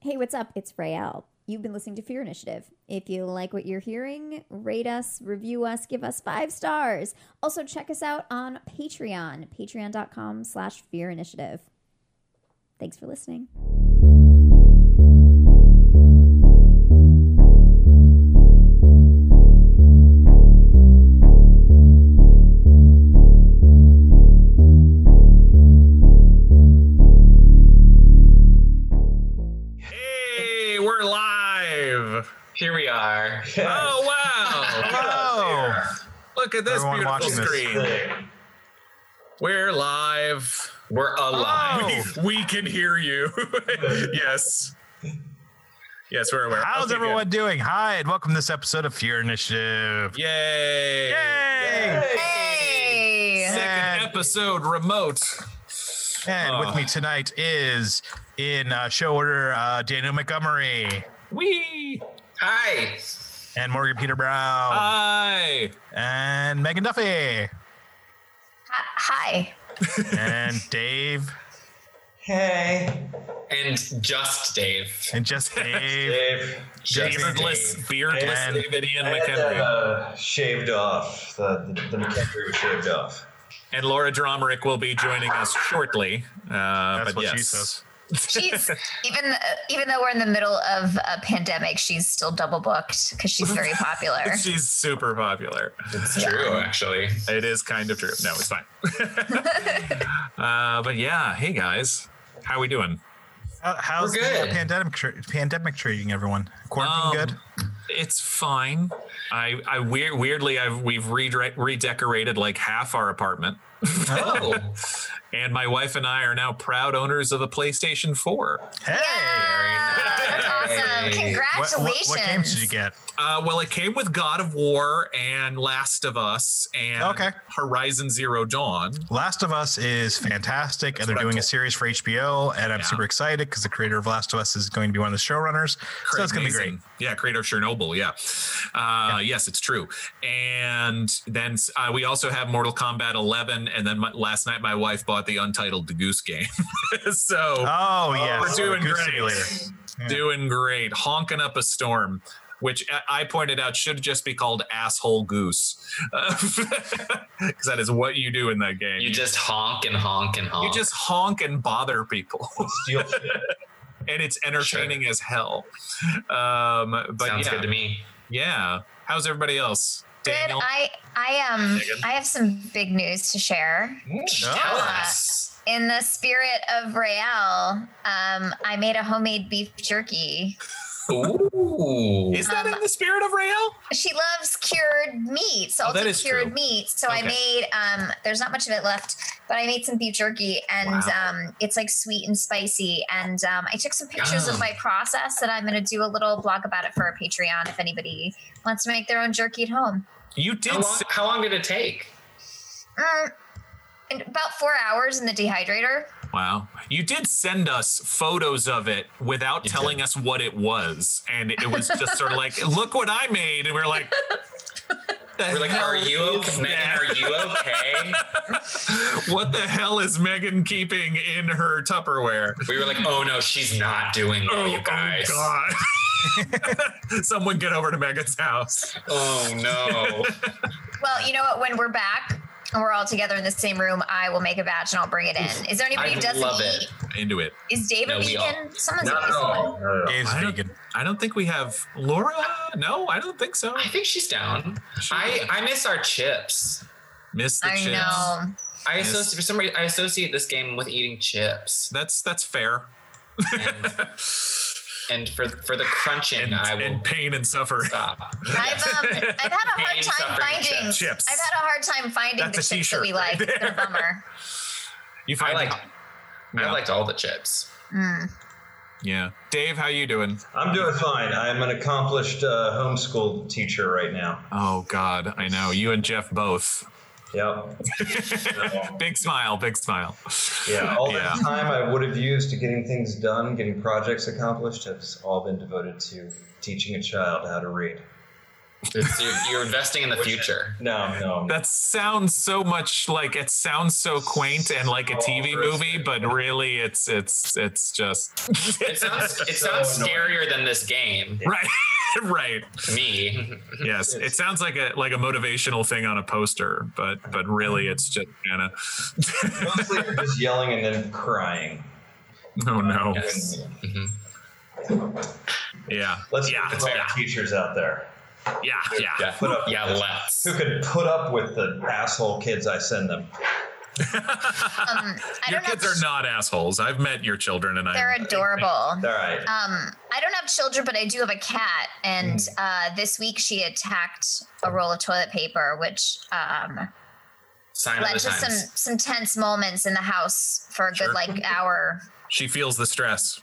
Hey, what's up? It's Rael. You've been listening to Fear Initiative. If you like what you're hearing, rate us, review us, give us five stars. Also, check us out on Patreon, patreon.com slash fear initiative. Thanks for listening. Hey, we're live. Here we are. Oh wow! Oh, Look at this Everyone beautiful watching this. screen. We're live. We're alive. Oh. We, we can hear you. yes. Yes, we're aware. how's Okay, good. everyone doing? Hi, and welcome to this episode of Fear Initiative. Yay! Yay! Second And- episode remote. And with me tonight is, in uh, show order, uh, Daniel Montgomery We Hi. and Morgan Peter Brown Uh, hi. and Megan Duffy Hi. and Dave Hey. And just Dave. and just Dave. Dave. Just Beardless, beardless And- David Ian I had that, McHenry. uh, shaved off. The, the, the McHenry was shaved off. And Laura Dromerick will be joining us shortly. Uh, but what yes. she says. She's even even though we're in the middle of a pandemic, she's still double booked because she's very popular. She's super popular. It's true, actually. It is kind of true. No, it's fine. uh, but yeah, hey guys, how we doing? How, how's We're the uh, good. pandemic tr- pandemic treating everyone? Quarantine Um, good? It's fine. I, I weird, weirdly, I've we've redre- redecorated like half our apartment, Oh. and my wife and I are now proud owners of a PlayStation Four. Hey! That's awesome. What, Congratulations. what, what games did you get? Uh, well, it came with God of War and Last of Us and Okay. Horizon Zero Dawn. Last of Us is fantastic, and they're what I'm doing a told. series for HBO, and I'm Yeah. super excited because the creator of Last of Us is going to be one of the showrunners. So it's going to be great. Amazing. Yeah, creator of Chernobyl. Yeah. Uh, Yes, it's true. And then uh, we also have Mortal Kombat 11. And then my, last night, my wife bought the Untitled Goose Game. so Oh, yes, we're doing Goose great. Simulator. Yeah. doing great, honking up a storm. Which I- I pointed out should just be called asshole goose, because that is what you do in that game. You just honk and honk and you honk. just honk and bother people, Steal and it's entertaining as hell. Um, but sounds yeah, good to me. Yeah. How's everybody else? Good. Daniel. I I um Megan? I have some big news to share. Tell Yeah. us. In the spirit of Rael, um, I made a homemade beef jerky. Ooh. Is that Um, in the spirit of Rael? She loves cured meat, Oh, salted that is cured true. meat. So I Okay. made um there's not much of it left, but I made some beef jerky and Wow. um it's like sweet and spicy. And um I took some pictures of Yum. my process and I'm gonna do a little blog about it for our Patreon if anybody wants to make their own jerky at home. You How did. long, Say, how long did it take? Mm, in about four hours in the dehydrator. wow. You did send us photos of it without You telling us what it was, and it was just sort of like, "Look what I made," and we're like, the We're like, hell are you is okay? that? Are you okay? What the hell is Megan keeping in her Tupperware?" We were like, oh no, she's not doing well, you guys. oh God! Someone get over to Megan's house. Oh, no. Well, you know what, when we're back and we're all together in the same room, I will make a batch and I'll bring it in. Is there anybody I who doesn't love eat? it. Into it. Is Dave No, a we all- vegan? Someone's Not always at all. Dave's I don't- vegan. I don't think we have Laura. No, I don't think so. I think she's down. I, I miss our chips. Miss the I chips. know. I Yes. associate for some reason I associate this game with eating chips, That's that's fair. and, and for for the crunching, and, I will and pain and suffering. stop. I've um, I've had a hard Pain, time suffering, finding. chips. I've had a hard time finding That's a the chips that t-shirt we right like. It's been a there. bummer. You I find like Yeah. I liked all the chips. Mm. yeah. Dave, how you doing? I'm doing fine. I'm an accomplished uh, homeschool teacher right now. Oh God, I know you and Jeff both. Yep. Big smile, big smile. Yeah. All Yeah. that time I would have used to getting things done, getting projects accomplished, has all been devoted to teaching a child how to read. It's, you're, you're investing in the future. No, no. That sounds so much like it sounds so quaint and like a So TV Oh, movie, interesting. but really it's it's it's just It sounds it So sounds annoying. scarier than this game right, right. to me. Yes, it sounds like a like a motivational thing on a poster, but but Mm-hmm. really it's just Anna. Mostly you're just yelling and then crying. oh no, Yes. Mhm. yeah, Let's yeah, put all yeah, the teachers out there yeah, yeah. Yeah. Put up- Yeah. Let's. who could put up with the asshole kids I send them. Um, I Your don't kids have, are not assholes. I've met your children, and They're I adorable. All right. Um, I don't have children, but I do have a cat, and Mm. uh, this week she attacked a roll of toilet paper, which um, Sign led of the to some times. some tense moments in the house for a good Sure. like hour. she feels the stress.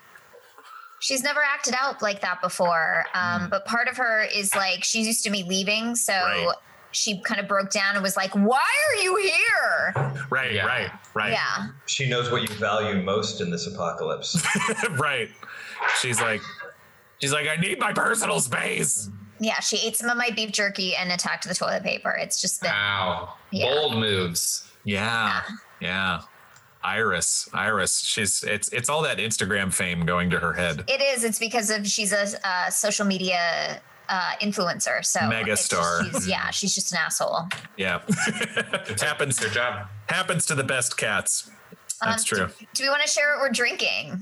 She's never acted out like that before, um, but part of her is like she's used to me leaving, so Mm. Right. she kind of broke down and was like, "Why are you here?" Right, Yeah. right, right, Yeah, She knows what you value most in this apocalypse. right. She's like, she's like, I need my personal space. yeah. She ate some of my beef jerky and attacked the toilet paper. It's just been Ah. Wow. Yeah. Bold moves. Yeah, yeah. Iris, Iris. She's it's it's all that Instagram fame going to her head. It is. It's because of she's a uh, social media uh, influencer. So Mega it's just- star. Mm. she's- yeah, she's just an asshole. Yeah, happens Good job. happens to the best cats. That's Um, true. Do we want to share what we're drinking?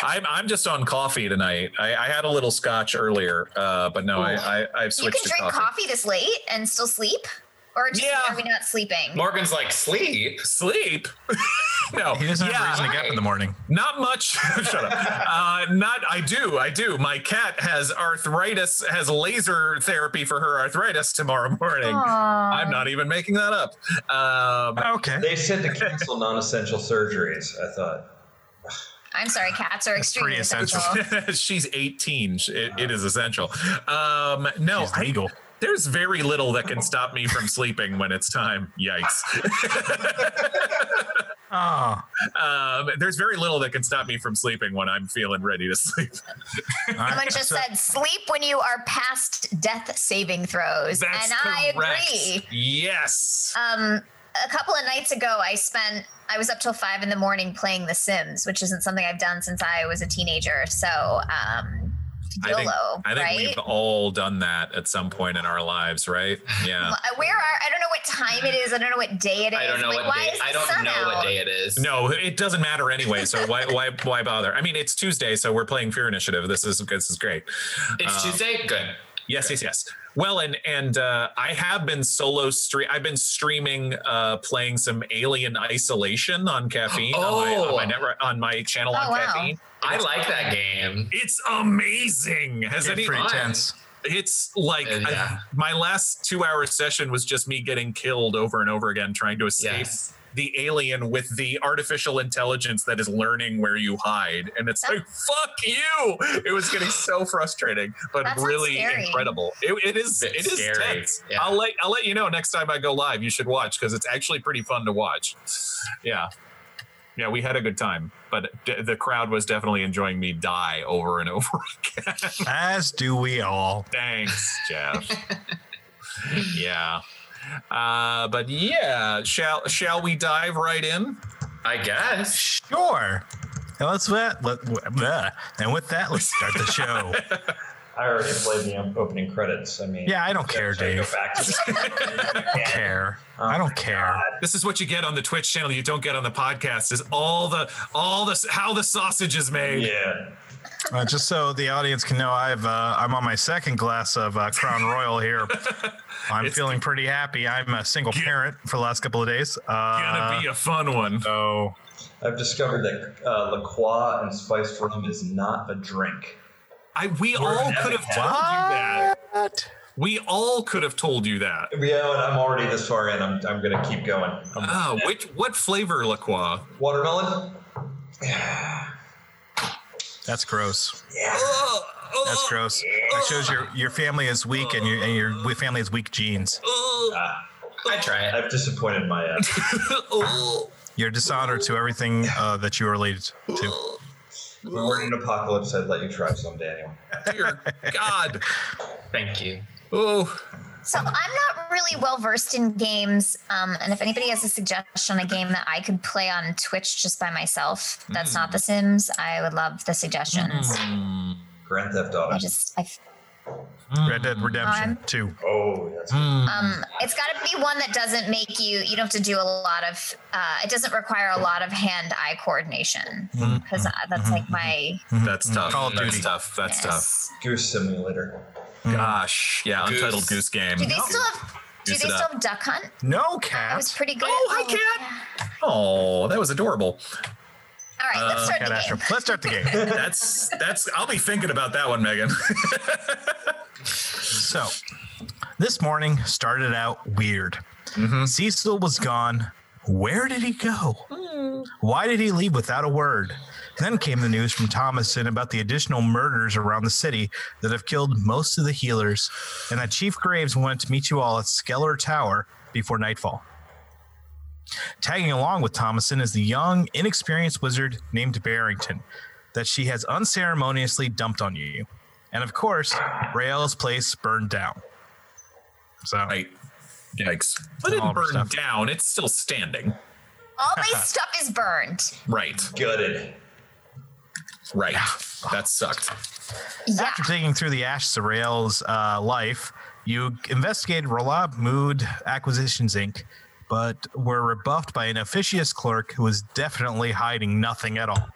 I'm I'm just on coffee tonight. I, I had a little scotch earlier, uh, but no, I, I I've you switched can to drink coffee. coffee. this late and still sleep, or just Yeah. are we not sleeping? Morgan's like sleep. Sleep. no, He doesn't yeah, have a reason to get up in the morning. Not much. Shut up. Uh, not. I do. I do. My cat has arthritis. Has laser therapy for her arthritis tomorrow morning. Aw. I'm not even making that up. Um, Okay. they said to cancel non essential surgeries, I thought. I'm sorry. Cats are extremely pretty essential. essential. she's 18. Sh- It, it is essential. Um, no, She's I- legal. there's very little that can stop me from sleeping when it's time. Yikes. Oh, um, there's very little that can stop me from sleeping when I'm feeling ready to sleep. Someone just said sleep when you are past death saving throws, That's and I correct. agree. Yes. Um, a couple of nights ago, I spent I was up till five in the morning playing The Sims, which isn't something I've done since I was a teenager. So um, I YOLO, think, I think right? we've all done that at some point in our lives, right? Yeah. Well, Where are I don't know what time it is. I don't know what day it is. I don't know like, what why day. is the I don't sun know out? what day it is. No, it doesn't matter anyway. So why why why bother? I mean, it's Tuesday, so we're playing Fear Initiative. This is this is great. It's Um, Tuesday. Good. Yes, yes, yes. Well, and and uh, I have been solo stream. I've been streaming, uh, playing some Alien Isolation on caffeine on, my, on my Oh. network on my channel Oh, on wow. caffeine. I like that game. It's amazing. Has it's any? pretty fun. tense. It's like Uh, I- yeah. my last two-hour session was just me getting killed over and over again, trying to escape Yes. the alien with the artificial intelligence that is learning where you hide. And it's like, fuck you. It was getting so frustrating, but That sounds really scary. incredible. It, it is Bit it is scary, tense. yeah. I'll let I'll let you know next time I go live. You should watch because it's actually pretty fun to watch. Yeah. Yeah, we had a good time, but d- the crowd was definitely enjoying me die over and over again. As do we all. Thanks, Jeff. yeah. Uh, but yeah, shall shall we dive right in? I guess. Sure. And let's let, let bleh. and with that, let's start the show. I already played the um, opening credits. I mean, yeah, I don't care, should I go Dave. back to- I don't care. I don't care. This is what you get on the Twitch channel. You don't get on the podcast. Is all the all the how the sausage is made. yeah. Uh, just so the audience can know, I've uh, I'm on my second glass of uh, Crown Royal here. I'm feeling pretty happy. I'm a single parent for the last couple of days. Uh, Gonna be a fun one. so I've discovered that uh, La Croix and spiced rum is not a drink. Oh, I we all could have told you that. what? We all could have told you that. You know what? I'm already this far in. I'm, I'm going to keep going. I'm- Oh, which what flavor La Croix? watermelon? That's gross. Oh, oh, That's gross. That shows your your family is weak and your and your wi- family is weak genes. oh, Ah, I try it. I've disappointed my uh, oh. You're dishonored to everything uh, that you are related to. oh, oh. we were in an apocalypse. I'd let you try someday anyway. Dear God. Thank you. Oh, So I'm not really well versed in games, um, and if anybody has a suggestion on a game that I could play on Twitch just by myself, that's not The Hmm. Sims. I would love the suggestions. Grand Theft I Auto. just, I, Mm. Red Dead Redemption 2. Oh, that's hmm. um, it's got to be one that doesn't make you. You don't have to do a lot of. Uh, it doesn't require a lot of hand-eye coordination Hmm. because that's like my. that's tough. Call of that's Duty. tough. That's tough. Yes. Goose Simulator. Gosh, yeah, Mm. Untitled Goose Game. Do they still have? Do Juice they it still up. have Duck Hunt? No That cat. was pretty good. Oh, hi, yeah. cat. Oh, that was adorable. All right, Uh, let's start Cat the Astro. game. Let's start the game. That's that's. I'll be thinking about that one, Megan. so, this morning started out weird. Cecil was gone. Where did he go? Why did he leave without a word? Then came the news from Thomason about the additional murders around the city that have killed most of the healers, and that Chief Graves wanted to meet you all at Skeller Tower before nightfall. Tagging along with Thomason is the young, inexperienced wizard named Barrington that she has unceremoniously dumped on you. And of course, Rael's place burned down. So right. Yikes! But it didn't All of our burn stuff. down. It's still standing. All my stuff is burned. Right. Gutted. Right. That sucked. Yeah. After digging through the ashes of Rael's uh, life, you investigated Rolab Mood Acquisitions Inc., but were rebuffed by an officious clerk who was definitely hiding nothing at all.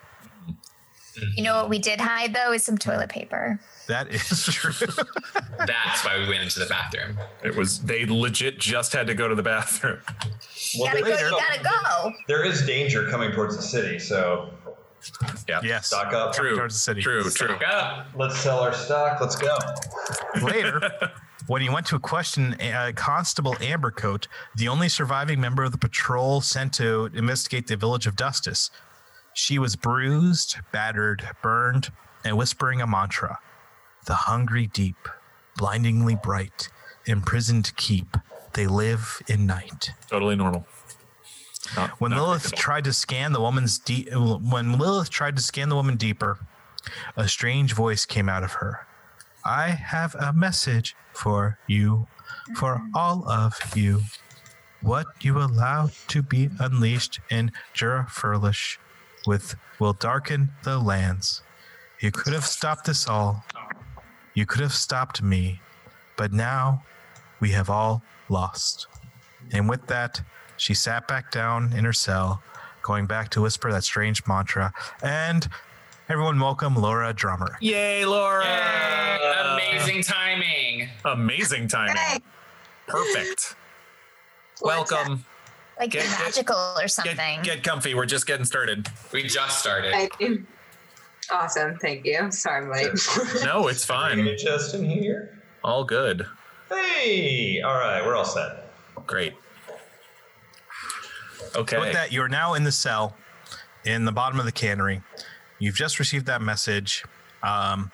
You know what we did hide though is some toilet paper. That is true. That's why we went into the bathroom. It was. They legit just had to go to the bathroom. You Well, gotta go. there- You gotta go. There is danger coming towards the city, so Yeah. yes. stock up. True. Towards the city. True. True. Back up. Let's sell our stock. Let's go. Later, when he went to question uh, Constable Ambercoat, the only surviving member of the patrol sent to investigate the village of Dustus, she was bruised, battered, burned, and whispering a mantra The hungry deep, blindingly bright, imprisoned keep, they live in night. Totally normal. When Lilith tried to scan the woman's deep, when Lilith tried to scan the woman deeper, a strange voice came out of her. I have a message for you, for all of you. What you allow to be unleashed in Jura Furlish with will darken the lands. You could have stopped this all. You could have stopped me, but now we have all lost. And with that, she sat back down in her cell, going back to whisper that strange mantra. And everyone welcome Laura Drummer. Yay, Laura! Amazing timing. Amazing timing. Hey. Perfect. Welcome. Like Get- get- magical or something. Get, get comfy. We're just getting started. We just started. Thank you. Awesome. Thank you. Sorry I'm late. No, it's fine. Hey, Justin here. All good. Hey. All right, we're all set. Great. Okay. With that, you're now in the cell in the bottom of the cannery. You've just received that message. Um,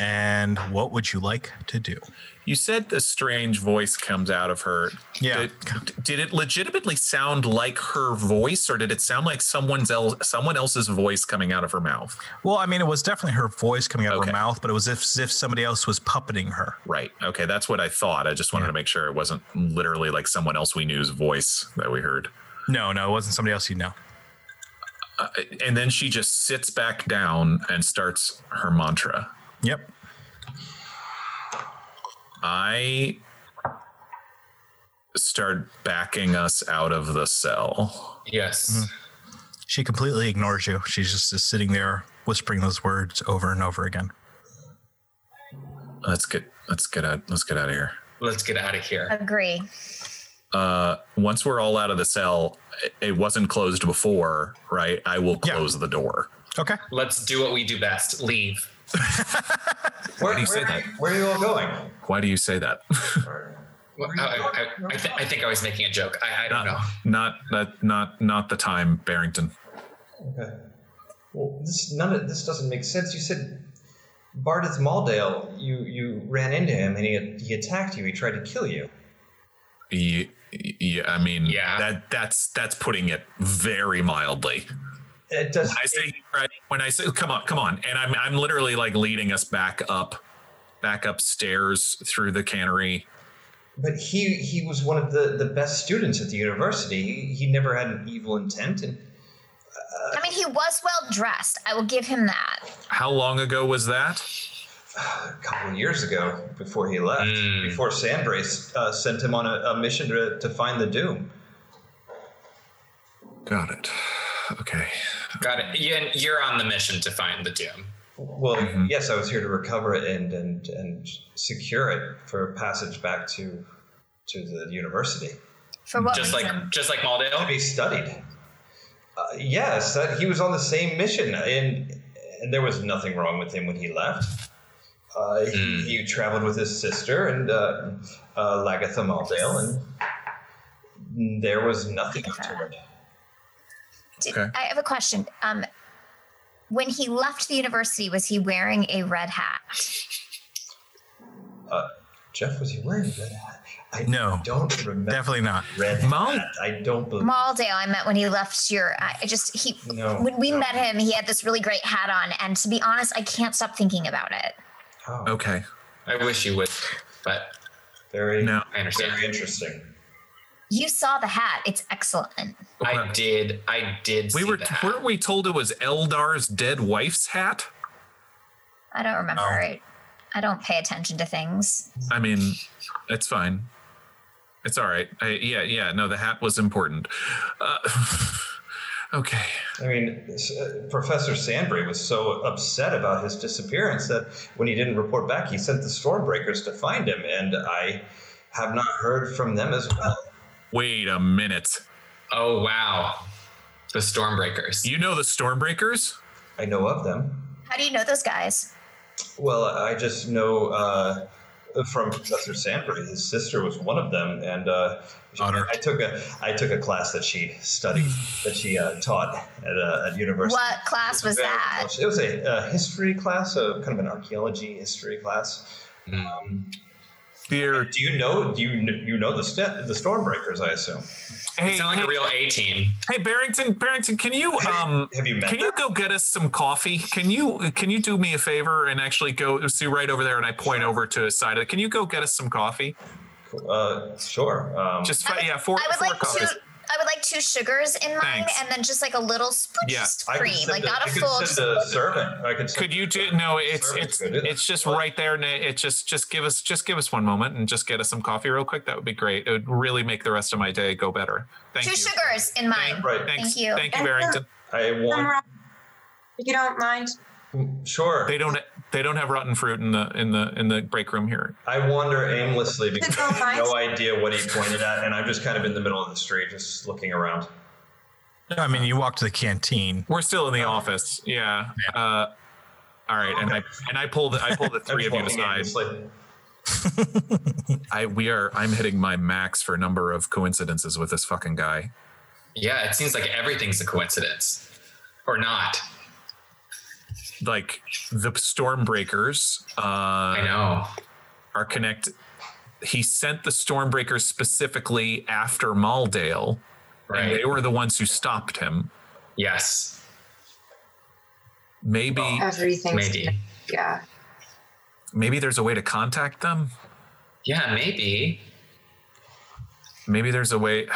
and what would you like to do? You said the strange voice comes out of her. Yeah. Did, did it legitimately sound like her voice, or did it sound like someone's else, someone else's voice coming out of her mouth? Well, I mean, it was definitely her voice coming out of Okay. her mouth, but it was as if somebody else was puppeting her. Right. Okay, that's what I thought. I just wanted to make sure it wasn't literally like someone else we knew's voice that we heard. No, no, it wasn't somebody else you know. Uh, and then she just sits back down and starts her mantra. Yep. I start backing us out of the cell. Yes. Mm-hmm. She completely ignores you. She's just is sitting there whispering those words over and over again. Let's get let's get out let's get out of here. Let's get out of here. Agree. Uh, once we're all out of the cell, it- it wasn't closed before, right? I will Yeah. close the door. Okay. Let's do what we do best. Leave. Where, do you say where, that? Where are you all going? Why do you say that? Well, I, I- I- I thi- I think I was making a joke. I, I don't know. not, not not not not the time, Barrington. Okay. Well, this none of this doesn't make sense. You said Bardeth Maldale. You you ran into him and he he attacked you. He tried to kill you. Y- y- Yeah, I mean, Yeah. that that's that's putting it very mildly. It does. I say right when I say, come on, come on, and I'm I'm literally like leading us back up back upstairs through the cannery. But he he was one of the, the best students at the university. He, he never had an evil intent, and I mean, he was well dressed. I will give him that. How long ago was that? a couple of years ago, before he left, Mm. before Sandrace uh, sent him on a, a mission to, to find the Doom. Got it. Okay. Got it. Yin, you're on the mission to find the doom. Well, Mhm. yes, I was here to recover it and and and secure it for passage back to to the university For what Just like reason? just like to Maldale. be studied. Uh, yes, that, he was on the same mission, and and there was nothing wrong with him when he left. Uh, Hmm. he, he traveled with his sister and uh, uh, Lagatha Maldale, and there was nothing to it. Did- Okay. I have a question. Um, when he left the university, was he wearing a red hat? Jeff, was he wearing a red hat? I No. don't remember. Definitely not. red Mal- hat. I don't believe. Maldale, I met when he left your. I I just he. No. When we No. met him, he had this really great hat on, and to be honest, I can't stop thinking about it. Oh, Okay. I wish you would, but Very, Now, I understand. very interesting. You saw the hat; it's excellent. I did. I did. we see were that. weren't we told it was Eldar's dead wife's hat? I don't remember. Oh. it. I don't pay attention to things. I mean, it's fine. It's all right. I, yeah, yeah. No, the hat was important. Uh, okay. I mean, s- uh, Professor Sandbury was so upset about his disappearance that when he didn't report back, he sent the Stormbreakers to find him, and I have not heard from them as well. Wait a minute. Oh wow, the Stormbreakers. You know the Stormbreakers? I know of them. How do you know those guys? Well, I just know uh, from Professor Sandbury, his sister was one of them, and uh, Otter. I took a I took a class that she studied that she uh, taught at uh, at university. What class was Very that? close. It was a, uh history class, a kind of an archaeology history class. Um, Dear. do you know? Do you kn- you know the st- the Stormbreakers? I assume. Hey, You sound like hey, a real A team. hey, Barrington, Barrington, can you um Have you met? Can you them? go get us some coffee? Can you can you do me a favor and actually go see right over there and I point over to a side of Can you go get us some coffee? Uh, sure. Um, Just fi- yeah, four, I would four like two. coffees. I would like two sugars in mine, Thanks. and then just like a little sploosh Yeah, I could cream, send like a- not I a could full. send just- a servant. I could. Send Could you do no? It's Service it's could do that. it's just right there. And it it just just give us just give us one moment and just get us some coffee real quick. That would be great. It would really make the rest of my day go better. Thank two you. sugars in mine. Thank, Right. thanks. Thank you. Thank you, Barrington. I want. If you don't mind, Sure. They don't they don't have rotten fruit in the in the in the break room here. I wander aimlessly because I have Find- no idea what he pointed at, and I'm just kind of in the middle of the street, just looking around. I mean, you walk to the canteen. We're still in the office. Yeah. Uh, all right, and I and I pull the I pull the I'm three of just you walking aside. aimlessly. I we are I'm hitting my max for number of coincidences with this fucking guy. Yeah, it seems like everything's a coincidence, or not. Like the Stormbreakers I uh, know. are connect. He sent the Stormbreakers specifically after Maldale, and Right. they were the ones who stopped him. Yes. Maybe uh, everything's Maybe. yeah. maybe there's a way to contact them. Yeah, maybe. Maybe there's a way.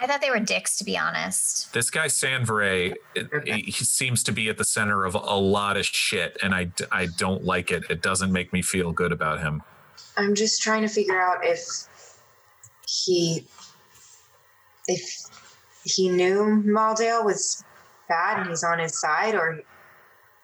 I thought they were dicks, to be honest. This guy Sanvray, it- he he seems to be at the center of a lot of shit, and I d- I don't like it. It doesn't make me feel good about him. I'm just trying to figure out if he if he knew Maldale was bad and he's on his side, or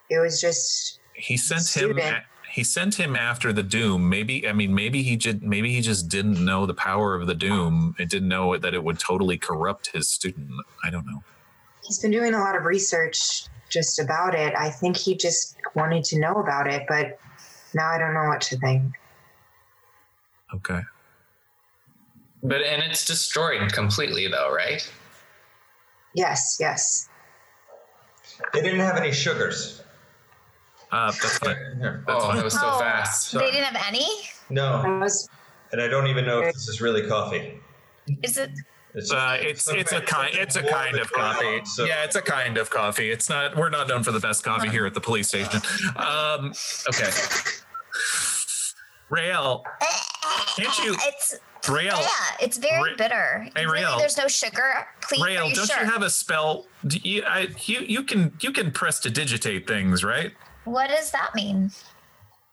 it was just he sent him Student. a- he sent him after the doom maybe i mean maybe he just maybe he just didn't know the power of the doom it didn't know that it would totally corrupt his student i don't know he's been doing a lot of research just about it. I think he just wanted to know about it, but now I don't know what to think. okay But and it's destroyed completely though, right? Yes, yes. They didn't have any sugars. uh that's fine. Here. That's oh, fine. that was so Oh. fast. Sorry. They didn't have any. No, I was and I don't even know if this is really coffee. Is it? It's uh, it's it's a kind it's a kind of coffee. So- yeah, it's a kind of coffee. It's not we're not known for the best coffee here at the police station. Um, okay. Rael, can't you? eh, It's Rael, yeah, it's very Ra- bitter. Hey, Really, Rael. There's no sugar. Please, are Rael, you don't sure? you have a spell? Do you, I, you you can you can press to digitate things, right? what does that mean?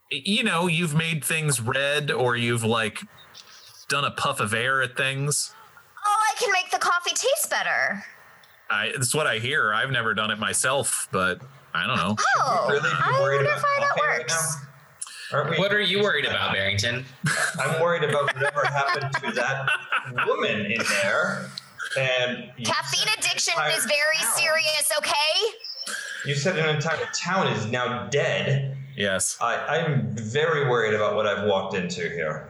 You know, you've made things red, or you've like done a puff of air at things. Oh, I can make the coffee taste better. I, that's what I hear. I've never done it myself, but I don't know. Oh, Really? You're I worried wonder about if how that coffee right works. now? Aren't we- What are you worried about, Barrington? I'm worried about whatever happened to that woman in there. And you, Caffeine addiction Entire is very town. serious. Okay. you said an entire town is now dead. Yes. I, I'm very worried about what I've walked into here.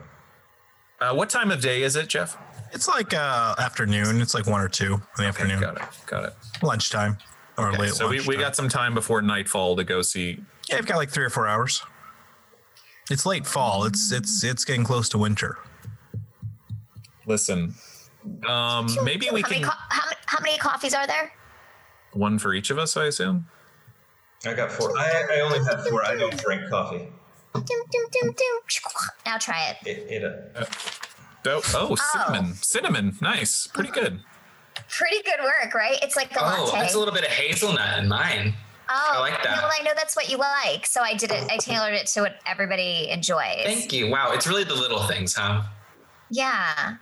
Uh, what time of day is it, Jeff? It's like uh, afternoon. It's like one or two in the afternoon, Got it. Got it. lunchtime or Okay, late. so we, we lunchtime. got some time before nightfall to go see. Yeah, I've got like three or four hours. It's late fall. It's it's it's getting close to winter. Listen, um, maybe we how, can many co- how, many, how many coffees are there? one for each of us. I assume. I got four. I, I only have four. I don't drink coffee. Doom, doom, doom, doom. Now try it. It, it, uh, Oh, oh, cinnamon, cinnamon, nice, pretty good. Pretty good work, right? It's like a Oh, latte. that's a little bit of hazelnut in mine. oh, I like that. no, Well, I know that's what you like, so I did it. I tailored it to what everybody enjoys. Thank you. Wow, it's really the little things, huh? Yeah.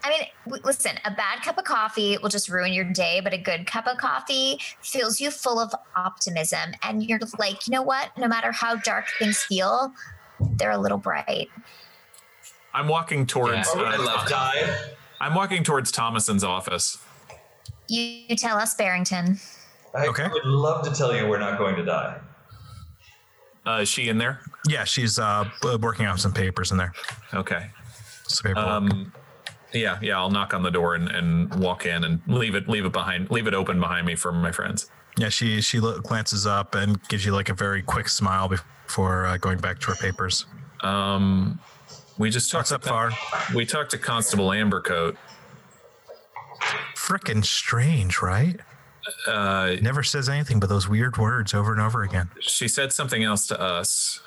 I mean, w- listen, a bad cup of coffee will just ruin your day, but a good cup of coffee fills you full of optimism. And you're like, you know what? No matter how dark things feel, they're a little bright. I'm walking towards. Yeah, I uh, love dive. I'm walking towards Thomason's office. You, you tell us, Barrington. I Okay. would love to tell you we're not going to die. Uh, is she in there? Yeah, she's uh, b- working on some papers in there. Okay. Some paperwork. Um, yeah, yeah. I'll knock on the door and, and walk in and leave it leave it behind leave it open behind me for my friends. yeah, she she lo- glances up and gives you like a very quick smile before uh, going back to her papers. Um, we just talked What's up, Far? We talked to Constable Ambercoat. Frickin' strange, right? Uh, Never says anything but those weird words over and over again. she said something else to us,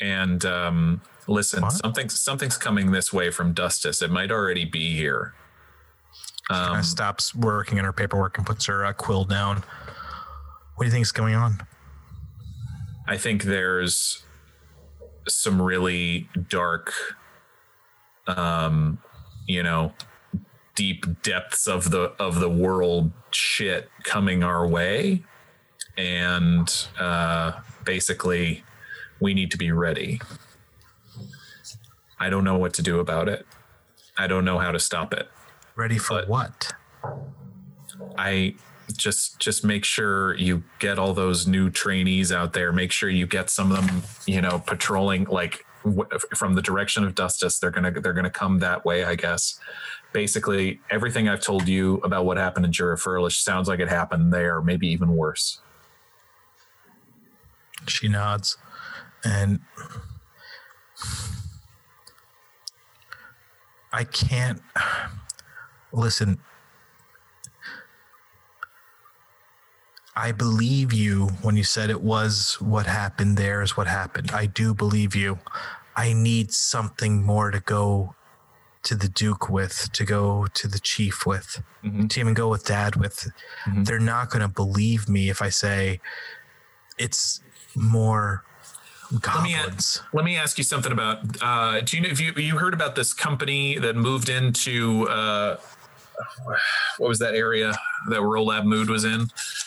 and um, listen, What? something something's coming this way from Dustus. It might already be here. Kinda Um, stops working on her paperwork and puts her uh, quill down. What do you think's going on? I think there's some really dark, um, you know, deep depths of the of the world shit coming our way, and uh, basically, we need to be ready. I don't know what to do about it. I don't know how to stop it. Ready for But- what? I just just make sure you get all those new trainees out there. Make sure you get some of them, you know, patrolling like w- from the direction of Dustus. They're gonna they're gonna come that way, I guess. Basically, everything I've told you about what happened in Jura Furlish sounds like it happened there, maybe even worse. She nods and I can't listen. I believe you when you said it was what happened there is what happened. I do believe you. I need something more to go to the Duke with, to go to the Chief with, Mhm. to even go with Dad with. Mhm. They're not going to believe me if I say it's more me add- goblins. Let me ask you something about. Uh, do you know if you you heard about this company that moved into uh, what was that area that Rolab Mood was in?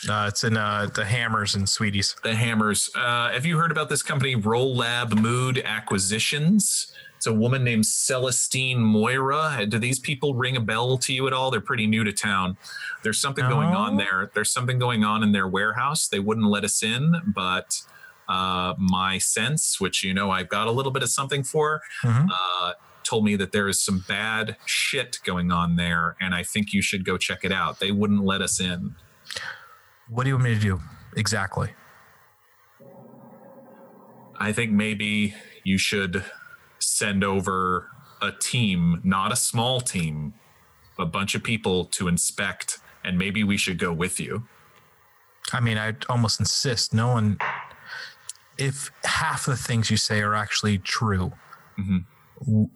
Uh, it's in uh, the hammers and sweeties. the hammers. Uh, have you heard about this company, Roll Lab Mood Acquisitions? It's a woman named Celestine Moira. Do these people ring a bell to you at all? They're pretty new to town. There's something going on No. there. There's something going on in their warehouse. They wouldn't let us in, but uh, my sense, which you know I've got a little bit of something for, Mhm. uh, told me that there is some bad shit going on there, and I think you should go check it out. They wouldn't let us in. What do you want me to do exactly? I think maybe you should send over a team, not a small team, a bunch of people to inspect, and maybe we should go with you. I mean, I almost insist no one. If half the things you say are actually true, Mhm. w-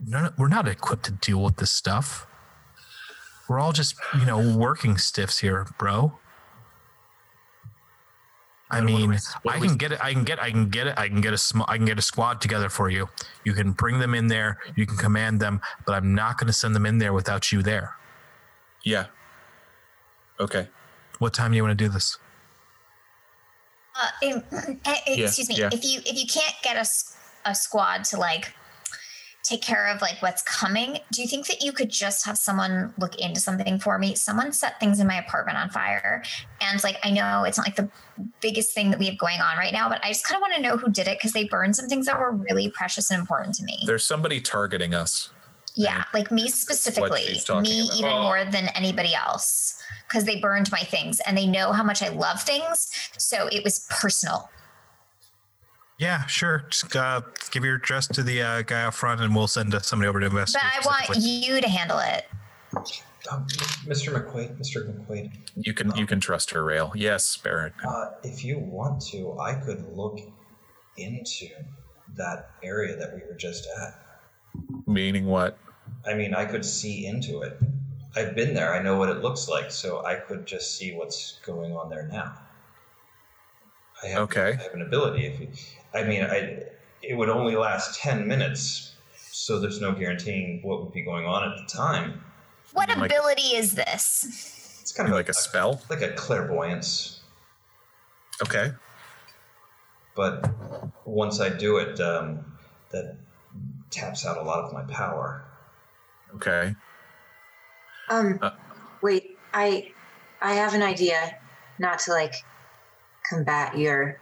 none, we're not equipped to deal with this stuff. We're all just, you know, working stiffs here, bro. I What do we- mean, what I do we- can get it. I can get. I can get it. I can get a. Sm- I can get a squad together for you. You can bring them in there. You can command them. But I'm not going to send them in there without you there. Yeah. Okay. What time do you want to do this? Uh, em- eh, eh, Yeah, excuse me. yeah. If you if you can't get a, s- a squad to like take care of like what's coming, do you think that you could just have someone look into something for me? Someone set things in my apartment on fire, and like I know it's not like the biggest thing that we have going on right now, but I just kind of want to know who did it because they burned some things that were really precious and important to me. There's somebody targeting us. yeah, like me specifically, she's talking me about. even Oh. more than anybody else. Because they burned my things and they know how much I love things. So it was personal. Yeah, sure. Just uh, give your address to the uh, guy up front, and we'll send uh, somebody over to But investigate. I want specifically. you to handle it. Um, Mr. McQuaid, Mr. McQuaid, You can you can trust her, Rail. Yes, Barrett. uh, if you want to, I could look into that area that we were just at. Meaning what? I mean, I could see into it. I've been there. I know what it looks like, so I could just see what's going on there now. I have, Okay. I have an ability. If you, I mean, I it would only last ten minutes, so there's no guaranteeing what would be going on at the time. What Like- ability is this? It's kind of like a spell? like a clairvoyance. Okay. But once I do it, um, that taps out a lot of my power. Okay. Um, Uh. wait, I, I have an idea, not to like combat your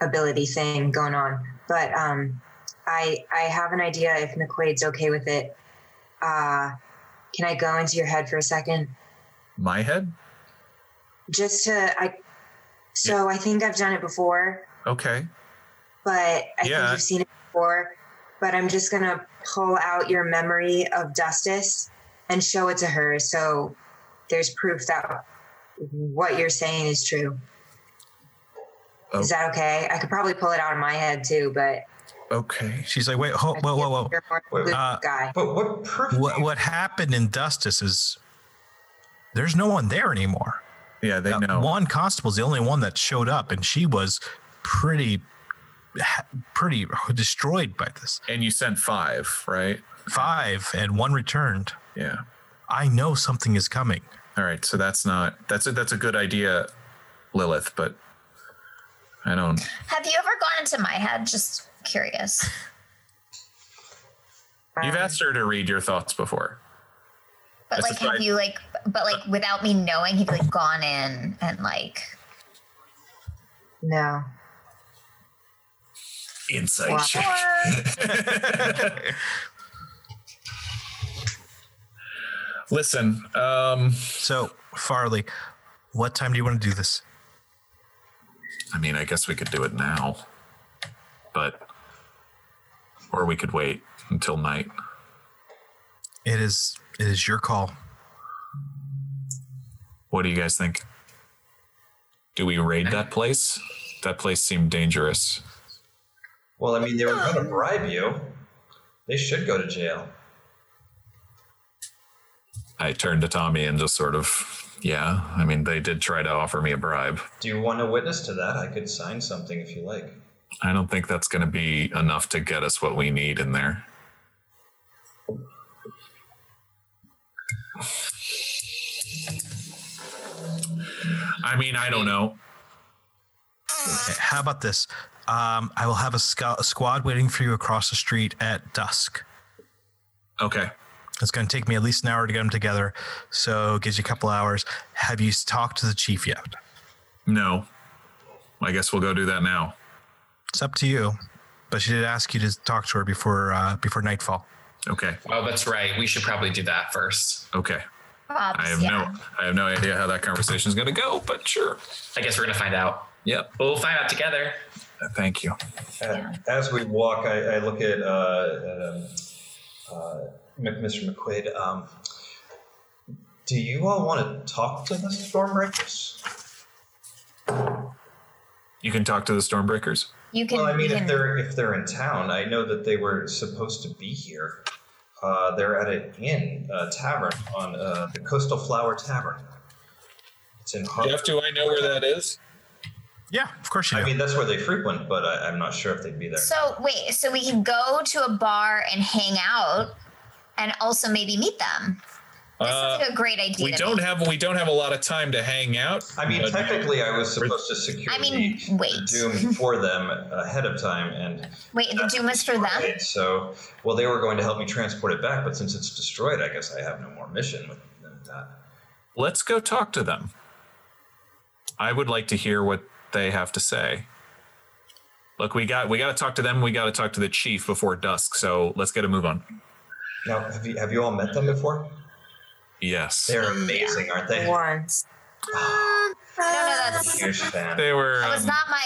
ability thing going on, but um, I, I have an idea. If McQuaid's okay with it, uh, can I go into your head for a second, My head? just to I? So I think I've done it before. Okay. but I Yeah. think you've seen it before. But I'm just gonna pull out your memory of Dustus and show it to her, so there's proof that what you're saying is true. Is that okay? I could probably pull it out of my head too, but Okay. She's like, wait, ho- I whoa, whoa, think whoa. You're more Wait, Luke uh, guy. But what proof? do What you- what happened in Dustus is there's no one there anymore. Yeah, they Uh, know. One constable's the only one that showed up, and she was pretty, ha- pretty destroyed by this. and you sent five, right? Five and one returned. Yeah. I know something is coming. All right. So that's not that's a that's a good idea, Lilith, but I don't Have you ever gone into my head? Just curious. You've Um, asked her to read your thoughts before. But That's like, a have you like, but like, without me knowing, have you like gone in and like, No. Insight Wow. Listen, um So Farley, what time do you want to do this? I mean, I guess we could do it now. But or we could wait until night. It is it is your call. What do you guys think? Do we raid that place? That place seemed dangerous. Well, I mean, they were going to bribe you. They should go to jail. I turned to Tommy and just sort of, yeah, I mean, they did try to offer me a bribe. Do you want a witness to that? I could sign something if you like. I don't think that's going to be enough to get us what we need in there. I mean, I don't know. How about this? Um, I will have a, sco- a squad waiting for you across the street at dusk. Okay. It's going to take me at least an hour to get them together, so it gives you a couple hours. Have you s- talked to the chief yet? No. I guess we'll go do that now. It's up to you, but she did ask you to talk to her before uh, before nightfall. Okay. Oh, that's right. We should probably do that first. Okay. Bob's, I have yeah. no I have no idea how that conversation is going to go, but sure. I guess we're gonna find out. Yep. But we'll find out together. Thank you. A- As we walk, I, I look at uh, um, uh, Mc- Mr. McQuaid. Um, do you all want to talk to the Stormbreakers? You can talk to the Stormbreakers. You can. Well, I mean, you if can- they're if they're in town, I know that they were supposed to be here. Uh, they're at an inn, a tavern on uh, the Coastal Flower Tavern. It's in Harvard. do I know where that is? Yeah, of course you do. I mean, that's where they frequent, but I, I'm not sure if they'd be there. So wait, so we can go to a bar and hang out, and also maybe meet them. This Uh, sounds like a great idea. We to don't me. have we don't have a lot of time to hang out. I mean, but- technically, I was supposed to secure I mean, the, wait. the doom for them ahead of time, and Wait, the doom was for them. Right, so well, they were going to help me transport it back, but since it's destroyed, I guess I have no more mission with that. let's go talk to them. I would like to hear what they have to say. Look, we got we got to talk to them. We got to talk to the chief before dusk. So let's get a move on. Now, have you have you all met them before? Yes, They're amazing, aren't they? Once. No, no, that's Huge fan. they were. that was um, not my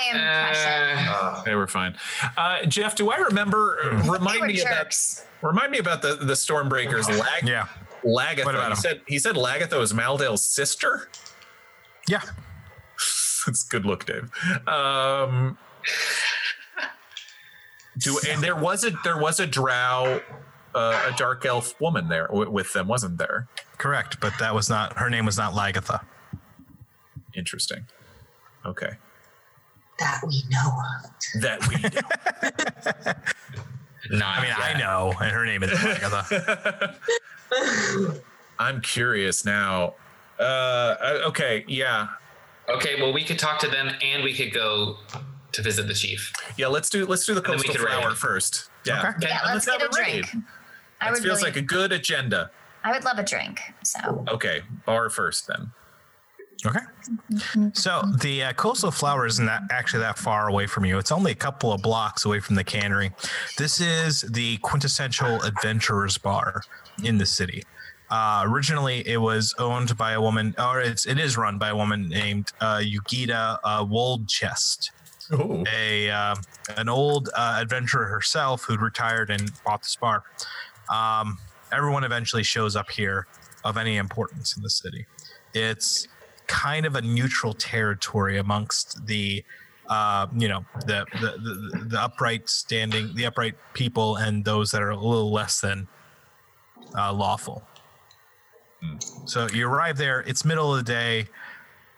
Uh, impression. Ah, they were fine. Uh, Jeff, do I remember? uh, they Remind were me jerks. about remind me about the the Stormbreakers. Lag, yeah, Lagatha. What about he him? said he said Lagatha was Maldale's sister. yeah. That's a good look, Dave. Um, do and there was a there was a drow, uh, a dark elf woman there w- with them, wasn't there? Correct, but that was not her name. Was not Lagatha. Interesting. Okay, That we know of. that we. know. not I mean, I know, and her name is Lagatha. I'm curious now. Uh, uh, okay, yeah, Okay, well, we could talk to them and we could go to visit the chief. yeah. Let's do let's do the then we coastal could flower raid. first. Yeah, Okay. Okay, Yeah, and let's get have a raid. drink. I That would feels really, like a good agenda. I would love a drink. So Okay, bar first then. Okay. So the uh, coastal flower isn't that actually that far away from you. It's only a couple of blocks away from the cannery. This is the quintessential adventurer's bar in the city. Uh, originally, it was owned by a woman, or it's it is run by a woman named uh, Yugita uh, Woldchest. Ooh. a uh, an old uh, adventurer herself who'd retired and bought this bar. Um, everyone eventually shows up here of any importance in the city. It's kind of a neutral territory amongst the uh, you know the the, the the upright standing the upright people and those that are a little less than uh, lawful. So you arrive there. It's middle of the day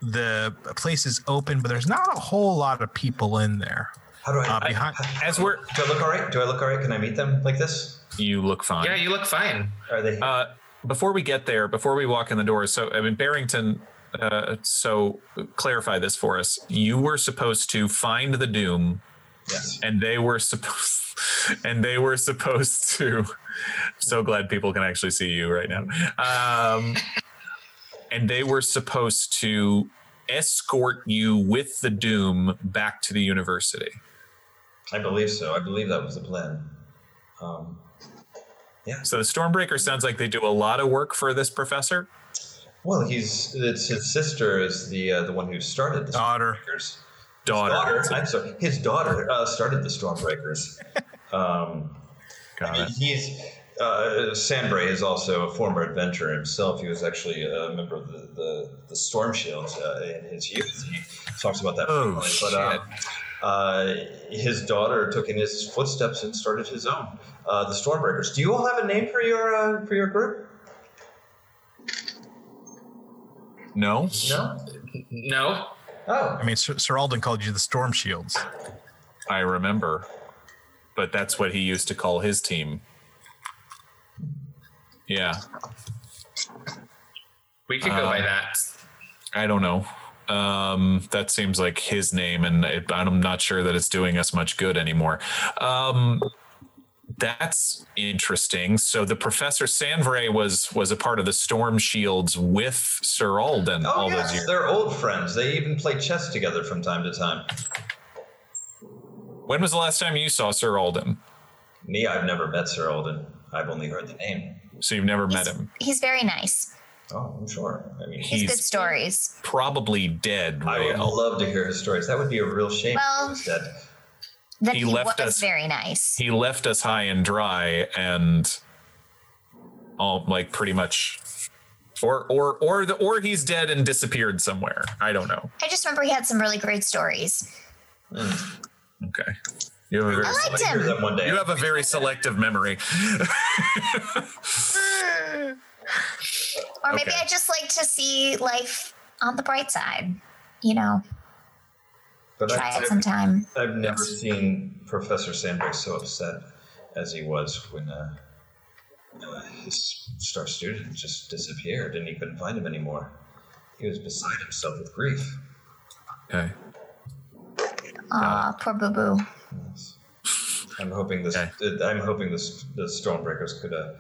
the place is open, but there's not a whole lot of people in there. how do I? Uh, behind, As we're do I look all right? Do I look all right? Can I meet them like this? you look fine. Yeah, you look fine. Are they? Uh, before we get there, before we walk in the door, so I mean Barrington. Uh, so clarify this for us. You were supposed to find the Doom, yes. and they were supposed, and they were supposed to. So glad people can actually see you right now. Um, and they were supposed to escort you with the Doom back to the university. I believe so. I believe that was the plan. Um, So the Stormbreaker sounds like they do a lot of work for this professor. well, he's it's his sister is the uh, the one who started the Daughter. Stormbreakers. Daughter. I'm sorry. His daughter uh, started the Stormbreakers. Um, Got it. He's uh, Sanbray is also a former adventurer himself. He was actually a member of the the, the Storm Shields uh, in his youth. He talks about that. Oh, frequently. um, uh, his daughter took in his footsteps and started his own, uh, the Stormbreakers. Do you all have a name for your uh, for your group? No. No. No? Oh, I mean, Sir, Sir Alden called you the Storm Shields. I remember. But that's what he used to call his team. Yeah, We could go Uh, by that. I don't know. Um, that seems like his name, and it, I'm not sure that it's doing us much good anymore. Um, that's interesting. So the Professor Sanvray was was a part of the Storm Shields with Sir Alden oh all those yes, years. they're old friends. They even play chess together from time to time. When was the last time you saw Sir Alden? Me, I've never met Sir Alden. I've only heard the name. So you've never met he's- him. He's very nice. Oh, I'm sure. I mean, He's, He's- good stories. Probably dead. I would Rael. love to hear his stories. That would be a real shame Well- if he was dead. Then he he, left was us- very nice. he left us high and dry and all like pretty much or or or the or he's dead and disappeared somewhere i don't know I just remember he had some really great stories. Okay. You have a I very, liked Hear him. them one day. you have a very selective memory. Or maybe Okay. I just like to see life on the bright side. You know, but try it I've, sometime. I've never seen Professor Sandberg so upset as he was when uh, uh, his star student just disappeared and he couldn't find him anymore. He was beside himself with grief. okay. Aw, poor Boo Boo. Yes. I'm hoping this. Okay. uh, I'm hoping this. The Stormbreakers could uh,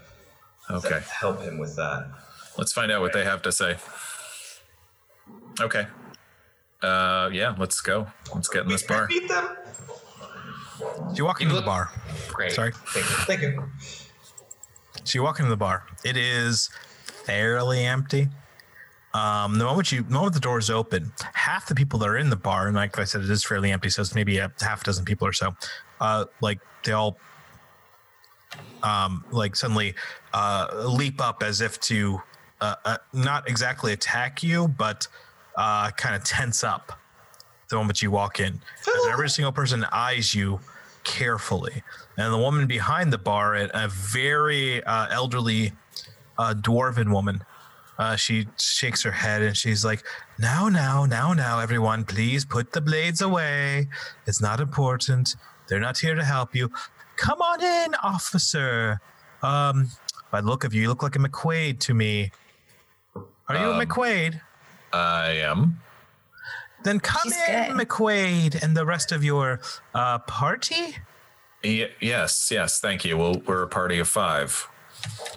Okay. help him with that. Let's find out what they have to say. Okay. Uh, yeah, let's go. Let's get in this bar. Beat them. So you walk into the bar. Great. Sorry. Thank you. Thank you. So you walk into the bar. It is fairly empty. Um, the moment you the moment the doors open, half the people that are in the bar, and like I said, it is fairly empty, so it's maybe a half dozen people or so. Uh, like they all um, like suddenly uh, leap up as if to uh, uh, not exactly attack you, but uh, kind of tense up the moment you walk in. And every single person eyes you carefully. And the woman behind the bar, a a very uh, elderly uh, dwarven woman, uh, she shakes her head and she's like, Now, now, now, now, everyone, please put the blades away. It's not important. They're not here to help you. Come on in, officer. Um, by the look of you, you look like a McQuaid to me. Are you a Um, McQuaid? I am. Then come She's in, good. McQuaid, and the rest of your uh, party. Y- yes, yes. Thank you. Well, we're a party of five.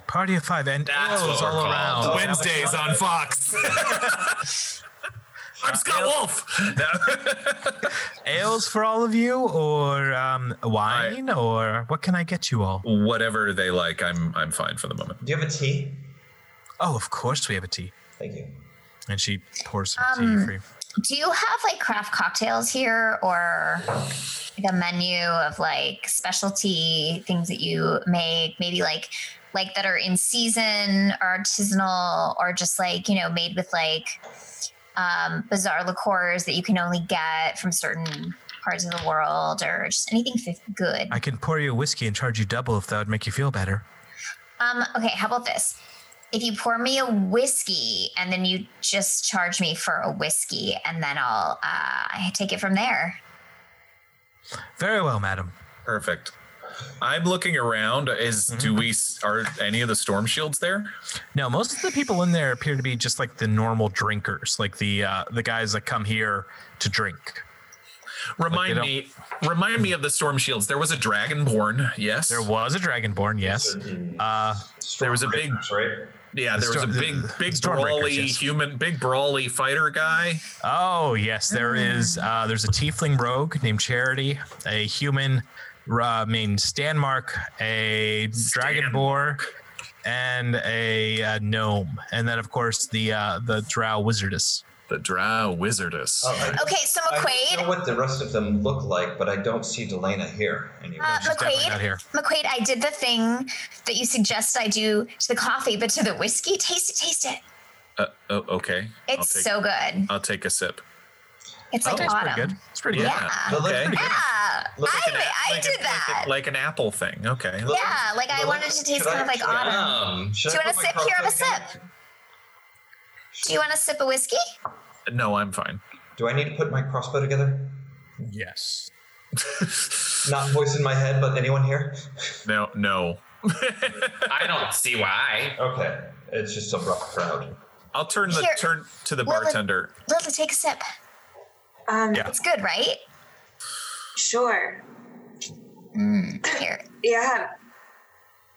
Party of five and That's elves what we're all called. around. Wednesdays on Fox. I'm Scott Wolf. Ales for all of you, or um, wine, or what can I get you all? Whatever they like, I'm I'm fine for the moment. Do you have a tea? Oh, of course we have a tea. Thank you. And she pours some Um, tea for you. Do you have like craft cocktails here or like a menu of like specialty things that you make? Maybe like like that are in season or artisanal or just like, you know, made with like um, bizarre liqueurs that you can only get from certain parts of the world or just anything f- good. I can pour you a whiskey and charge you double if that would make you feel better. Um, okay, how about this? If you pour me a whiskey and then you just charge me for a whiskey and then I'll uh, take it from there. Very well, madam. Perfect. I'm looking around. Is Mm-hmm. do we s- are any of the storm shields there? Now, most of the people in there appear to be just like the normal drinkers, like the uh, the guys that come here to drink. Remind don't- me, remind me of the storm shields. There was a dragonborn. Yes, There was a dragonborn, yes. Uh, There was a big- Stormbreakers, mm, right. Yeah, there was a Storm- the- big, the big Stormbreakers, brawly yes. human, big brawly fighter guy. Oh yes, there is. Uh, there's a tiefling rogue named Charity, a human uh, named Stanmark, a dragon boar, and a, uh gnome, and then of course the uh, the drow wizardess. The drow wizardess. Oh, I- Okay, so I don't know McQuaid, what the rest of them look like, but I don't see Delana here anyway. uh, definitely not here. McQuaid, McQuaid, I did the thing that you suggest I do to the coffee, but to the whiskey, taste it, taste it. Uh, oh, okay. I'll It's take- Uh, so good. I'll take a sip. It's like It's Oh, pretty autumn. good. It's pretty Yeah. No, that's Okay. pretty Yeah. good. Looks I, like an I Like a- did that. Like, like an apple thing. Okay. Look- yeah, like I Look- wanted to taste should I- kind of like should I- autumn. Um, should I Do you put wanna my sip here? Have a cocktail sip. down? Do you want a sip of whiskey? No, I'm fine. Do I need to put my crossbow together? good. Yes. Not voice in my head, but anyone here? No, no. I don't see why. Okay. It's just a rough crowd. I'll turn the Here. turn to the Well, the- bartender. Lily, take a sip. Um, Yeah. It's good, right? Sure. Mm, here. Yeah.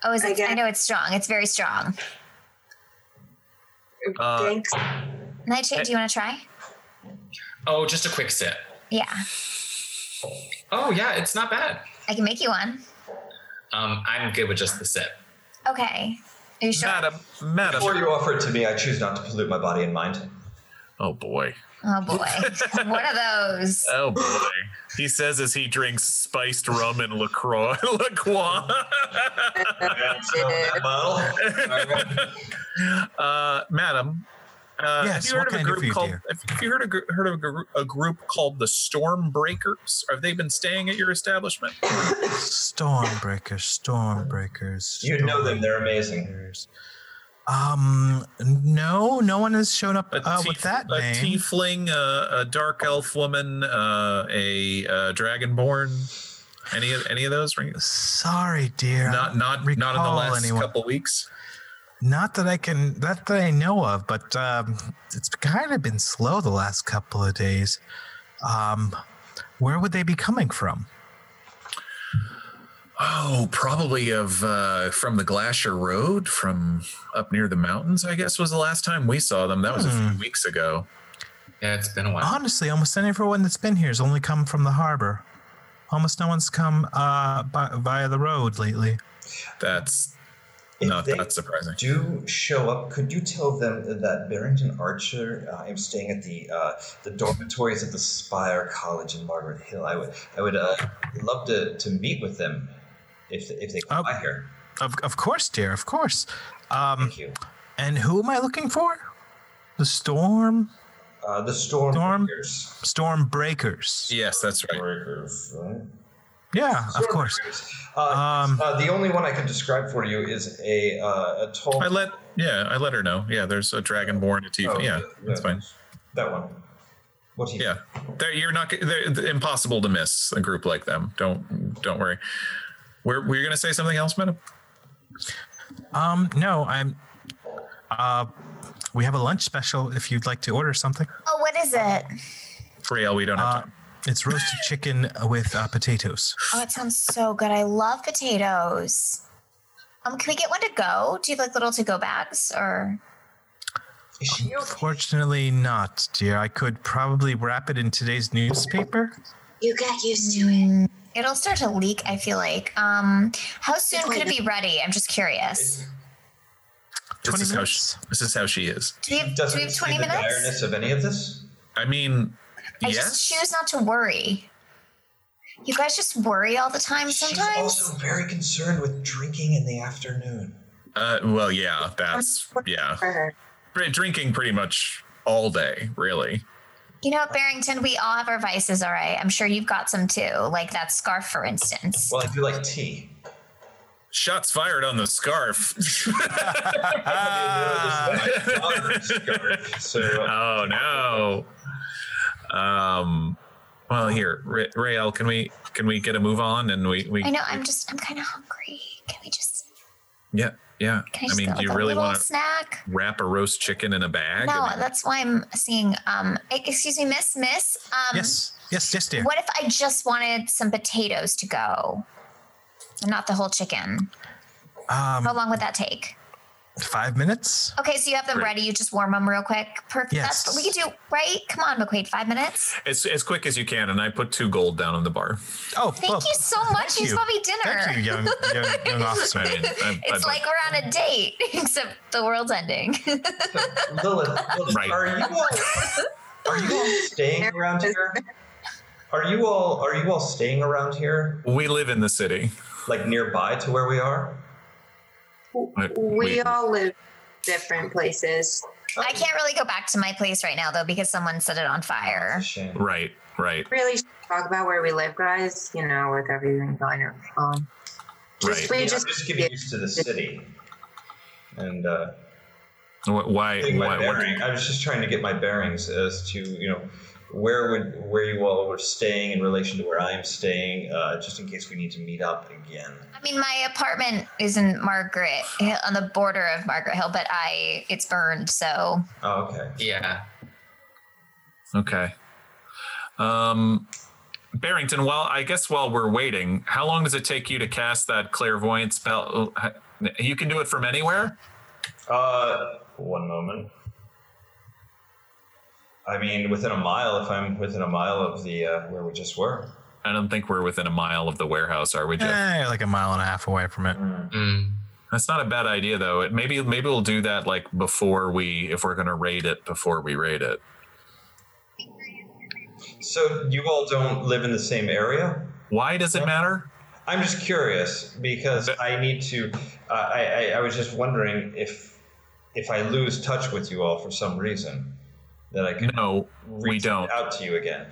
Oh, is I it? I guess. know it's strong. It's very strong. Uh, Thanks. Nightshade, do you want to try? Oh, just a quick sip. Yeah, Oh yeah, it's not bad. I can make you one. Um, I'm good with just the sip. Okay. Are you sure? Madam, madam. Before you offer it to me, I choose not to pollute my body and mind. Oh boy. Oh boy, one of those. Oh boy. he says as he drinks spiced rum and LaCroix. LaCroix. Smell that bottle? uh, madam, Uh, have Yes, you heard of what a can I do group for you, called? dear? Have have you heard a, gr- heard of a, gr- a group called the Stormbreakers? Have they been staying at your establishment? Stormbreakers, Stormbreakers. You know them, they're amazing. Stormbreakers. Um, no, no one has shown up uh, with tief- that a name. tiefling, uh, a dark elf woman, uh, a uh, dragonborn. Any of any of those ring? Sorry, dear. Not not not in the recall last anyone. couple weeks. Not that I can, not that I know of, but um, it's kind of been slow the last couple of days. Um, where would they be coming from? Oh, probably of uh, from the Glacier Road, from up near the mountains. I guess was the last time we saw them. That was a Hmm. few weeks ago. Yeah, it's been a while. Honestly, almost everyone that's been here has only come from the harbor. Almost no one's come uh, by, via the road lately. That's If not they that surprising. do show up, could you tell them that Barrington Archer, uh, I'm staying at the uh, the dormitories at the Spire College in Margaret Hill. I would I would uh, love to, to meet with them if if they come Oh. by here. Of, of course, dear, of course. Hmm. Um, Thank you. and who am I looking for? The storm, Uh, the storm. Storm? Breakers. storm breakers. Yes, that's right. Breakers, right? Yeah, of Storm course. Breakers. Uh, Um, uh, the only one I can describe for you is a uh, a tall. I let yeah, I let her know. Yeah, there's a dragonborn, a tiefling. Oh, yeah, the- that's the- fine. That one. What he? Yeah, they're, you're not. They're, they're impossible to miss a group like them. Don't don't worry. We're we're gonna say something else, madam. um, no, I'm. Uh, we have a lunch special if you'd like to order something. Oh, what is it? Rael, we don't have Uh, time. it's roasted chicken with uh, potatoes. Oh, it sounds so good. I love potatoes. Um, can we get one to go? Do you have like little to go bags or? Is she okay? Fortunately, not, dear. I could probably wrap it in today's newspaper. Um, You got used to it. Mm, It'll start to leak. I feel like. Um, how soon could it be ready? I'm just curious. This 20 is how she, minutes? this is how she is. Do we have, do doesn't we have see 20 the minutes? direness of any of this. I mean, I yes. just choose not to worry. You guys just worry all the time. Sometimes. She's also very concerned with drinking in the afternoon. Uh, well, yeah, that's yeah. For her. Dr- Drinking pretty much all day, really. You know, Barrington, we all have our vices, all right. I'm sure you've got some too, like that scarf, for instance. Well, I do like tea. Shots fired on the scarf. so uh, oh no. Um. Well, here, Ra- Rael, can we can we get a move on and we we I know. I'm just, I'm kind of hungry. Can we just, yeah yeah. can I I just mean, get, do like, you a really little want to snack? wrap a roast chicken in a bag? No, I mean, that's why I'm seeing. Um, e- excuse me, Miss, Miss. Um, yes, yes, yes, dear. What if I just wanted some potatoes to go, and not the whole chicken? How Um, long would that take? five minutes. Okay, so you have them Great. ready. You just warm them real quick. Perfect. That's what we Yes. could do, right? Come on, McQuaid. Five minutes. as as quick as you can, and I put two gold down on the bar. Oh, Thank well, you so much. You you. bought me dinner. thank you, young, young, young officer. I mean, I- it's I'd like we're on a date, except the world's ending. Lilith, Lilith Right. are you all are you all staying around here? Are you all are you all staying around here, We live in the city. like nearby to where we are? I- We we- all live different places. Oh. I can't really go back to my place right now, though, because someone set it on fire. Shame. Right, right, Really should talk about where we live, guys. You know, with everything going on. right. Just Yeah, we I'm just, just getting used to the city. And uh, Wh- Why? getting my Why? what- bearing- I was just trying to get my bearings as to you know where would where you all were staying in relation to where I am staying, uh, just in case we need to meet up again. I mean, my apartment is in Margaret Hill- on the border of Margaret Hill, but I it's burned, so Oh, okay. Yeah. Okay. Um, Barrington. While I guess while we're waiting, how long does it take you to cast that clairvoyant spell? Uh, You can do it from anywhere. Uh, one moment. I mean, within a mile. If I'm within a mile of the uh, where we just were. I don't think we're within a mile of the warehouse, are we, Jeff? Eh, like a mile and a half away from it. Hmm. Mm. That's not a bad idea, though. It, maybe maybe we'll do that like before we, if we're gonna raid it, before we raid it. So you all don't live in the same area. Why does it matter? I'm just curious because I need to. Uh, I, I I was just wondering if if I lose touch with you all for some reason, then I can No, we reach don't. out to you again.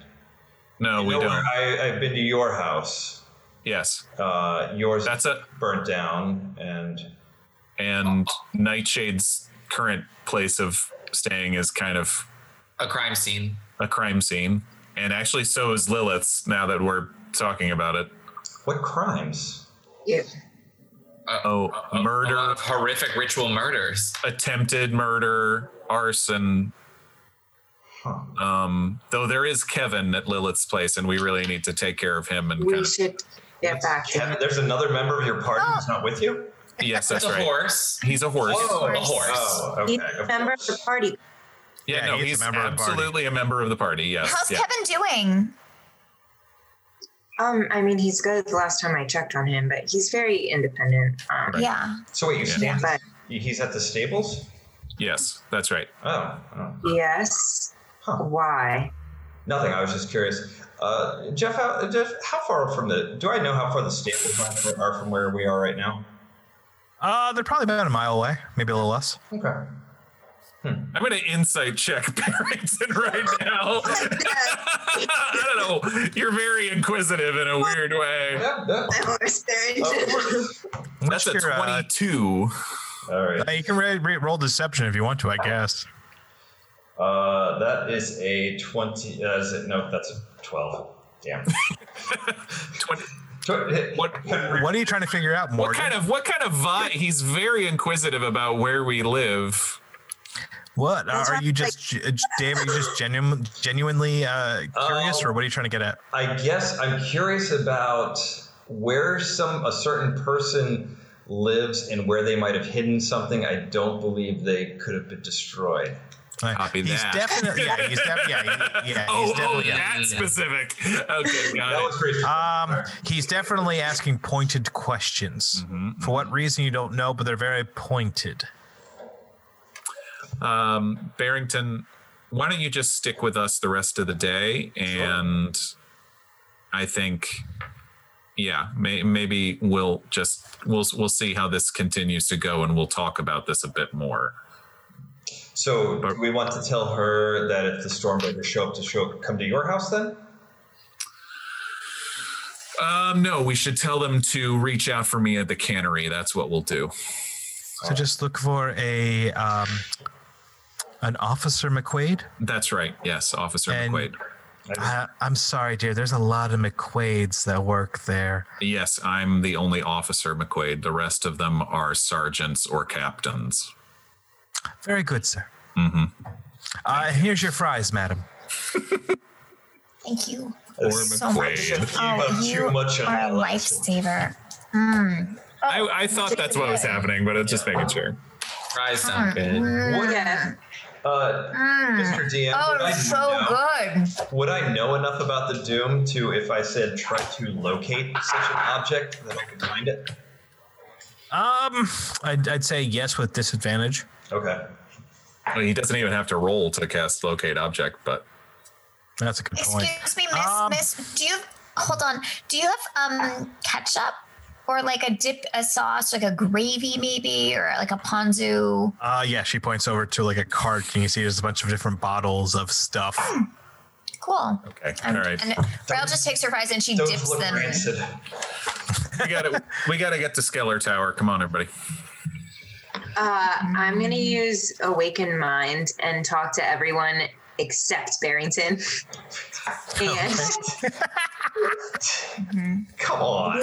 No, we You know, don't. I, I've been to your house. Yes, Uh, yours that's a burnt down, and and Nightshade's current place of staying is kind of A crime scene. a crime scene, and actually so is Lilith's. Now that we're talking about it, what crimes? Yeah. oh, A- A lot murder, of horrific ritual murders. attempted murder, arson. Huh. Um, though there is Kevin at Lilith's place, and we really need to take care of him. And We kind of, should get back to Kevin, him. there's another member of your party Oh. who's not with you. yes, that's It's a right. horse. He's a horse. Oh, a horse. Oh, okay. He's a member of the party. Yeah, Yeah, no, he's a he's, member of the party. absolutely a member of the party. Yes, How's yeah. Kevin doing? Um, I mean, he's good. The last time I checked on him, but he's very independent. Um, Yeah. So wait, you Yeah. stand. But He's at the stables. Yes, that's right. Oh, oh. yes, Huh. why? nothing. I was just curious. Uh, Jeff, how, Jeff, how far from the? Do I know how far the stables are from, are from where we are right now? Uh, they're probably about a mile away, maybe a little less. Okay. I'm gonna insight check Barrington right now. I don't know. You're very inquisitive in a weird way. Yeah, yeah. Oh, That's a What's your, uh, 22. all right. Uh, you can re- re- roll deception if you want to, I guess. Uh, that is a twenty. Uh, is it, no, that's a twelve. Damn. 20 Tw- What- What are you trying to figure out, Morgan? what kind of what kind of vibe? He's very inquisitive about where we live. What That's are right, you just, g- g- Dave? Are you just genuine, genuinely uh, curious, Um, or what are you trying to get at? I guess I'm curious about where some a certain person lives and where they might have hidden something. I don't believe they could have been destroyed. Like, copy he's that. definitely, yeah, he's def- yeah, he- yeah, Oh, he's oh, definitely. that specific. Okay, that got was it. pretty. Um, he's definitely asking pointed questions. Mhm. For what reason you don't know, but they're very pointed. Um, Barrington, why don't you just stick with us the rest of the day? And I think, yeah, may, maybe we'll just we'll we'll see how this continues to go, and we'll talk about this a bit more. so but- do we want to tell her that if the stormbreakers show up to show come to your house then? Um, no, we should tell them to reach out for me at the cannery. That's what we'll do. Oh. So just look for a um, an officer McQuaid. That's right. Yes, Officer And- McQuaid. I, I'm sorry, dear. There's a lot of McQuades that work there. Yes, I'm the only Officer McQuaid. The rest of them are sergeants or captains. Very good, sir. hmm Uh, here's your fries, madam. Thank you Or so much. McQuaid. Oh, you are a lifesaver. Mm. I, I thought that's what was happening, but it's just making sure. Fries sound good. Mm. Yeah. Uh, Mm. Mr. DM, Oh, would I it's so know- good. Would I know enough about the Doom to, if I said try to locate such an object, that I could find it? Um, I'd, I'd say yes with disadvantage. Okay. Well, he doesn't even have to roll to cast locate object, but That's a good point. Excuse me, miss, Um, miss, do you hold on? Do you have um ketchup or like a dip, a sauce, like a gravy maybe, or like a ponzu? Uh, yeah, she points over to like a cart, and you see there's a bunch of different bottles of stuff. Cool. okay, all And, right. and Rael just takes her fries and she Don't dips look them. rancid. we got to we got to get to Skeller Tower. Come on, everybody. Uh, I'm gonna use Awaken Mind and talk to everyone except Barrington. and Mhm. Come on.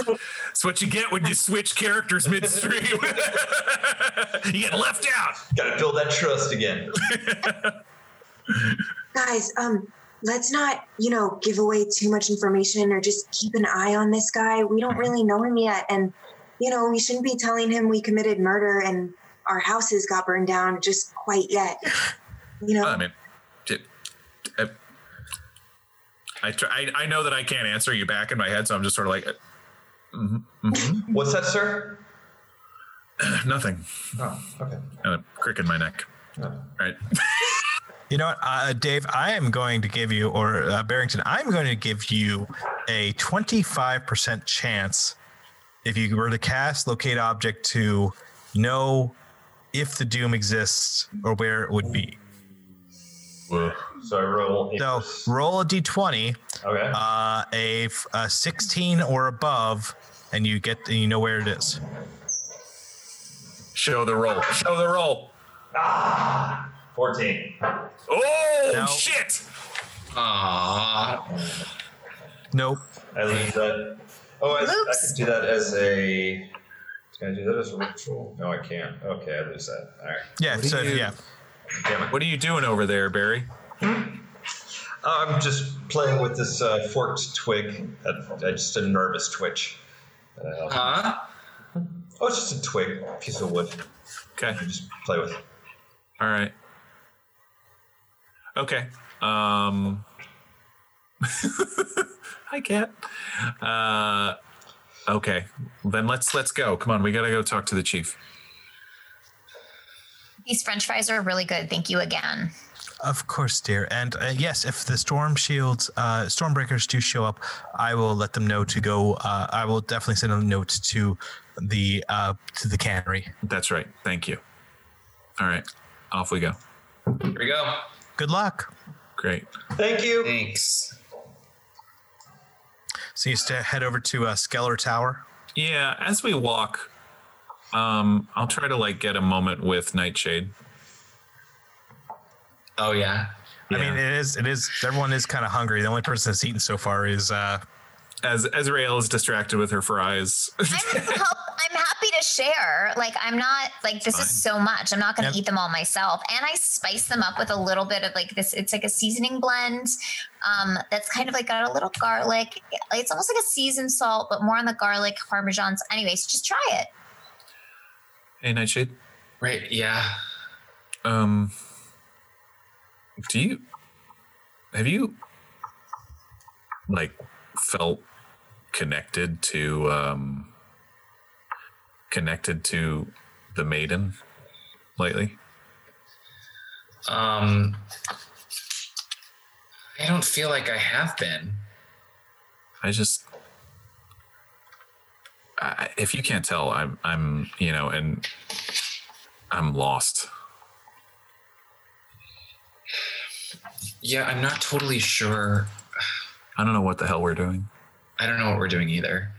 It's what you get when you switch characters midstream. you get left out. Gotta build that trust again. guys, um, let's not, you know, give away too much information or just keep an eye on this guy. We don't really know him yet, and you know, we shouldn't be telling him we committed murder and our houses got burned down just quite yet. You know, I mean, j- I, I, tr- I I know that I can't answer you back in my head, so I'm just sort of like, uh, mhm, mhm. What's that, sir? nothing. Oh, okay. And a crick in my neck. No. All right. You know what, uh, Dave? I am going to give you, or uh, Barrington, I'm going to give you a 25% chance if you were to cast locate object to know if the doom exists or where it would be. So I roll. So roll a d20, Okay. uh, a, f- a 16 or above, and you get and you know where it is. Show the roll. Show the roll. 14. Oh No. shit! Aww. Nope. I lose that. Oh, I, I Oops. can do that as a. Can I do that as a ritual? No, I can't. Okay, I lose that. All right. Yeah. do So you- yeah. Damn it. What are you doing over there, Barry? Oh, I'm just playing with this uh, forked twig. Uh, I just a nervous twitch. that I held. Huh? Oh, it's just a twig, piece of wood. Okay. I just play with. it. All right. Okay. Um. Hi, cat. Uh. Okay. Then let's let's go. Come on, we gotta go talk to the chief. These French fries are really good. Thank you again. Of course, dear. And uh, yes, if the storm shields, uh, stormbreakers do show up, I will let them know to go. Uh, I will definitely send a note to the uh, to the cannery. That's right. Thank you. All right. Off we go. Here we go. Good luck. Great. Thank you. Thanks. So you sta head over to uh, Skeller Tower. Yeah. As we walk, um, I'll try to like get a moment with Nightshade. Oh yeah. I mean, it is it is everyone is kind of hungry. The only person that's eaten so far is uh, As Ezreal is distracted with her fries. I'm, help, I'm happy to share. Like, I'm not like this is so much. I'm not going to Yep. eat them all myself. And I spice them up with a little bit of like this. It's like a seasoning blend um, that's kind of like got a little garlic. It's almost like a seasoned salt, but more on the garlic parmesan. Anyways, just try it. hey, Nightshade. Right. Yeah. Um, do you have you like felt connected to um connected to the maiden lately? Um. I don't feel like I have been. I just I, if you can't tell, I'm I'm you know, and I'm lost. Yeah, I'm not totally sure. I don't know what the hell we're doing. I don't know what we're doing either.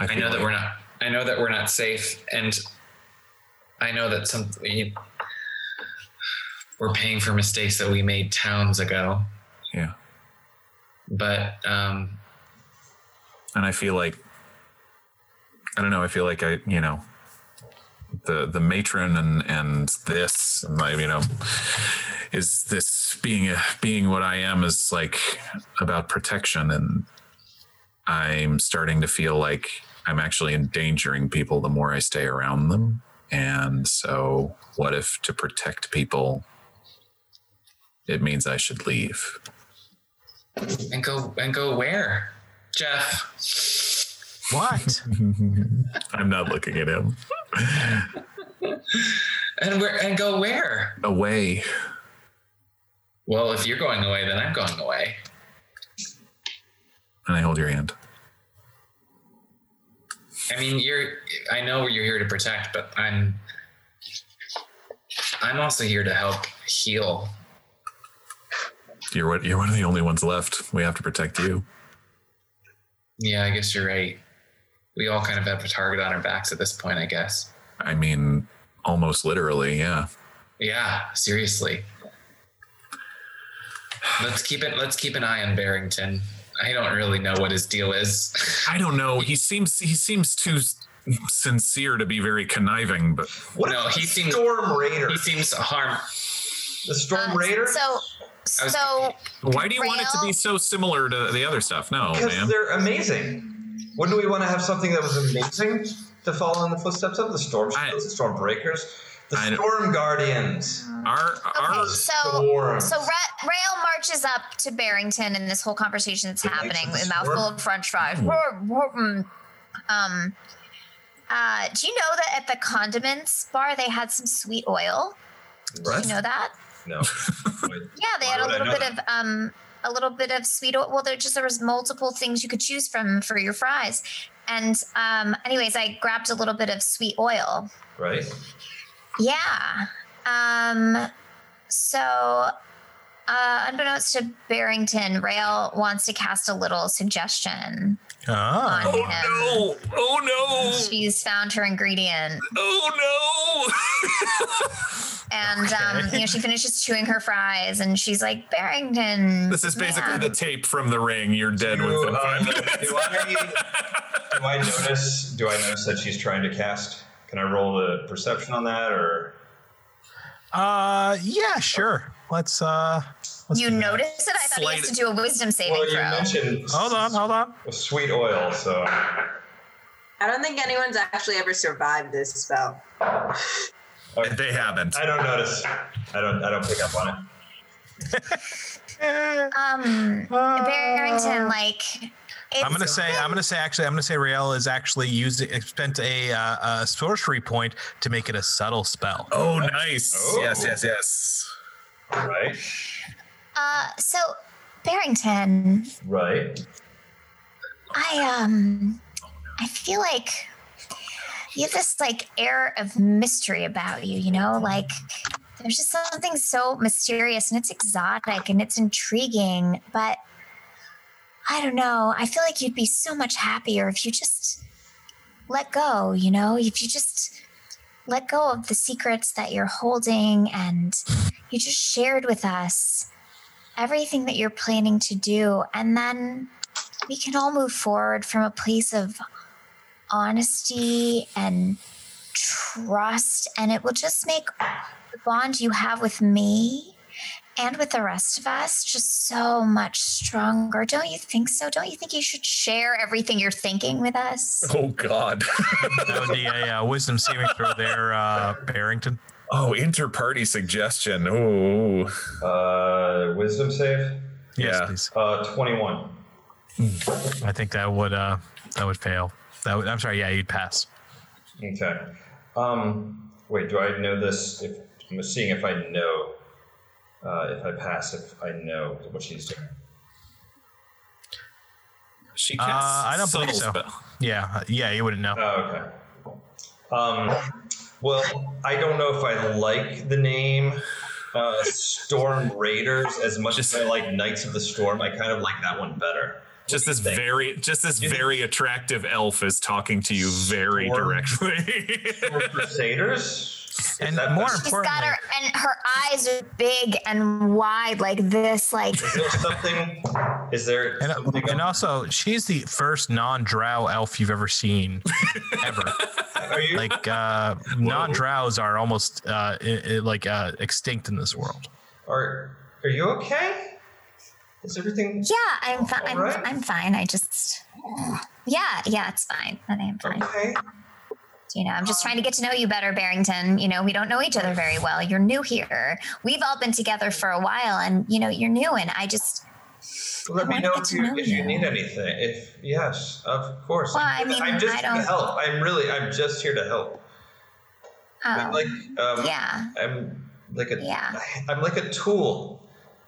I feel know that like- we're not. I know that we're not safe, and I know that some you- we're paying for mistakes that we made towns ago. Yeah. But um, and I feel like I don't know. I feel like I, you know, the the matron and and this, and like, you know, is this being a, being what I am is like about protection, and I'm starting to feel like I'm actually endangering people the more I stay around them. And so, what if to protect people, it means I should leave? and go and go where, Jeff? what? I'm not looking at him. And where and go where? Away. Well, if you're going away, then I'm going away. and I hold your hand. I mean, you're. I know you're here to protect, but I'm. I'm also here to help heal. You're what you're one of the only ones left. We have to protect you. Yeah, I guess you're right. We all kind of have a target on our backs at this point, I guess. I mean, almost literally, yeah. Yeah, seriously. Let's keep it. Let's keep an eye on Barrington. I don't really know what his deal is. I don't know. He seems he seems too s- sincere to be very conniving, but What No, about he the seems- Storm Raider. he seems harm. The Storm Um, Raider? So, I was- so why do you want it to be Rail? so similar to the other stuff? No, Because man. they're amazing. Wouldn't we want to have something that was amazing to follow in the footsteps of the Storm I- Shields, the Storm Breakers, the I- Storm Guardians? Our our okay, so Storm. so Ra- Rail marches up to Barrington, and this whole conversation that's It Hmm. makes happening, sense. a mouthful of French fries. Roar, roar, mm. Um, uh, do you know that at the condiments bar they had some sweet oil? Do you know that? No. Yeah, they Why had a would I little know bit of um a little bit of sweet oil. Well, there just there was multiple things you could choose from for your fries. And um, anyways, I grabbed a little bit of sweet oil. right? Yeah. Um, so, uh, unbeknownst to Barrington, Rail wants to cast a little suggestion on Oh. him. Oh no! Mm. Oh no! She's found her ingredient, Oh and um, Okay. you know she finishes chewing her fries, and she's like, "Barrington." This is basically yeah." the tape from The Ring. You're dead Do, within five um, minutes. do I- do I notice? Do I notice that she's trying to cast? Can I roll a perception on that, or Uh, yeah, sure. Let's uh, let's You do that. notice it? I thought he Slight- has to do a wisdom saving well, you throw. mentioned Hold on, hold on. sweet oil, so I don't think anyone's actually ever survived this spell. no! They haven't. I don't notice. I don't. I don't pick up on it. Eh, Um, uh, Barrington, like, it's, I'm gonna say I'm gonna say actually I'm gonna say Rael is actually using spent a uh, a sorcery point to make it a subtle spell. Oh, nice! Oh. Yes, yes, yes. Right. Uh, so Barrington, Right. I um, I feel like you have this like air of mystery about you. You know, like there's just something so mysterious and it's exotic and it's intriguing, but. I don't know. I feel like you'd be so much happier if you just let go, you know, if you just let go of the secrets that you're holding and you just shared with us everything that you're planning to do. And then we can all move forward from a place of honesty and trust. And it will just make the bond you have with me and with the rest of us just so much stronger. Don't you think so? Don't you think you should share everything you're thinking with us? Oh God! That would be a uh, wisdom saving throw there, uh, Barrington. Oh, inter-party suggestion. Oh, Uh, wisdom save. Yes, Yeah. please. Uh, twenty-one. I think that would uh that would fail. That would, I'm sorry. Yeah, you'd pass. Okay. Um, wait. Do I know this? If I'm seeing if I know. Uh, if I pass, if I know what she's doing. She Uh, I don't believe subtle so. Yeah, uh, yeah, you wouldn't know. Oh, okay. Um, well, I don't know if I like the name uh, Storm Raiders as much as I like Knights of the Storm. I kind of like that one better. Just this very, just this You think- very attractive elf is talking to you very Storm. directly. Storm Crusaders. Is And that more better? She's got importantly, her, and her eyes are big and wide, like this, like Is there something? Is there? and, uh, something and else? also she's the first non-drow elf you've ever seen, ever. Are you? like uh, non-drows are almost uh, i i like uh, extinct in this world. are Are you okay? Is everything? Yeah, I'm fine. I'm, Alright. I'm fine. I just, yeah, yeah, it's fine. I think I'm fine. Okay. You know, I'm just trying to get to know you better, Barrington. You know, we don't know each other very well. You're new here. We've all been together for a while, and you know, you're new, and I just, Let me wanna know get if to you, know if you you. need anything. If yes, of course. Well, I mean, I'm just I here to don't- help. I'm really, I'm just here to help. I'm um, like, um, yeah, I'm like a, Yeah. am like a tool.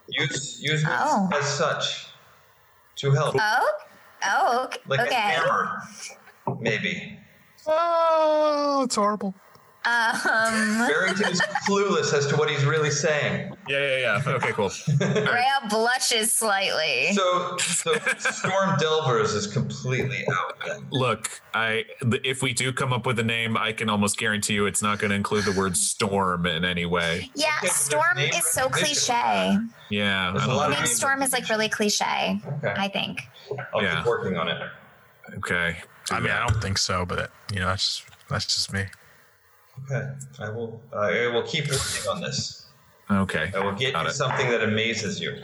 Use use me Oh. as such to help, oh, oh, like a okay, hammer, maybe. Oh, it's horrible. um, Barrington is clueless as to what he's really saying. yeah, yeah, yeah. Okay, cool. Rhea blushes slightly. So, so Storm Delvers is completely out. Then. Look, I th- if we do come up with a name, I can almost guarantee you it's not going to include the word storm in any way. yeah, Okay, Storm name is so recognition. cliche. Yeah, There's I a don't- lot The of name names. Storm is like really cliche. Okay, I think. I'll yeah. keep working on it. okay. do I mean, that. I don't think so, but you know, that's just, that's just me. Okay, I will. I will keep working on this. okay. I will get Got you it. something that amazes you.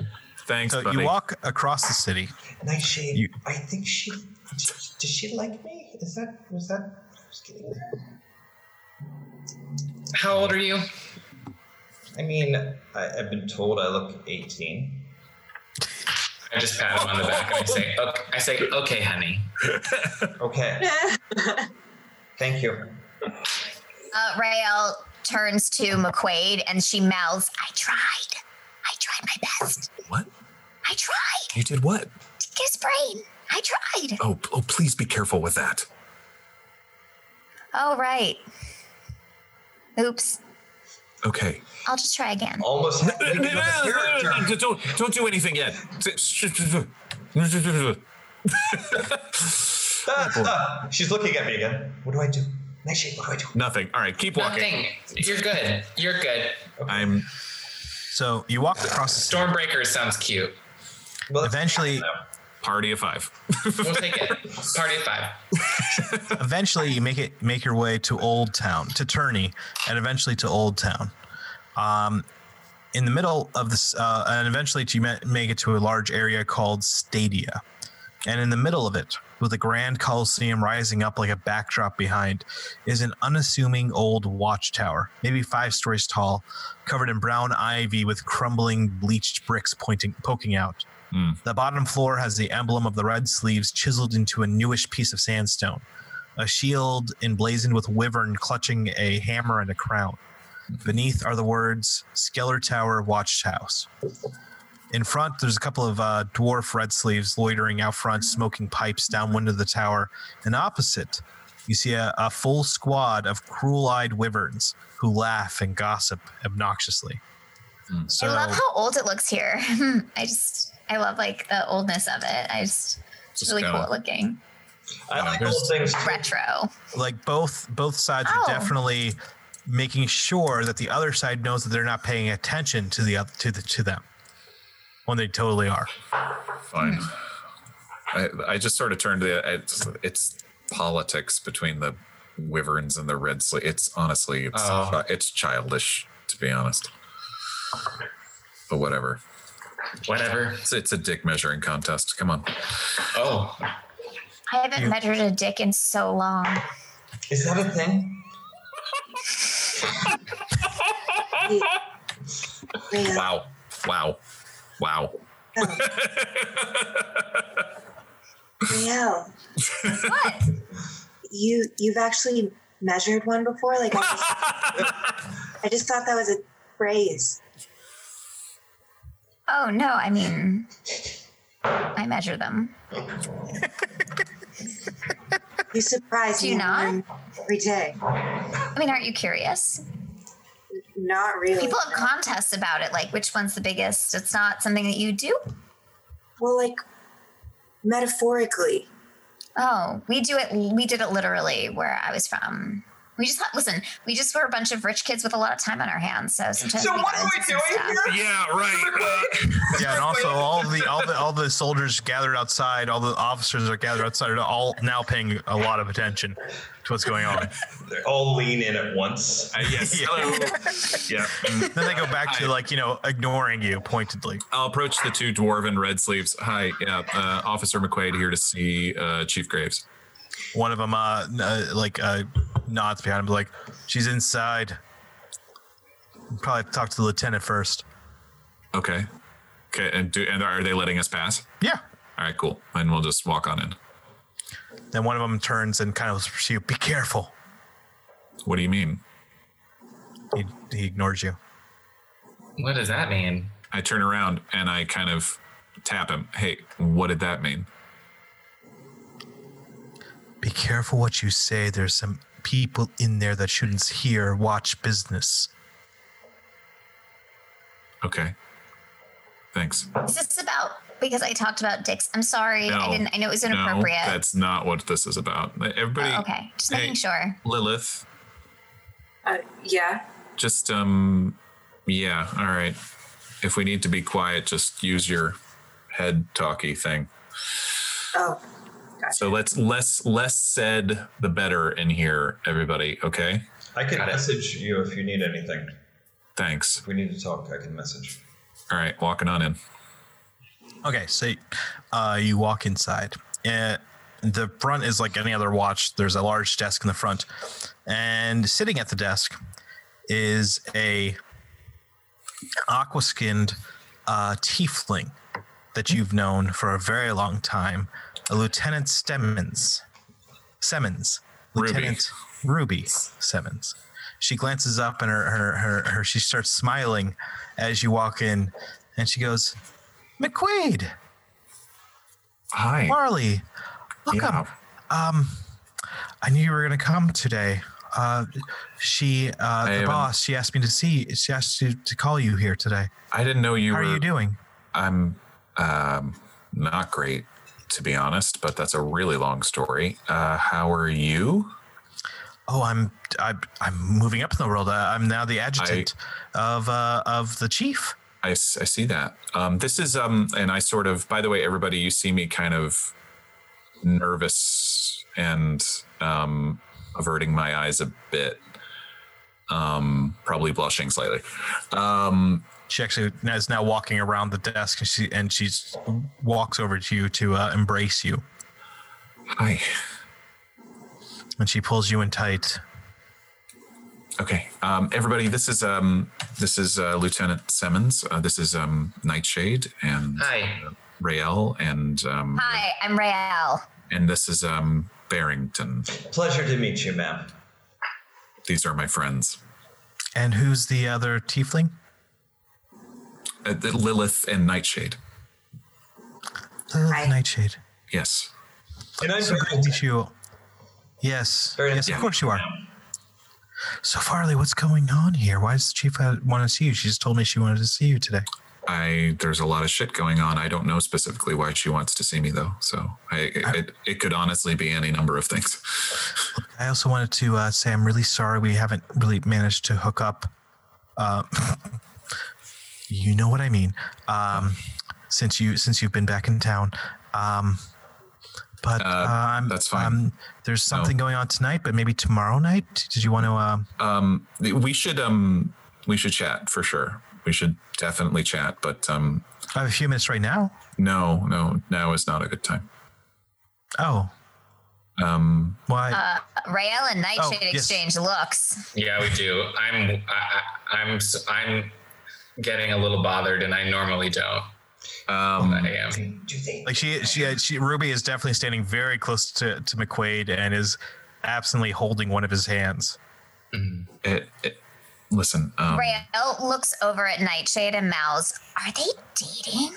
Thanks, So buddy. you walk across the city. Nightshade, You- I think she does. She like me? Is that was that? I was getting there. How old are you? I mean, I, I've been told I look 18. I just pat him on the back and I say, okay, I say, okay, honey. Okay, thank you. Uh, Rael turns to McQuaid and she mouths, I tried. I tried my best. what? I tried You did what? to get his brain. I tried. Oh, p- oh, please be careful with that. Oh, right. Oops. Okay. I'll just try again. Almost halfway through the character. Don't don't do anything yet. Ah, She's looking at me again. What do I do? Nightshade, what do I do? Nothing. All right, keep walking. Nothing. You're good. You're good. I'm So you walk across the city. Stormbreaker sounds cute. Well, that's- Eventually, party of five. We'll take it. Party of five. eventually you make it make your way to Old Town, to Turney, and eventually to Old Town. Um, in the middle of this, uh, and eventually you ma- make it to a large area called Stadia. And in the middle of it, with a grand coliseum rising up like a backdrop behind, is an unassuming old watchtower, maybe five stories tall, covered in brown ivy with crumbling, bleached bricks pointing poking out. The bottom floor has the emblem of the Red Sleeves chiseled into a newish piece of sandstone a shield emblazoned with wyvern clutching a hammer and a crown. Beneath are the words Skeller Tower Watch House. In front, there's a couple of uh, dwarf red sleeves loitering out front, smoking pipes downwind of the tower. And opposite, you see a, a full squad of cruel eyed wyverns who laugh and gossip obnoxiously. So, I love how old it looks here. I just, I love like the oldness of it. I just, it's Just really kinda- cool looking. I like There's- old things. Retro. like both both sides Oh. are definitely making sure that the other side knows that they're not paying attention to the oth- to the to them when they totally are. Fine. I, I just sort of turned to the. It's, it's politics between the wyverns and the red sleeve. It's honestly, it's Oh. it's childish to be honest. But whatever. Whatever. It's, it's a dick measuring contest. Come on. Oh, I haven't You- measured a dick in so long. Is that a thing? Man, Wow. Wow. Wow. Danielle, What? you you've actually measured one before. Like I just, I just thought that was a phrase. Oh no, I mean, I measure them. You surprise Do me you not? every- every day. I mean, aren't you curious? Not really. People have contests about it, like which one's the biggest. It's not something that you do. well, like metaphorically. Oh, we do it. We did it literally where I was from. We just listen. We just were a bunch of rich kids with a lot of time on our hands. So sometimes. So we what go are and we do some doing stuff. here? Yeah, right. Yeah, and also all the all the all the soldiers gathered outside, all the officers are gathered outside are all now paying a lot of attention to what's going on. They all lean in at once. Uh, yes. Yeah. Hello. yeah. Mm. Then they go back to I- like, you know, ignoring you pointedly. I'll approach the two dwarven red sleeves. Hi, yeah, uh, Officer McQuaid here to see uh, Chief Graves. One of them uh, n- uh like uh nods behind him like she's inside. Probably talk to the lieutenant first. Okay. Okay. And do and are they letting us pass? Yeah. All right. Cool. And we'll just walk on in. Then one of them turns and kind of whispers to you, "Be careful." What do you mean? He, he ignores you. what does that mean? I turn around and I kind of tap him. Hey, what did that mean? Be careful what you say. There's some people in there that shouldn't hear. Watch business. Okay. Thanks. Is this about because I talked about dicks? I'm sorry. I No. didn't. I know it was No, inappropriate. that's not what this is about. Everybody, Oh, okay, just Hey. making sure. Lilith, Uh, yeah. just um, yeah. All right. If we need to be quiet, just use your head talky thing. Oh, So let's less less said the better in here, everybody. Okay. I can Got it. message you if you need anything. Thanks. If we need to talk, I can message. All right, walking on in. Okay, so uh, you walk inside. Uh, the front is like any other watch. There's a large desk in the front, and sitting at the desk is a aqua-skinned uh, tiefling that you've known for a very long time, a Lieutenant Stemmons. Simmons, Ruby. Lieutenant Ruby Simmons. She glances up and her, her, her, her she starts smiling as you walk in, and she goes, McQuaid. Hi. Marley, welcome. Yeah. Um, I knew you were going to come today. Uh, she, uh, the haven't- boss, she asked me to see. She asked you to call you here today. I didn't know you How were. are you doing? I'm um, not great, to be honest, but that's a really long story. Uh, how are you? Oh, I'm I, I'm moving up in the world. I, I'm now the adjutant of uh, of the chief. I, s- I see that. Um, this is, um, and I sort of, by the way, everybody, you see me kind of nervous and um, averting my eyes a bit, um, probably blushing slightly. Um, She actually is now walking around the desk, and she and she's walks over to you to uh, embrace you, hi. and she pulls you in tight. Okay, um, everybody, this is um, this is uh, Lieutenant Simmons. Uh, this is um, Nightshade and uh, Hi. Rael and um, Hi, I'm Rael. and this is um, Barrington. Pleasure to meet you, ma'am. These are my friends, And who's the other tiefling? uh, the Lilith and Nightshade. Lilith Hi. Uh, Nightshade. Yes, And I'm So good to Barrington. meet you. Yes, Very nice yes, to of meet course you are. ma'am. So Farley, what's going on here? Why does the chief uh, want to see you? She just told me she wanted to see you today. I there's a lot of shit going on. I don't know specifically why she wants to see me though. So I, it, it, it could honestly be any number of things. I also wanted to uh, say I'm really sorry we haven't really managed to hook up. Uh, you know what I mean. Um, since you since you've been back in town, um, but uh, Uh, I'm, that's fine. Um, there's something going on tonight, but maybe tomorrow night. Did you want to? Uh, Um, we should um, we should chat for sure. We should definitely chat, but um, I have a few minutes right now. no, no, now is not a good time. Oh, Um, why? Uh, Rael and Nightshade Oh, yes. exchange looks. Yeah, we do. I'm I, I- I'm s- I'm getting a little bothered, and I normally don't. um, I am. Do they? Like she, she, she, Ruby is definitely standing very close to to McQuaid and is absently holding one of his hands. it, it, listen, um, Rael looks over at Nightshade and mouths, Are they dating?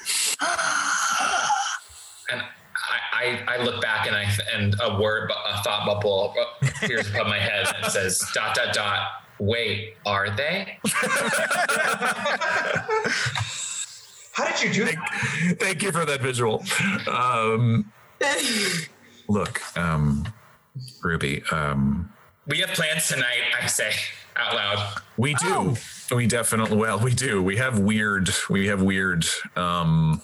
and I, I, I look back and I and a word bu- a thought bubble appears above my head and says dot dot dot. Wait, are they? How did you do that? thank you for that visual. Um, look, um, Ruby, um, We have plans tonight. I say out loud. we do. We definitely. Well, we do. We have weird. We have weird. Um,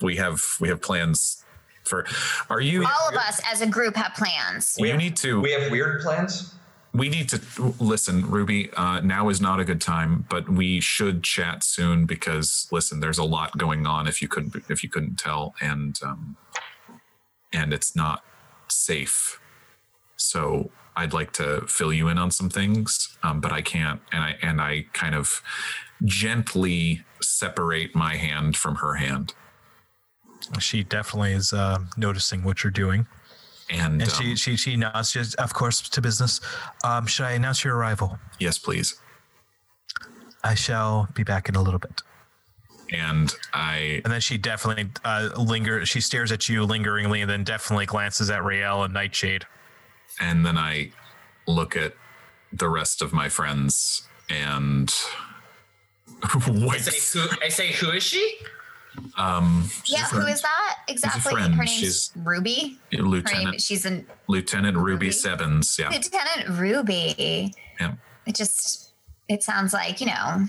we have we have plans for. Are you? All of us as a group have plans. You need to. We have weird plans. we need to listen ruby uh, now is not a good time but we should chat soon because listen there's a lot going on if you couldn't if you couldn't tell and um, and it's not safe so i'd like to fill you in on some things um, but i can't and i and i kind of gently separate my hand from her hand She definitely is uh, noticing what you're doing, and, and um, she she she nods. She says, of course, to business. Um, should I announce your arrival? yes please I shall be back in a little bit. and i And then she definitely uh, linger. She stares at you lingeringly, and then definitely glances at Rael and Nightshade. and then I look at the rest of my friends and I wipes. say who? I say who is she? Um, she's yeah, a who is that? Exactly. friend. Her name's She's- Ruby. Her name, Lieutenant she's an Lieutenant Ruby Ruby? Sevens. Yeah, Lieutenant Ruby. yeah. It just it sounds like, you know,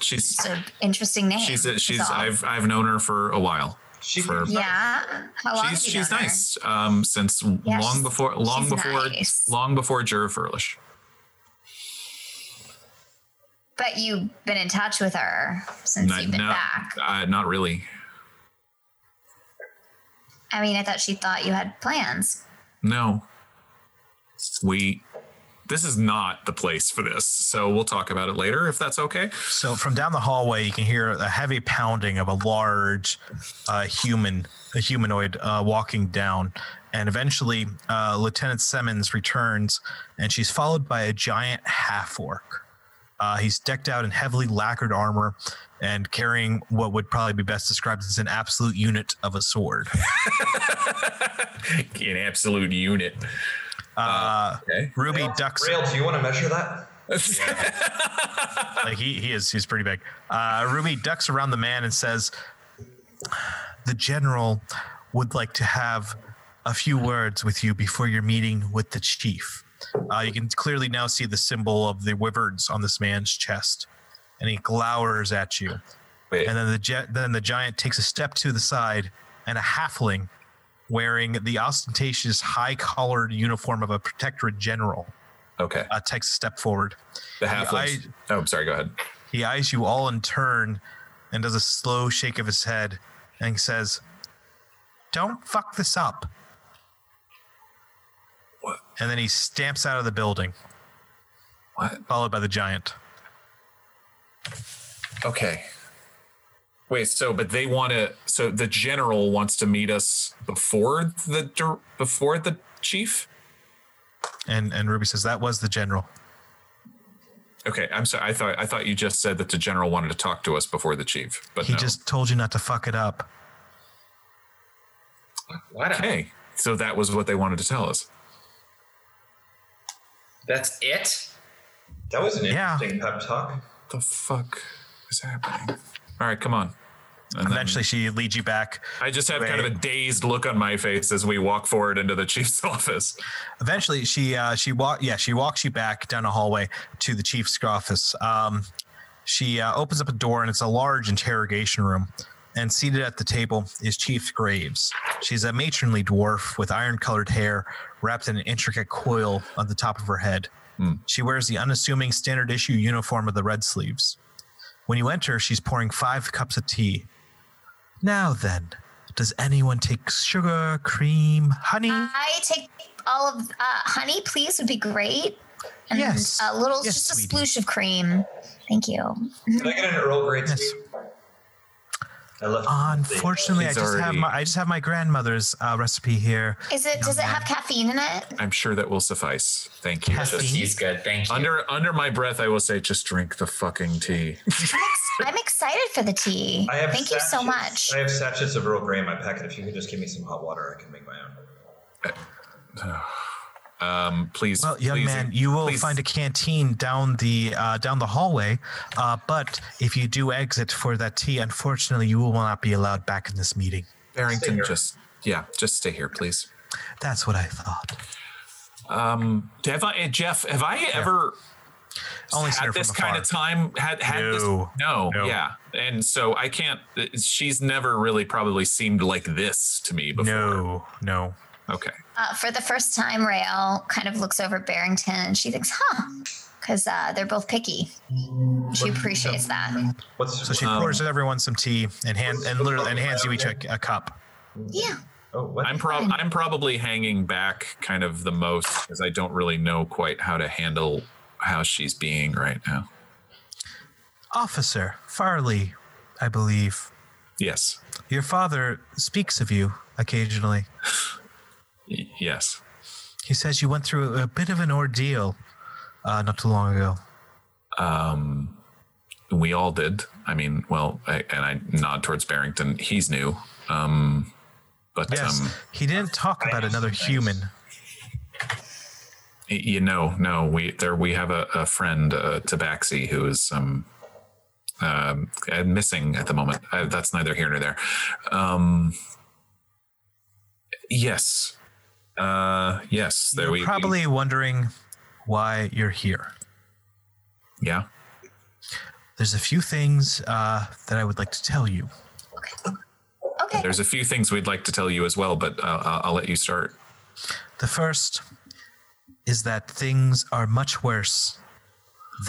She's it's an interesting name. she's is she's all. I've I've known her for a while. She For- Yeah. How long she's have you she's known her? nice. Um, since Yeah, long she's- before long she's before nice. long before Jura Furlish. But you've been in touch with her since Not- you've been no, back. uh, not really. I mean, I thought she thought you had plans. No. We. This is not the place for this. So we'll talk about it later if that's okay. So from down the hallway, you can hear a heavy pounding of a large uh, human, a humanoid uh, walking down. And eventually, uh, Lieutenant Simmons returns, and she's followed by a giant half orc. Uh, he's decked out in heavily lacquered armor and carrying what would probably be best described as an absolute unit of a sword. An absolute unit. Uh, Okay. Ruby ducks. Rail, do you want to measure that? Like he, he is he's pretty big. Uh, Ruby ducks around the man and says, "The general would like to have a few words with you before your meeting with the chief." Uh, you can clearly now see the symbol of the wyverns on this man's chest, and he glowers at you. Wait. And then the gi- then the giant takes a step to the side, and a halfling wearing the ostentatious high collared uniform of a protectorate general Okay. uh, takes a step forward. The half. I- Oh, I'm sorry. Go ahead. He eyes you all in turn and does a slow shake of his head and says, Don't fuck this up. What? And then he stamps out of the building, What? followed by the giant. Okay. Wait. So, but they want to. So the general wants to meet us before the dir- before the chief. And and Ruby says, That was the general. Okay. I'm sorry. I thought I thought you just said that the general wanted to talk to us before the chief. But He no. just told you not to fuck it up. What? a- Okay. So that was what they wanted to tell us. That's it? That was an Yeah. interesting pep talk. Mm-hmm. The fuck is happening? All right, come on. And then Eventually, she leads you back. I just have kind of a Right. dazed look on my face as we walk forward into the chief's office. Eventually, she uh, she walk yeah she walks you back down a hallway to the chief's office. Um, she uh, opens up a door and it's a large interrogation room. And seated at the table is Chief Graves. She's a matronly dwarf with iron-colored hair wrapped in an intricate coil on the top of her head. She wears the unassuming standard issue uniform of the Red Sleeves. When you enter, she's pouring five cups of tea. Now then, does anyone take sugar, cream, honey? I take all of uh, honey, please, would be great. And Yes. a little, Yes, just a sweetie. sploosh of cream. Thank you. Can I get an Earl Grey tea? Yes. I left. Unfortunately, I He's just have already- my I just have my grandmother's uh, recipe here. Is it? Does it have caffeine in it? I'm sure that will suffice. Thank you. Caffeine? Just- He's Oh, good. Thank you. under under my breath, I will say, just drink the fucking tea. I'm excited for the tea. I have Thank you so sachets- much. I have sachets of Earl Grey in my packet. If you could just give me some hot water, I can make my own. Um, please, Well, young please- man, you will please- find a canteen down the uh, down the hallway. Uh, but if you do exit for that tea, unfortunately, you will not be allowed back in this meeting. Stay Barrington. here. Just yeah, just stay here, please. That's what I thought. Um, Have I, eh, Jeff? Have I ever Only seen her had from this kind afar. of time? Had had this? No. No, No. yeah. And so I can't. eh, She's never really probably seemed like this to me before. No, no. Okay. Uh, for the first time, Rael kind of looks over at Barrington and she thinks, huh, because uh, they're both picky. She appreciates that. What's So she Um, pours everyone some tea and hand and literally and hands you each a, a cup. Yeah. Oh, what? I'm prob I'm probably hanging back kind of the most because I don't really know quite how to handle how she's being right now. Officer Farley, I believe Yes. your father speaks of you occasionally. Y- yes. He says you went through a bit of an ordeal uh, not too long ago. We all did. I mean, well, I, and I nod towards Barrington. He's new. Um but Yes, um he didn't talk about another human. y- you know, no, we there we have a, a friend, uh, Tabaxi, who is um um uh, missing at the moment. Uh that's neither here nor there. Um yes. Uh yes, there You're we we- probably wondering why you're here. yeah. There's a few things uh, that I would like to tell you. Okay. There's a few things we'd like to tell you as well, but uh, I'll, I'll let you start. The first is that things are much worse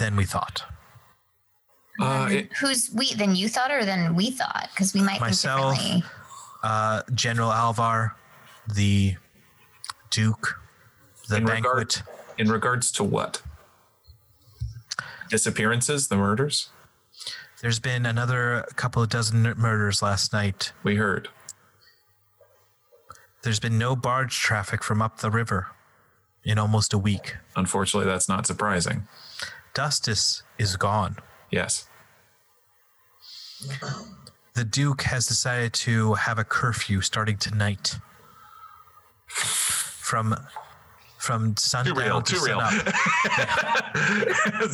than we thought. Uh, it- Who's we than you thought or than we thought? Because we might Myself. think differently. Uh, General Alvar, the Duke, the in, banquet. regard, in regards to what? Disappearances, the murders? There's been another couple of dozen murders last night. We heard. There's been no barge traffic from up the river in almost a week. Unfortunately, that's not surprising. Dustus is gone. Yes. The Duke has decided to have a curfew starting tonight from from Too sundown real, to too real. Oh, sunup.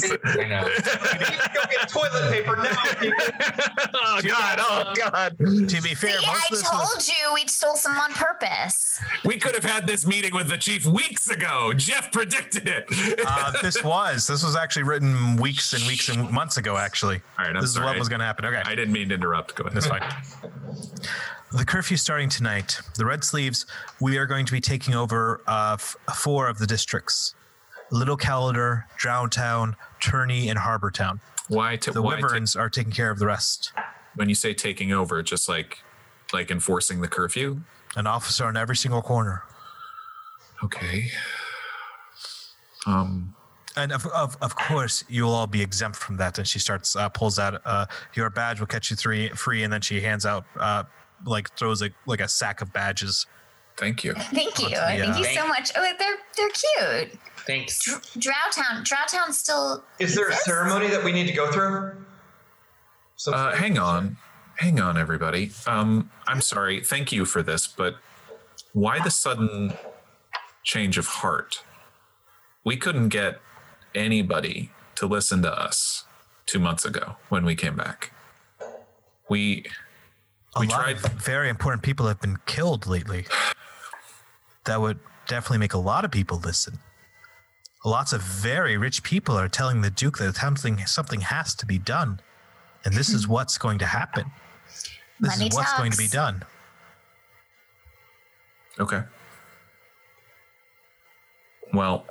I know. Go get toilet paper now. people. oh God! Oh God! To be fair, See, I most of this was, told you we stole some on purpose. We could have had this meeting with the chief weeks ago. Jeff predicted it. uh, this was this was actually written weeks and weeks and months ago. Actually, All right, I'm this is sorry. what was going to happen. Okay, I didn't mean to interrupt. Go ahead. That's fine. The curfew starting tonight. The Red Sleeves, we are going to be taking over uh, f- four of the districts Little Calendar, Drowntown, Turney, and Harbortown. Why? ta- The why ta- Wyverns are taking care of the rest. when you say taking over, just like like enforcing the curfew. An officer on every single corner. Okay. Um. And of, of, of course, you'll all be exempt from that. And she starts, uh, pulls out uh, your badge, will catch you three, free. And then she hands out, uh, like, throws a, like a sack of badges. Thank you. Thank you. Yeah. Thank you so much. Oh, they're they're cute. Thanks. Drowtown. Drowtown still Is there a Yes. ceremony that we need to go through? Some- Uh, hang on, hang on, everybody. Um, I'm sorry. Thank you for this, but why the sudden change of heart? We couldn't get anybody to listen to us two months ago when we came back. We a We lot tried- of very important people have been killed lately. That would definitely make a lot of people listen. Lots of very rich people are telling the Duke that something something has to be done, and this is what's going to happen. This Money is what's going to be talks. done. Okay. Well,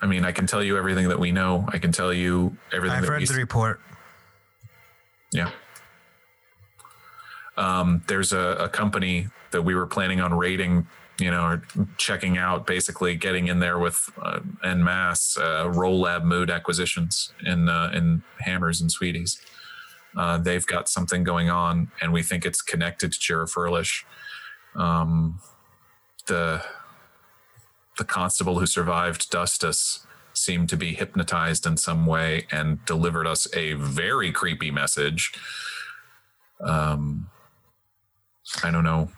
I mean, I can tell you everything that we know. I can tell you everything I've that we read the report. yeah. Um, there's a, a company that we were planning on raiding, you know, or checking out, basically getting in there with uh, en masse uh, Roll Lab Mood acquisitions in uh, in Hammers and Sweeties. Uh, they've got something going on, and we think it's connected to Jura Furlish. Um, the the constable who survived Dustus seemed to be hypnotized in some way and delivered us a very creepy message. Um, I don't know.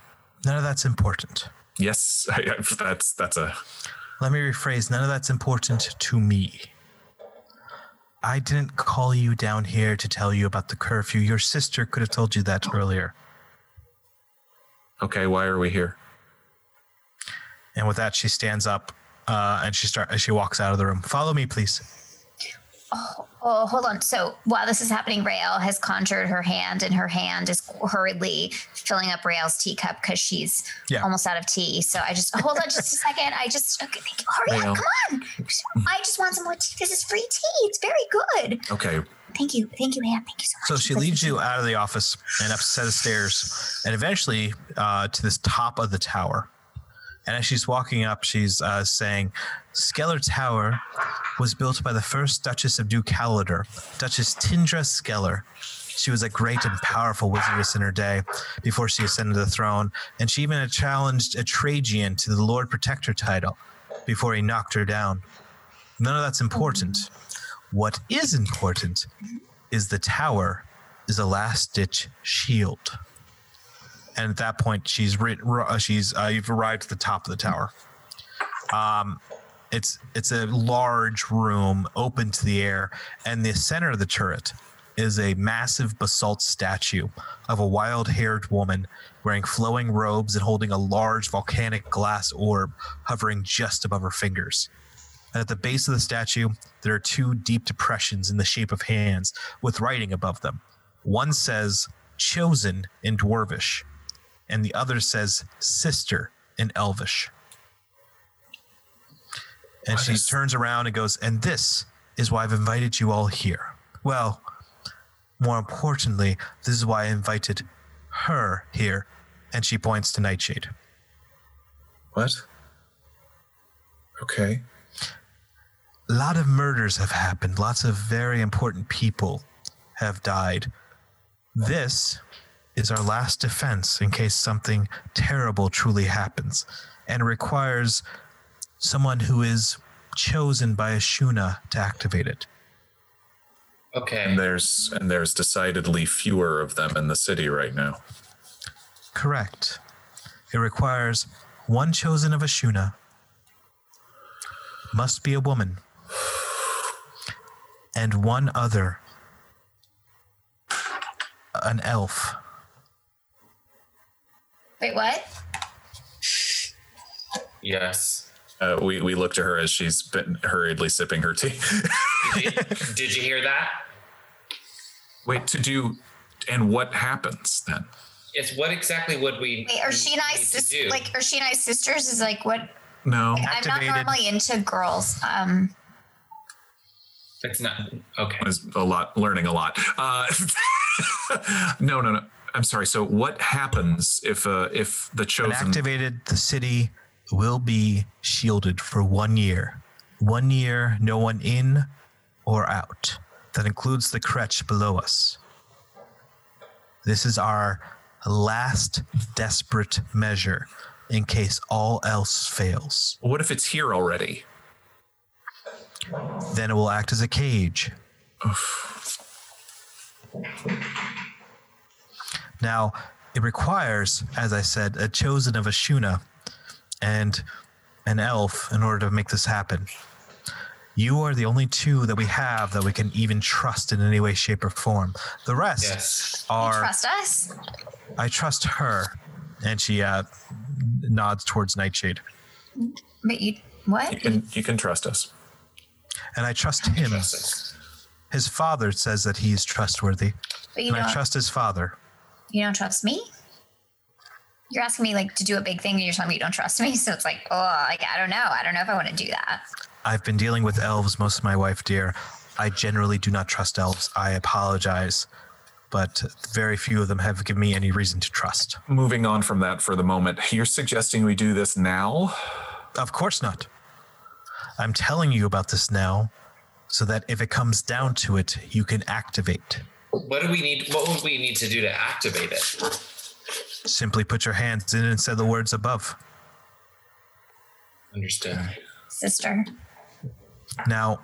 None of that's important. Yes, I, I- that's that's a Let me rephrase. None of that's important to me. I didn't call you down here to tell you about the curfew. Your sister could have told you that earlier. okay. Why are we here? And with that, she stands up uh, and she start she walks out of the room. Follow me, please. Oh, hold on. So while this is happening, Rael has conjured her hand, and her hand is hurriedly filling up Rael's teacup because she's Yeah. almost out of tea. So I just hold on just a second. I just okay, thank you. hurry Rael. up, come on. I just want some more tea. This is free tea. It's very good. Okay, Thank you, thank you, Anne. Thank you so much. So she leads you out of the office and up a set of stairs, and eventually uh, to this top of the tower. And as she's walking up, she's uh, saying, "Skeller Tower was built by the first Duchess of New Caledor, Duchess Tindra Skeller. She was a great and powerful wizardess in her day before she ascended the throne, and she even challenged Atragian to the Lord Protector title before he knocked her down. None of that's important. What is important is the tower is a last ditch shield. And at that point, she's re- ro- uh, she's uh, you've arrived at the top of the tower. Um, it's it's a large room open to the air, and the center of the turret is a massive basalt statue of a wild-haired woman wearing flowing robes and holding a large volcanic glass orb hovering just above her fingers. And at the base of the statue, there are two deep depressions in the shape of hands with writing above them. One says chosen in dwarvish, and the other says sister in elvish. And she turns around and goes, And this is why I've invited you all here. Well, more importantly, this is why I invited her here. And she points to Nightshade. what? Okay, a lot of murders have happened. Lots of very important people have died. This is our last defense in case something terrible truly happens and requires someone who is chosen by Ashuna to activate it. Okay. and there's and there's decidedly fewer of them in the city right now. Correct. It requires one chosen of Ashuna must be a woman. And one other. An elf. Wait, what? Yes. Uh, we we look to her as she's been hurriedly sipping her tea. Did you hear that? Wait to do, and what happens then? Yes. What exactly would we? Wait, are she and I need to sis- do? like are she and I sisters? Is like what? No, I'm Activated. not normally into girls. Um, It's not okay. is a lot learning a lot. Uh, no, no, no. I'm sorry. So what happens if uh, if the When chosen? activated, the city will be shielded for one year. One year, no one in or out. That includes the crutch below us. This is our last desperate measure in case all else fails. what if it's here already? Then it will act as a cage. Now, it requires, as I said, a chosen of a Shuna and an elf in order to make this happen. You are the only two that we have that we can even trust in any way, shape, or form. The rest Yes. you are trust us? I trust her, and she uh, nods towards Nightshade, But you what? You can you can trust us. and I trust him. His father says that he is trustworthy, But you and I don't. trust his father. you don't trust me. You're asking me like to do a big thing, and you're telling me you don't trust me. So it's like, oh, like I don't know. I don't know if I want to do that. I've been dealing with elves most of my life, dear. I generally do not trust elves. I apologize, but very few of them have given me any reason to trust. Moving on from that for the moment, you're suggesting we do this now? Of course not. I'm telling you about this now, so that if it comes down to it, you can activate. What do we need? What would we need to do to activate it? Simply put your hands in and say the words above. Understood. Sister, Now,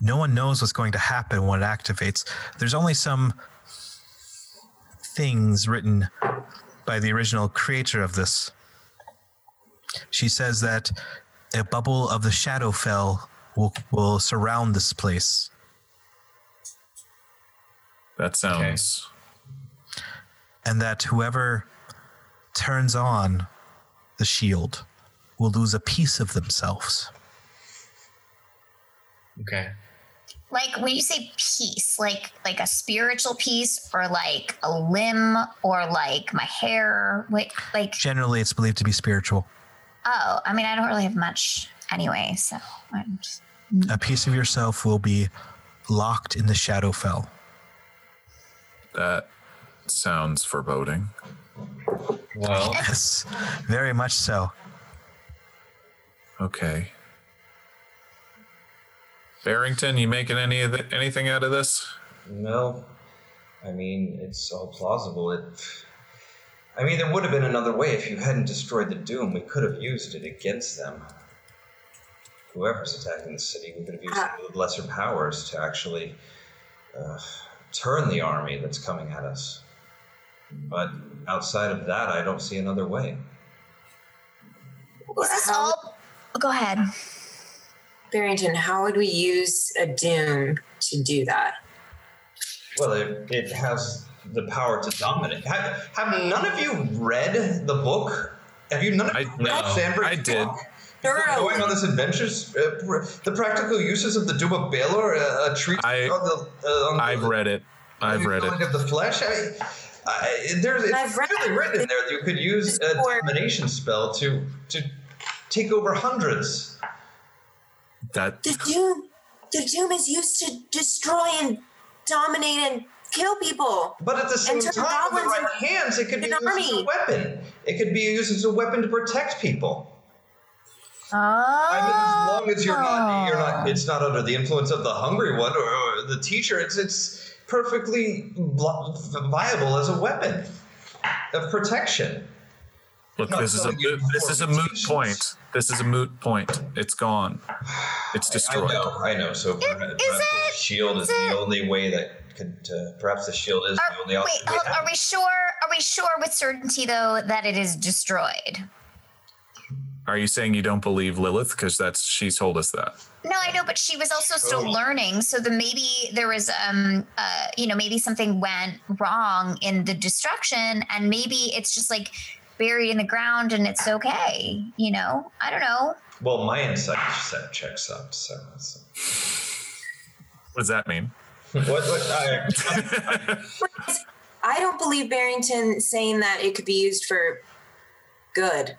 no one knows what's going to happen when it activates. There's only some things written by the original creator of this. She says that a bubble of the Shadowfell will, will surround this place. That sounds and that whoever turns on the shield will lose a piece of themselves. Okay. like when you say peace, like like a spiritual peace, or like a limb, or like my hair, like like Generally, it's believed to be spiritual. oh, I mean, I don't really have much anyway. So I'm just- A piece of yourself will be locked in the Shadowfell. that sounds foreboding. Well, Yes, very much so. Okay. Barrington, you making any of the, anything out of this? No, I mean it's all plausible. It, I mean, there would have been another way if you hadn't destroyed the Doom. We could have used it against them. Whoever's attacking the city, we could have used the lesser powers to actually uh, turn the army that's coming at us. But outside of that, I don't see another way. is this all? Go ahead. Barrington, how would we use a doom to do that? Well, it, it has the power to dominate. Have, have none of you read the book? Have you none of I- you read no, Sandberg's I did. book? Going on this adventures, uh, pr- the practical uses of the Duma Baylor, uh, a treat I- on the, uh, on I've the, read it. I've read it. Kind of the flesh. I, I, there's it's I've read clearly it. written there that you could use a Or- domination spell to to take over hundreds. That The doom, the doom is used to destroy and dominate and kill people. But at the same And turn time, with the goblins right hands, it could be an used as a army. weapon. It could be used as a weapon to protect people. Oh, I mean, as long as you're not, you're Ah. not. It's not under the influence of the hungry one or, or the teacher. It's it's perfectly blo- viable as a weapon of protection. look, No, this is a something you- this is a moot point. This is a moot point. It's gone. It's destroyed. I know, I know. So perhaps it? the shield is Is the it? only way that could. Uh, perhaps the shield is Are, the only wait, option. we hold- have. are we sure? Are we sure with certainty though that it is destroyed? Are you saying you don't believe Lilith? Because that's she told us that. No, I know, but she was also still learning. So the maybe there was um uh you know, maybe something went wrong in the destruction and maybe it's just like buried in the ground and it's okay, you know? I don't know. Well, my insight check checks up. So, so. What does that mean? what? what I, I don't believe Barrington saying that it could be used for good.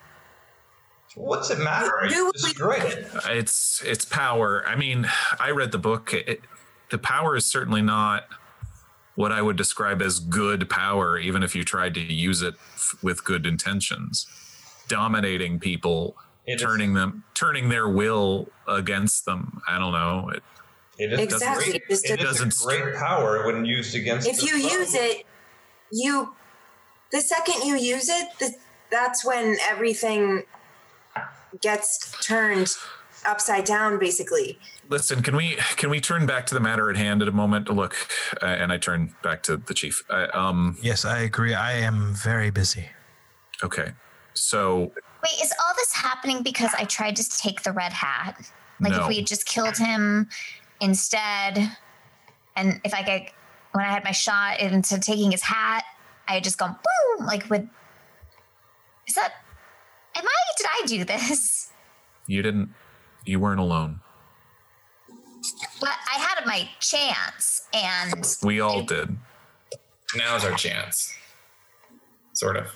what's it matter? I Do we- destroyed it. It's it's power. I mean, I read the book. It, the power is certainly not what I would describe as good power, even if you tried to use it f- with good intentions. Dominating people, It is- turning them, turning their will against them. I don't know. It, It is Exactly. Great, It just it is doesn't- a great power when used against. If the you foe. use it, you the second you use it, the, that's when everything gets turned upside down basically. listen can we can we turn back to the matter at hand at a moment look uh, and i turn back to the chief I, um Yes, I agree. I am very busy. okay so Wait, is all this happening because I tried to take the red hat? Like No. if we had just killed him instead, and if I could, when I had my shot into taking his hat, I had just gone boom. Like with, is that? Am I? Did I do this? you didn't you weren't alone But I had my chance, and we all did Now's our chance. Sort of.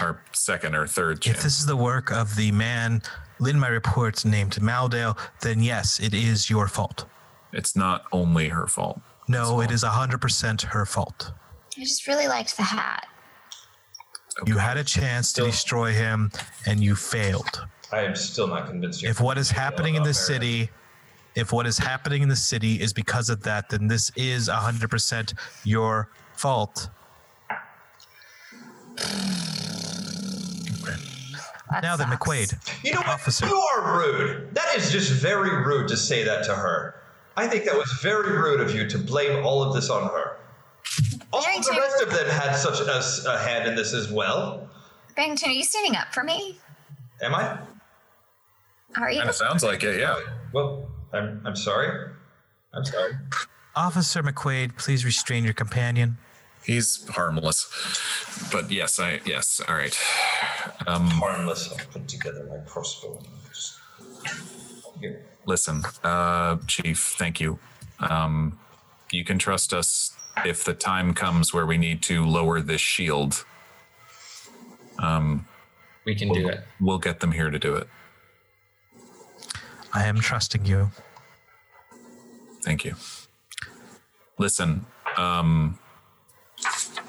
our second or third If chance this is the work of the man in my reports named Maldale, then yes, it is your fault. it's not only her fault No, it is 100% her fault. I just really liked the hat. You had a chance to destroy him and you failed. I am still not convinced. you're- If what is happening in about the Meredith. city, if what is happening in the city is because of that, then this is 100% your fault. That now then, sucks. McQuaid, You know what? Officer. You are rude. That is just very rude to say that to her. I think that was very rude of you to blame all of this on her. All of the Barrington- rest of them had such a, s- a hand in this as well. Barrington, are you standing up for me? Am I? Are you? Kind of sounds like it, yeah. Well, I'm, I'm sorry. I'm sorry. Officer McQuaid, please restrain your companion. he's harmless but yes i yes all right Harmless. I'll put together my crossbow. and just- Here. listen uh chief thank you um you can trust us if the time comes where we need to lower this shield We can do it. we'll get them here to do it I am trusting you. Thank you. Listen, um,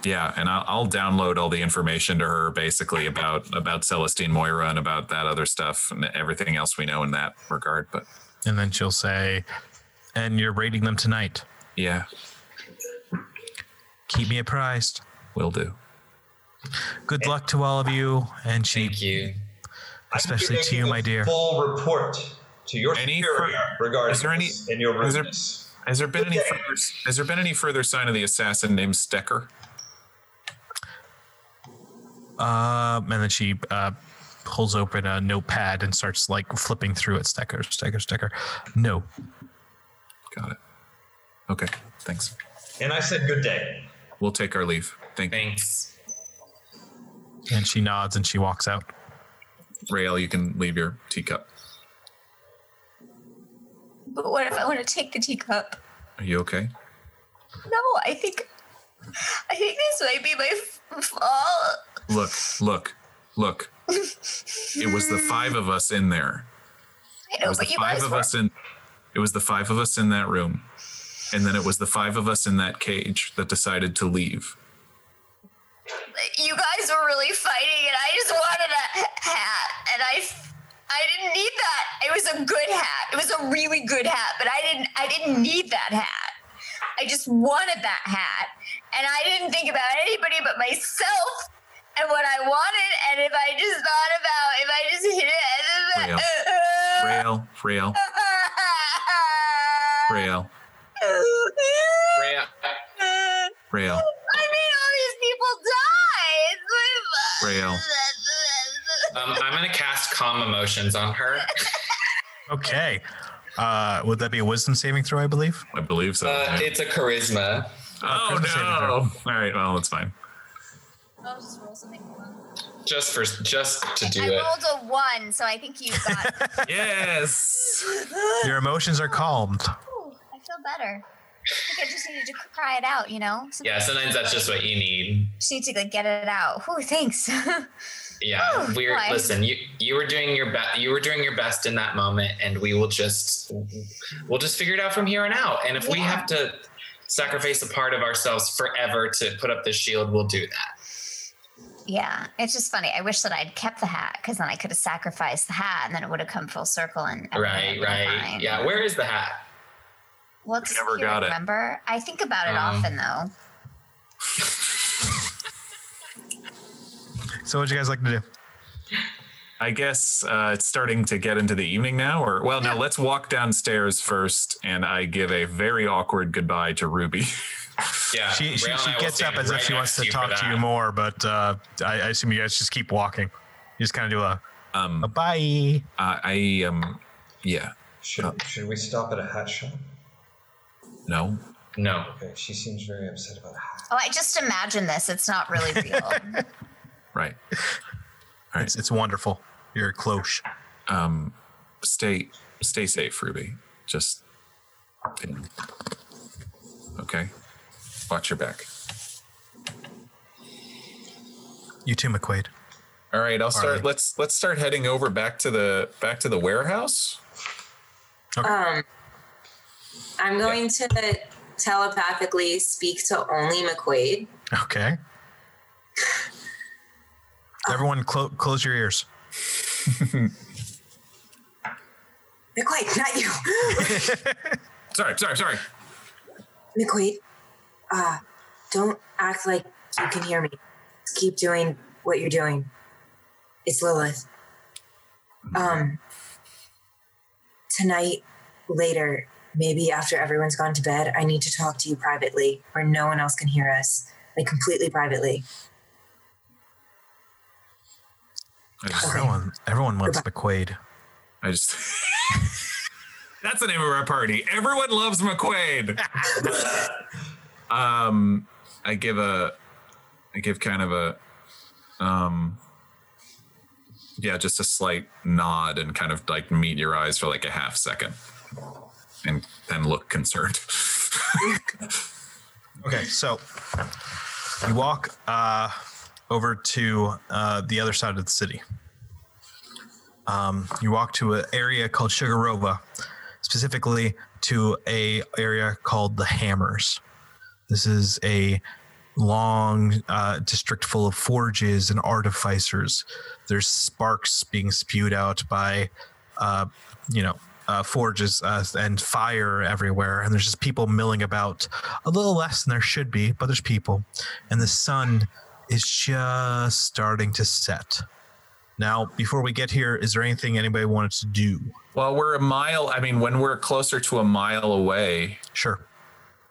yeah, and I'll, I'll download all the information to her basically about about Celestine Moira and about that other stuff and everything else we know in that regard. But And then she'll say, and you're raiding them tonight. yeah, Keep me apprised. we'll do. Good luck to all of you, and she, Thank you. especially I'm to giving you, my dear. Full report to your Any superior fur- regarding is there any- this and your is there- rudeness. Has there been any further, has there been any further sign of the assassin named Stecker? Um, and then she uh, pulls open a notepad and starts like flipping through it. Sticker, sticker, sticker. No, Got it. Okay, thanks. And I said good day. We'll take our leave. Thank you. Thanks. and she nods and she walks out. Rael, you can leave your teacup. But what if I want to take the teacup? Are you okay? No, I think, I think this might be my f- fault. Look, look, look. It was the five of us in there. I It know, was the but you guys five of were- us in. It was the five of us in that room, and then it was the five of us in that cage that decided to leave. you guys were really fighting, and I just wanted a h- hat, and I, f- I didn't need that. It was a good hat. It was a really good hat, but I didn't, I didn't need that hat. I just wanted that hat, and I didn't think about anybody but myself and what I wanted. And if I just thought about, if I just hit it, and then, Rail, rail, rail, Rhea, rail, I made all these people die. It's my fault. rail. Um, I'm gonna cast calm emotions on her. Okay. Uh, would that be a wisdom saving throw, I believe? I believe so. Uh, yeah. it's a charisma. oh Christmas saving no! All right, well, it's fine. I'll just roll something. Just for just to do I it. rolled a one, so I think you got. Yes. Your emotions are calmed. Ooh, I feel better. I think I just needed to cry it out, you know? Sometimes Yeah, sometimes that's just what you need. I just need to like, get it out. Ooh, thanks. Yeah, Oh, we're why? listen. You you were doing your best. You were doing your best in that moment, and we will just we'll just figure it out from here on out. And if we Yeah. have to sacrifice a part of ourselves forever to put up this shield, we'll do that. yeah, it's just funny. I wish that I'd kept the hat because then I could have sacrificed the hat and then it would have come full circle and Right, everything would've been right. fine. Yeah. Where is the hat? Well, it's Never never got got it. remember? I think about it Um, often though. So, what'd you guys like to do? I guess uh, it's starting to get into the evening now. Or well, no, let's walk downstairs first, and I give a very awkward goodbye to Ruby. Yeah. She, she, Rael she and Uh, I will gets up stand as if right she wants next for to talk to you that. more, but uh, I, I assume you guys just keep walking. You just kind of do a, Um, a bye. I, I um, yeah, Uh. Should, should we stop at a hat shop? no, No. Okay, she seems very upset about a hat. Oh, I just imagine this. It's not really real. right. It's, it's wonderful. You're close. Um, stay, stay safe, Ruby. Just, okay. Watch your back. You too, McQuaid. All right, I'll start. right. Let's let's start heading over back to the back to the warehouse. Um, I'm going to telepathically speak to only McQuaid. Okay. Everyone, clo- close your ears. McQuaid, not you. Sorry, sorry, sorry. McQuaid, uh, don't act like you can hear me. Just keep doing what you're doing. It's Lilith. Um, tonight, later, maybe after everyone's gone to bed, I need to talk to you privately where no one else can hear us, like completely privately. I just, Everyone, Um, everyone wants McQuaid. I just. That's the name of our party. Everyone loves McQuaid. um, I give a, I give kind of a, um, yeah, just a slight nod and kind of like meet your eyes for like a half second, and then look concerned. Okay, so you walk uh, over to uh, the other side of the city. Um, you walk to an area called Sugarova, specifically to a area called the Hammers. This is a long uh, district full of forges and artificers. There's sparks being spewed out by, uh, you know, uh, forges uh, and fire everywhere. And there's just people milling about a little less than there should be, but there's people. And the sun is just starting to set. Now, before we get here, is there anything anybody wanted to do? well, we're a mile. I mean, when we're closer to a mile away, Sure.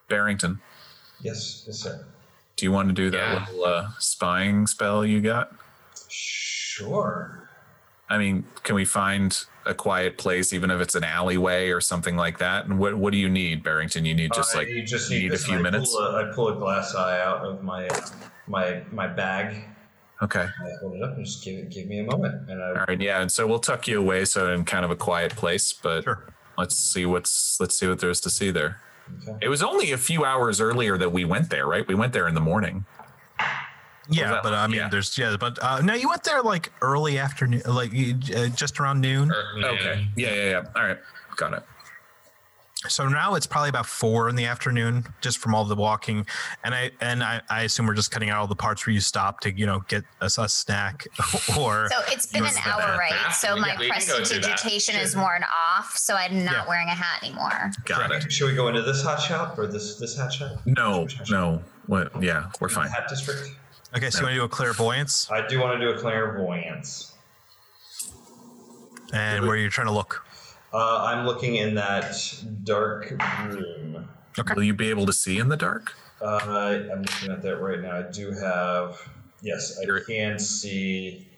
Barrington, Yes, yes, sir. do you want to do that Yeah. little uh, spying spell you got? Sure. I mean, can we find a quiet place, even if it's an alleyway or something like that? And what what do you need, Barrington? You need just Uh, like you just need a this, few and I minutes? Pull a, I pull a glass eye out of my my my bag. okay, I hold it up and just give it give me a moment, and I all right, yeah. And so we'll tuck you away, so in kind of a quiet place. But Sure. let's see what's let's see what there is to see there. Okay. It was only a few hours earlier that we went there, right? We went there in the morning. Yeah, that- but I mean, yeah. there's, yeah, but uh, no, you went there like early afternoon, like you- uh, just around noon. Or- Okay. Yeah, yeah, yeah. All right, got it. So now it's probably about four in the afternoon, just from all the walking, and I and I, I assume we're just cutting out all the parts where you stop to you know get us a snack or So it's been an Use the hour, right? bathroom. So We my can- we can go do that. prestidigitation is worn off, so I'm not Yeah. wearing a hat anymore. Got it. Should we go into this hot shop or this this hot shop? No, no. What? Yeah, we're fine. Hat district. okay. So you want to do a clairvoyance, I do want to do a clairvoyance. and where you're trying to look. Uh, I'm looking in that dark room. Okay. Will you be able to see in the dark? Uh, I'm looking at that right now. I do have yes, I You're- can see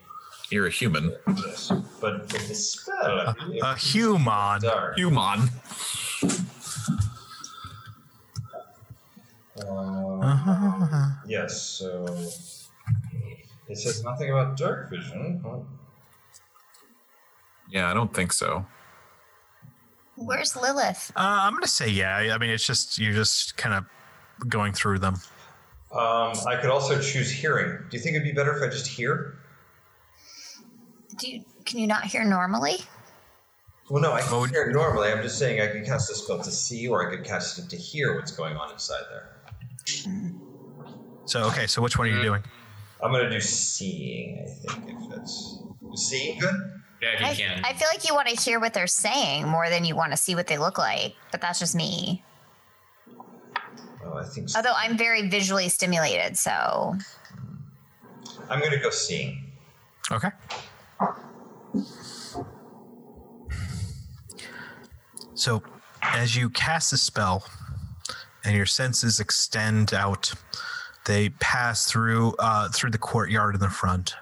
You're a human. Yes. But with the spell, Uh, I believe A human. dark. Human. Uh, Uh-huh. yes, so it says nothing about dark vision. Huh? Yeah, I don't think so. Where's Lilith? Uh, I'm gonna say yeah. I mean, it's just you're just kind of going through them. Um, I could also choose hearing. Do you think it'd be better if I just hear? Do you, can you not hear normally? Well, no, I can What would- hear normally. I'm just saying I could cast a spell to see, or I could cast it to hear what's going on inside there. So okay, so which one are you doing? I'm gonna do seeing. I think if that's is seeing good. Yeah, if you I, can. I feel like you want to hear what they're saying more than you want to see what they look like, but that's just me. Oh, I think. So. Although I'm very visually stimulated, so I'm gonna go seeing. Okay. So, as you cast the spell and your senses extend out, they pass through uh, through the courtyard in the front,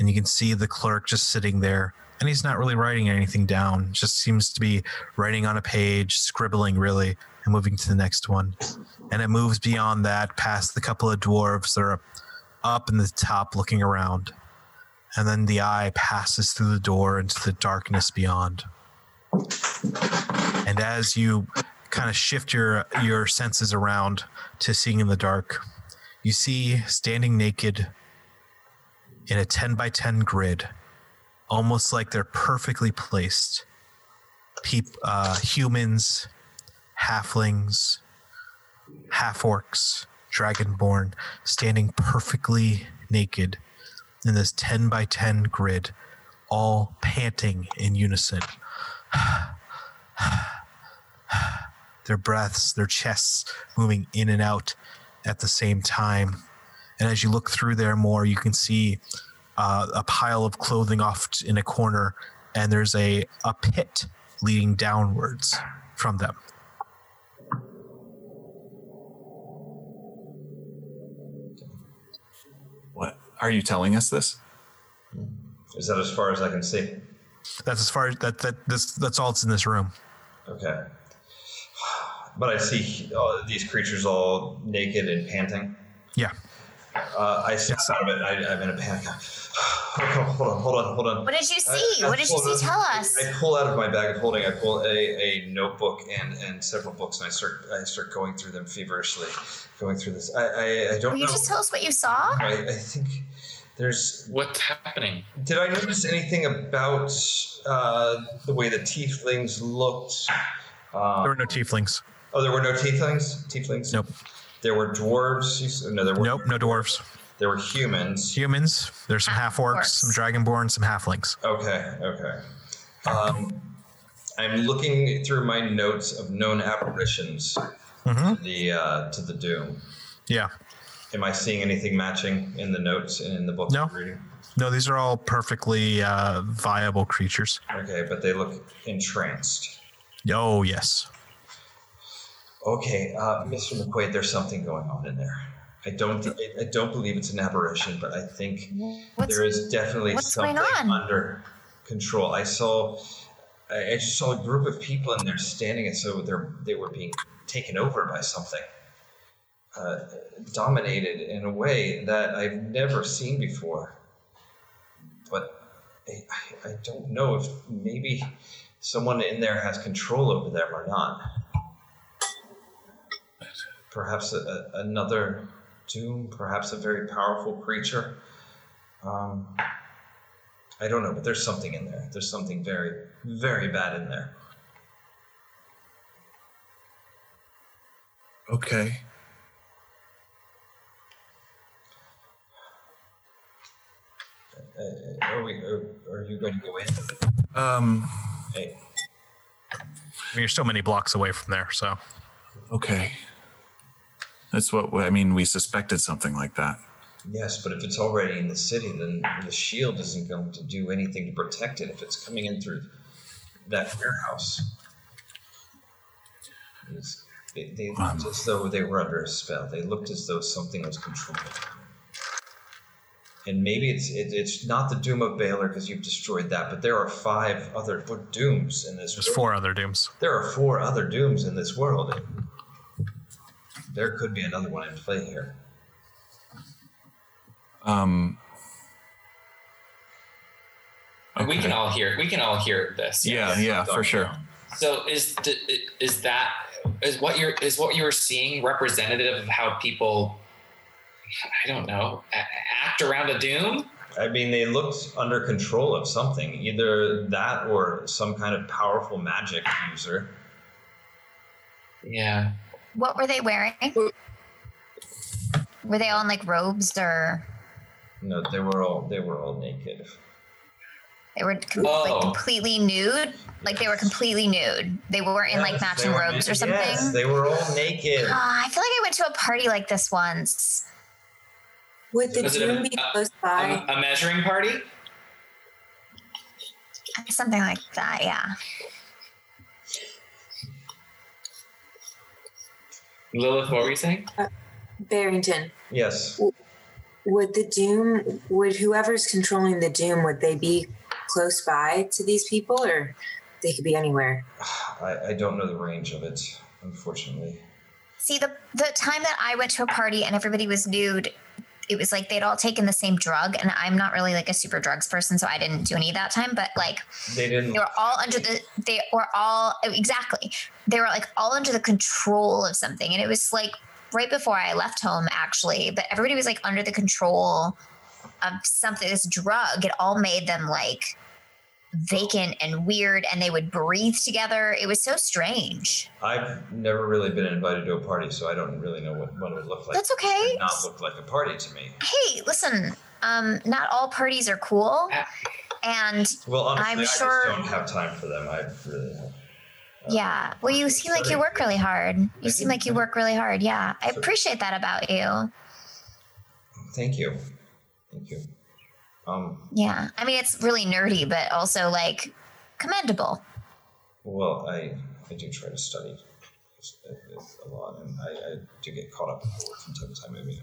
and you can see the clerk just sitting there, and he's not really writing anything down. Just seems to be writing on a page, scribbling really, and moving to the next one. And it moves beyond that, past the couple of dwarves that are up in the top, looking around and then the eye passes through the door into the darkness beyond. And as you kind of shift your your senses around to seeing in the dark, you see standing naked in a 10 by 10 grid, almost like they're perfectly placed. Peop, uh, humans, halflings, half orcs, dragonborn, standing perfectly naked in this 10 by 10 grid, all panting in unison. their breaths, their chests moving in and out at the same time. And as you look through there more, you can see uh, a pile of clothing off t- in a corner, and there's a, a pit leading downwards from them. What? Are you telling us this? Is that as far as I can see? That's as far as that, that this, that's all that's in this room. Okay. But I see uh, these creatures all naked and panting. Yeah. Uh, I snap out of it. I, I'm in a panic. hold on, hold on, hold on. what did you I- see? I what did you pull see? out- Tell us. Uh, I pull out of my bag of holding. I pull a, a notebook and, and several books, and I start I start going through them feverishly, going through this. I I, I don't Will you know. just tell us what you saw? I, I think there's. What's happening? Did I notice anything about uh, the way the tieflings looked? There Um, were no tieflings. oh, there were no tieflings. Tieflings. Nope. There were dwarves. You s- No, there were. Nope, no dwarves. There were humans. Humans, there's Ah, some half orcs, some dragonborn, some halflings. Okay, okay. Um, I'm looking through my notes of known apparitions Mhm. to the uh, to the doom. Yeah. Am I seeing anything matching in the notes and in the book No. I'm reading? No, these are all perfectly uh, viable creatures. Okay, but they look entranced. Oh, yes. Okay, uh, Mr. McQuaid, there's something going on in there. I don't thi- I- I don't believe it's an aberration, but I think What's there is definitely what's something going on? under control. I saw, I I just saw a group of people and they're standing, and so they're they were being taken over by something, uh, dominated in a way that I've never seen before. But I, I, I don't know if maybe someone in there has control over them or not. Perhaps a, a, another doom, perhaps a very powerful creature. Um, I don't know, but there's something in there. There's something very, very bad in there. Okay. Uh, are we? Are, are you going to go in? Um, Hey, I mean, you're still many blocks away from there, so. okay. That's what I mean. We suspected something like that. yes, but if it's already in the city, then the shield isn't going to do anything to protect it. If it's coming in through that warehouse, It's- they, they looked as though they were under a spell. They looked as though something was controlling. them. and maybe it's it, it's not the doom of Baylor because you've destroyed that, but there are five other what, dooms in this. There's world. four other dooms. There are four other dooms in this world. and There could be another one in play here. Um, And We okay. can all hear. We can all hear this. Yeah, yeah, for sure. So is the, is that is what you're is what you're seeing representative of how people I don't know a- act around a doom? I mean, they looked under control of something, either that or some kind of powerful magic user. Yeah. What were they wearing? Were they all in like robes or No, they were all they were all naked. they were com- Oh. like completely nude? Like they were completely nude. They weren't in like Yes, matching they were robes or naked. something. Yes, they were all naked. Ah, I feel like I went to a party like this once. Would the Was it doom a- be uh, close A, by? a measuring party? Something like that, yeah. Lilith, what were you saying? Barrington. Yes. Would the doom? Would whoever's controlling the doom? Would they be close by to these people, or they could be anywhere? I, I don't know the range of it, unfortunately. See the the time that I went to a party and everybody was nude, it was like they'd all taken the same drug and I'm not really like a super drugs person, so I didn't do any that time, but like They didn't they were all under the they were all exactly they were like all under the control of something and it was like right before i left home actually but everybody was like under the control of something this drug it all made them like vacant and weird and they would breathe together it was so strange I've never really been invited to a party, so I don't really know what, what it would look like. That's okay. It did not look like a party to me. hey listen um not all parties are cool and Well, honestly, I'm I just sure- don't have time for them. I really have. Uh, yeah well you seem like you work really hard you seem like you work really hard yeah i appreciate that about you Thank you. Thank you. Um, Yeah. I mean, it's really nerdy, but also like commendable. well, I, I do try to study a lot, and I, I do get caught up in my work from time to time. I mean,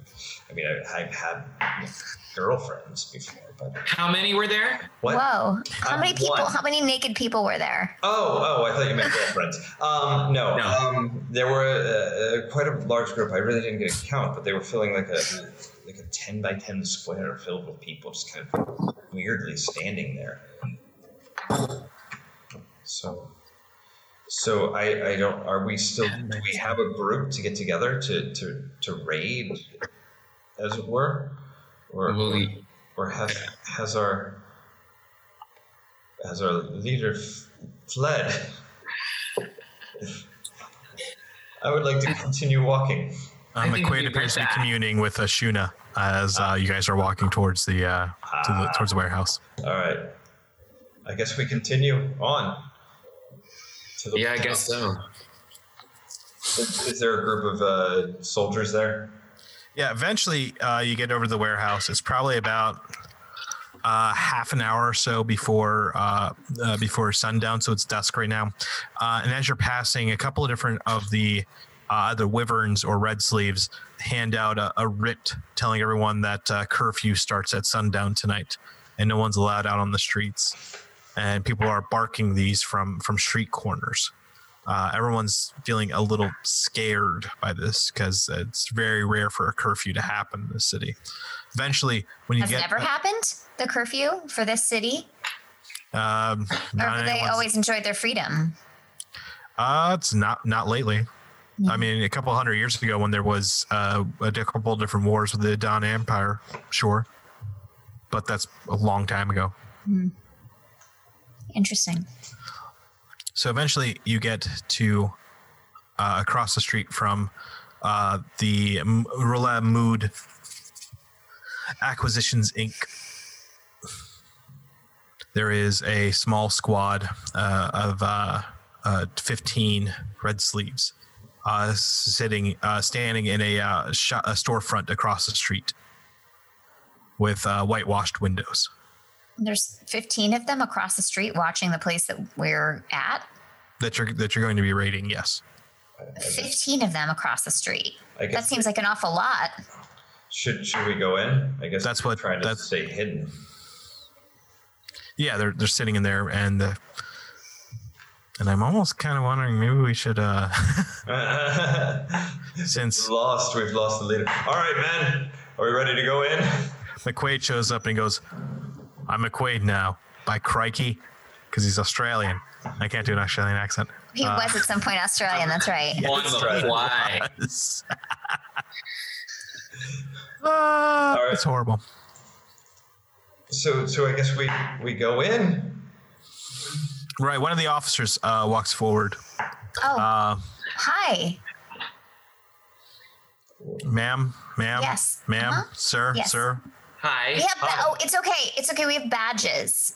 I mean I, I've had you know, girlfriends before, but How many were there? what? Whoa. How Um, many people, one. how many naked people were there? Oh, oh, I thought you meant girlfriends. Um, no, No. Um, there were uh, uh, quite a large group. I really didn't get a count, but they were filling like a like a ten by ten square filled with people just kind of weirdly standing there. So, so I I don't. Are we still? Do we have a group to get together to to to raid, as it were, or Will we- or has has our has our leader f- fled? I would like to continue walking. Um, I think McQuaid we appears to be got that. communing with Ashuna as uh, you guys are walking towards the, uh, to the towards the warehouse. All right. I guess we continue on. To the, Yeah, I guess so. Is, is there a group of uh, soldiers there? Yeah, eventually uh, you get over to the warehouse. It's probably about uh, half an hour or so before uh, uh, before sundown, so it's dusk right now. Uh, and as you're passing, a couple of different of the uh, the wyverns or red sleeves hand out a, a writ telling everyone that uh, curfew starts at sundown tonight, and no one's allowed out on the streets. And people are barking these from from street corners uh, everyone's feeling a little scared by this because it's very rare for a curfew to happen in the city. Eventually, when you Has get never happened? The curfew for this city? um, Or not have they anyone's- always enjoyed their freedom? uh, it's not not lately. Yeah. I mean, a couple hundred years ago, when there was uh, a di- couple different wars with the Don Empire, sure, but that's a long time ago. Interesting. So eventually, you get to uh, across the street from uh, the M- Roulette Mood Acquisitions Inc. There is a small squad uh, of uh, uh, 15 red sleeves uh, sitting, uh, standing in a, uh, sh- a storefront across the street with uh, whitewashed windows. There's 15 of them across the street watching the place that we're at. That you're that you're going to be raiding, yes. I, I guess- 15 of them across the street. I guess That seems like an awful lot. Should should we go in? I guess That's we're what- trying to that's- stay hidden. Yeah, they're they're sitting in there, and uh, and I'm almost kind of wondering maybe we should uh since lost. We've lost the leader. All right, men. Are we ready to go in? McQuaid shows up and he goes, "I'm McQuaid now." By crikey, because he's Australian. I can't do an Australian accent. He was at some point Australian. That's right. On the fly. It's, All right. it's Ah, horrible. So so I guess we we go in. Right, one of the officers uh, walks forward. Oh, Uh, hi. ma'am, ma'am, Yes. ma'am, Uh-huh. sir, Yes. sir. Hi. We have. Ba- oh, it's okay. It's okay. We have badges.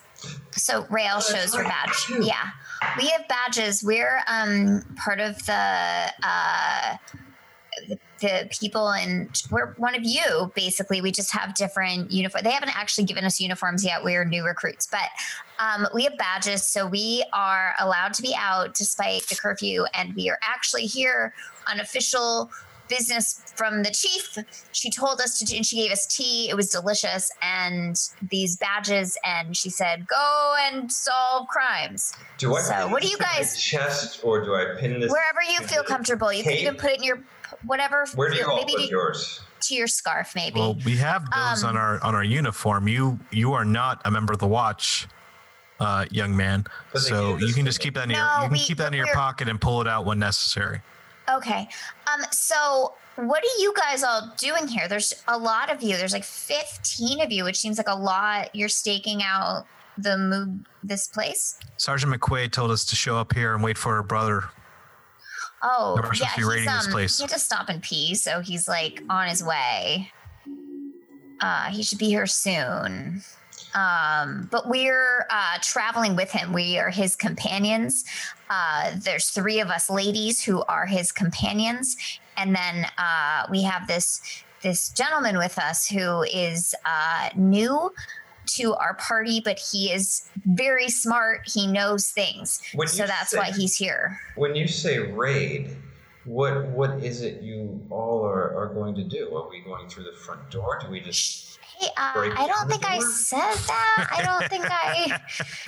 So Rail shows her badge. Yeah, we have badges. We're um part of the uh the- the people and we're one of you basically we just have different uniform they haven't actually given us uniforms yet we're new recruits but um, we have badges so we are allowed to be out despite the curfew and we are actually here on official business from the chief she told us to do, and she gave us tea. It was delicious and these badges. And she said, go and solve crimes Do I? So, pin what do this you to my guys- Chest or do I pin this? wherever you feel comfortable. You can Hey. even put it in your p- whatever, Where do you feel- all maybe put to, yours? to your scarf, maybe. Well, we have those Um, on our on our uniform. You you are not a member of the watch, uh, young man. But they So gave you us can the- just keep that in your No, you can we- keep that in your we're- pocket and pull it out when necessary. okay. Um, so what are you guys all doing here? There's a lot of you. There's like 15 of you, which seems like a lot. You're staking out the move, this place. Sergeant McQuaid told us to show up here and wait for her brother. Oh, We're supposed yeah, to be raiding he's, this um, place. He had to stop and pee, so he's like on his way. Uh, he should be here soon. Um, but we're uh, traveling with him. We are his companions. Uh, there's three of us ladies who are his companions, and then uh, we have this this gentleman with us who is uh, new to our party, but he is very smart. He knows things, When so you that's say- why he's here. When you say raid, what what is it you all are, are going to do? Are we going through the front door? Do we just Hey, uh, Break I don't the think I door? said that. I don't think I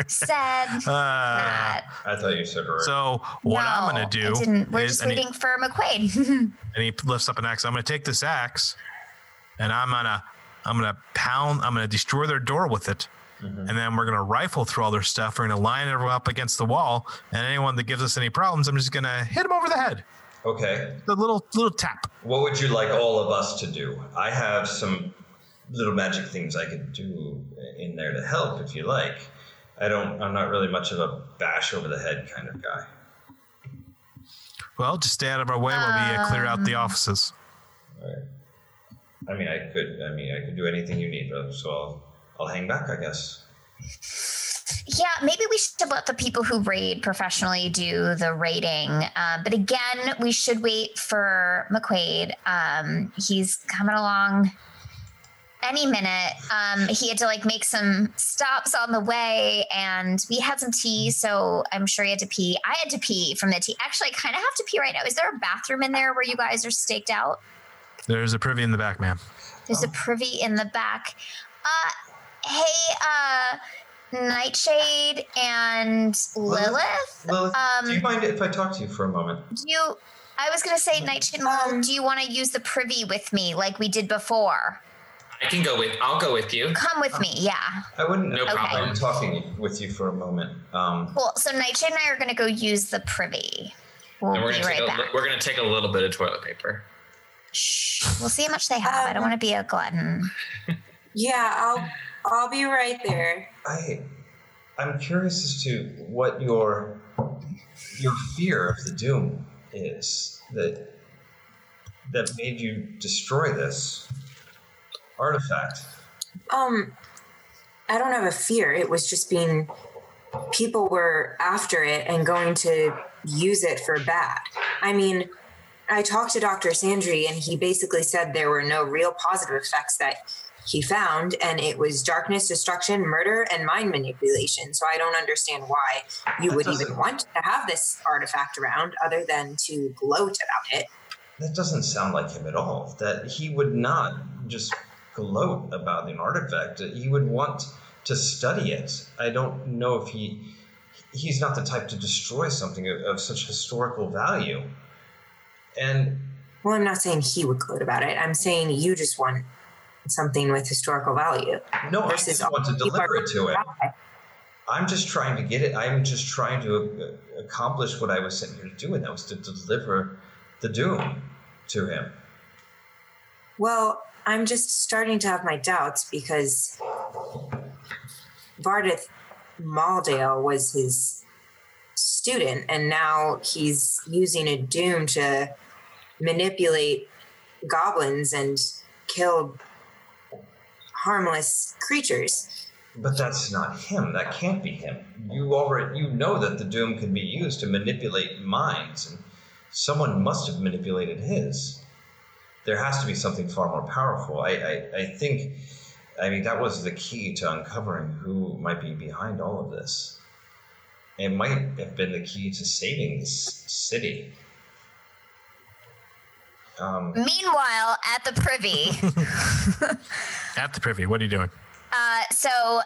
said Uh, that. I thought you said raid. so what I'm No, gonna I do didn't. We're is just and he, waiting for McQuaid. and he lifts up an axe. I'm gonna take this axe, and I'm gonna I'm gonna pound. I'm gonna destroy their door with it, Mhm. and then we're gonna rifle through all their stuff. We're gonna line everyone up against the wall, and anyone that gives us any problems, I'm just gonna hit them over the head. Okay. The little little tap. What would you like all of us to do? I have some little magic things I could do in there to help if you like. I don't I'm not really much of a bash over the head kind of guy. Well, just stay out of our way while we uh, clear out the offices. I mean I could I mean I could do anything you need, brother, so I'll I'll hang back, I guess. yeah, maybe we should let the people who raid professionally do the raiding. Um, but again, we should wait for McQuaid. Um, he's coming along any minute. Um, he had to like make some stops on the way, and we had some tea, so I'm sure he had to pee. I had to pee from the tea. Actually, I kind of have to pee right now. Is there a bathroom in there where you guys are staked out? There's a privy in the back, ma'am. There's a privy in the back. Uh, hey, uh, Nightshade and Lilith. Lilith, do you Um, mind if I talk to you for a moment? do you? I was gonna say Nightshade. and Lilith, Um, do you want to use the privy with me like we did before? I can go with. I'll go with you. Come with me, yeah. I wouldn't No problem. mind talking with you for a moment. Um, Cool. So Nightshade and I are gonna go use the privy. We'll And we're be gonna take right a, back. li- we're gonna take a little bit of toilet paper. Shh. We'll see how much they have. I don't want to be a glutton. Yeah, I'll I'll be right there. I, I'm curious as to what your your fear of the doom is that that made you destroy this artifact. Um, I don't have a fear. It was just being people were after it and going to use it for bad. I mean, I talked to Dr. Sandry and he basically said there were no real positive effects that he found and it was darkness, destruction, murder and mind manipulation. So I don't understand why you That would doesn't- even want to have this artifact around other than to gloat about it. That doesn't sound like him at all. That he would not just gloat about an artifact. He would want to study it. I don't know if he he's not the type to destroy something of, of such historical value. And Well, I'm not saying he would gloat about it. I'm saying you just want something with historical value. no, I Versus just want to deliver it to him. I'm just trying to get it. I'm just trying to uh, accomplish what I was sent here to do, and that was to deliver the doom to him. Well, I'm just starting to have my doubts because Vardith Maldale was his student, and now he's using a doom to manipulate goblins and kill harmless creatures. But that's not him. That can't be him. You already you know that the doom can be used to manipulate minds, and someone must have manipulated his. There has to be something far more powerful. I I, I think. I mean, that was the key to uncovering who might be behind all of this. It might have been the key to saving this city. Um, Meanwhile, at the privy, At the privy, what are you doing? Uh, so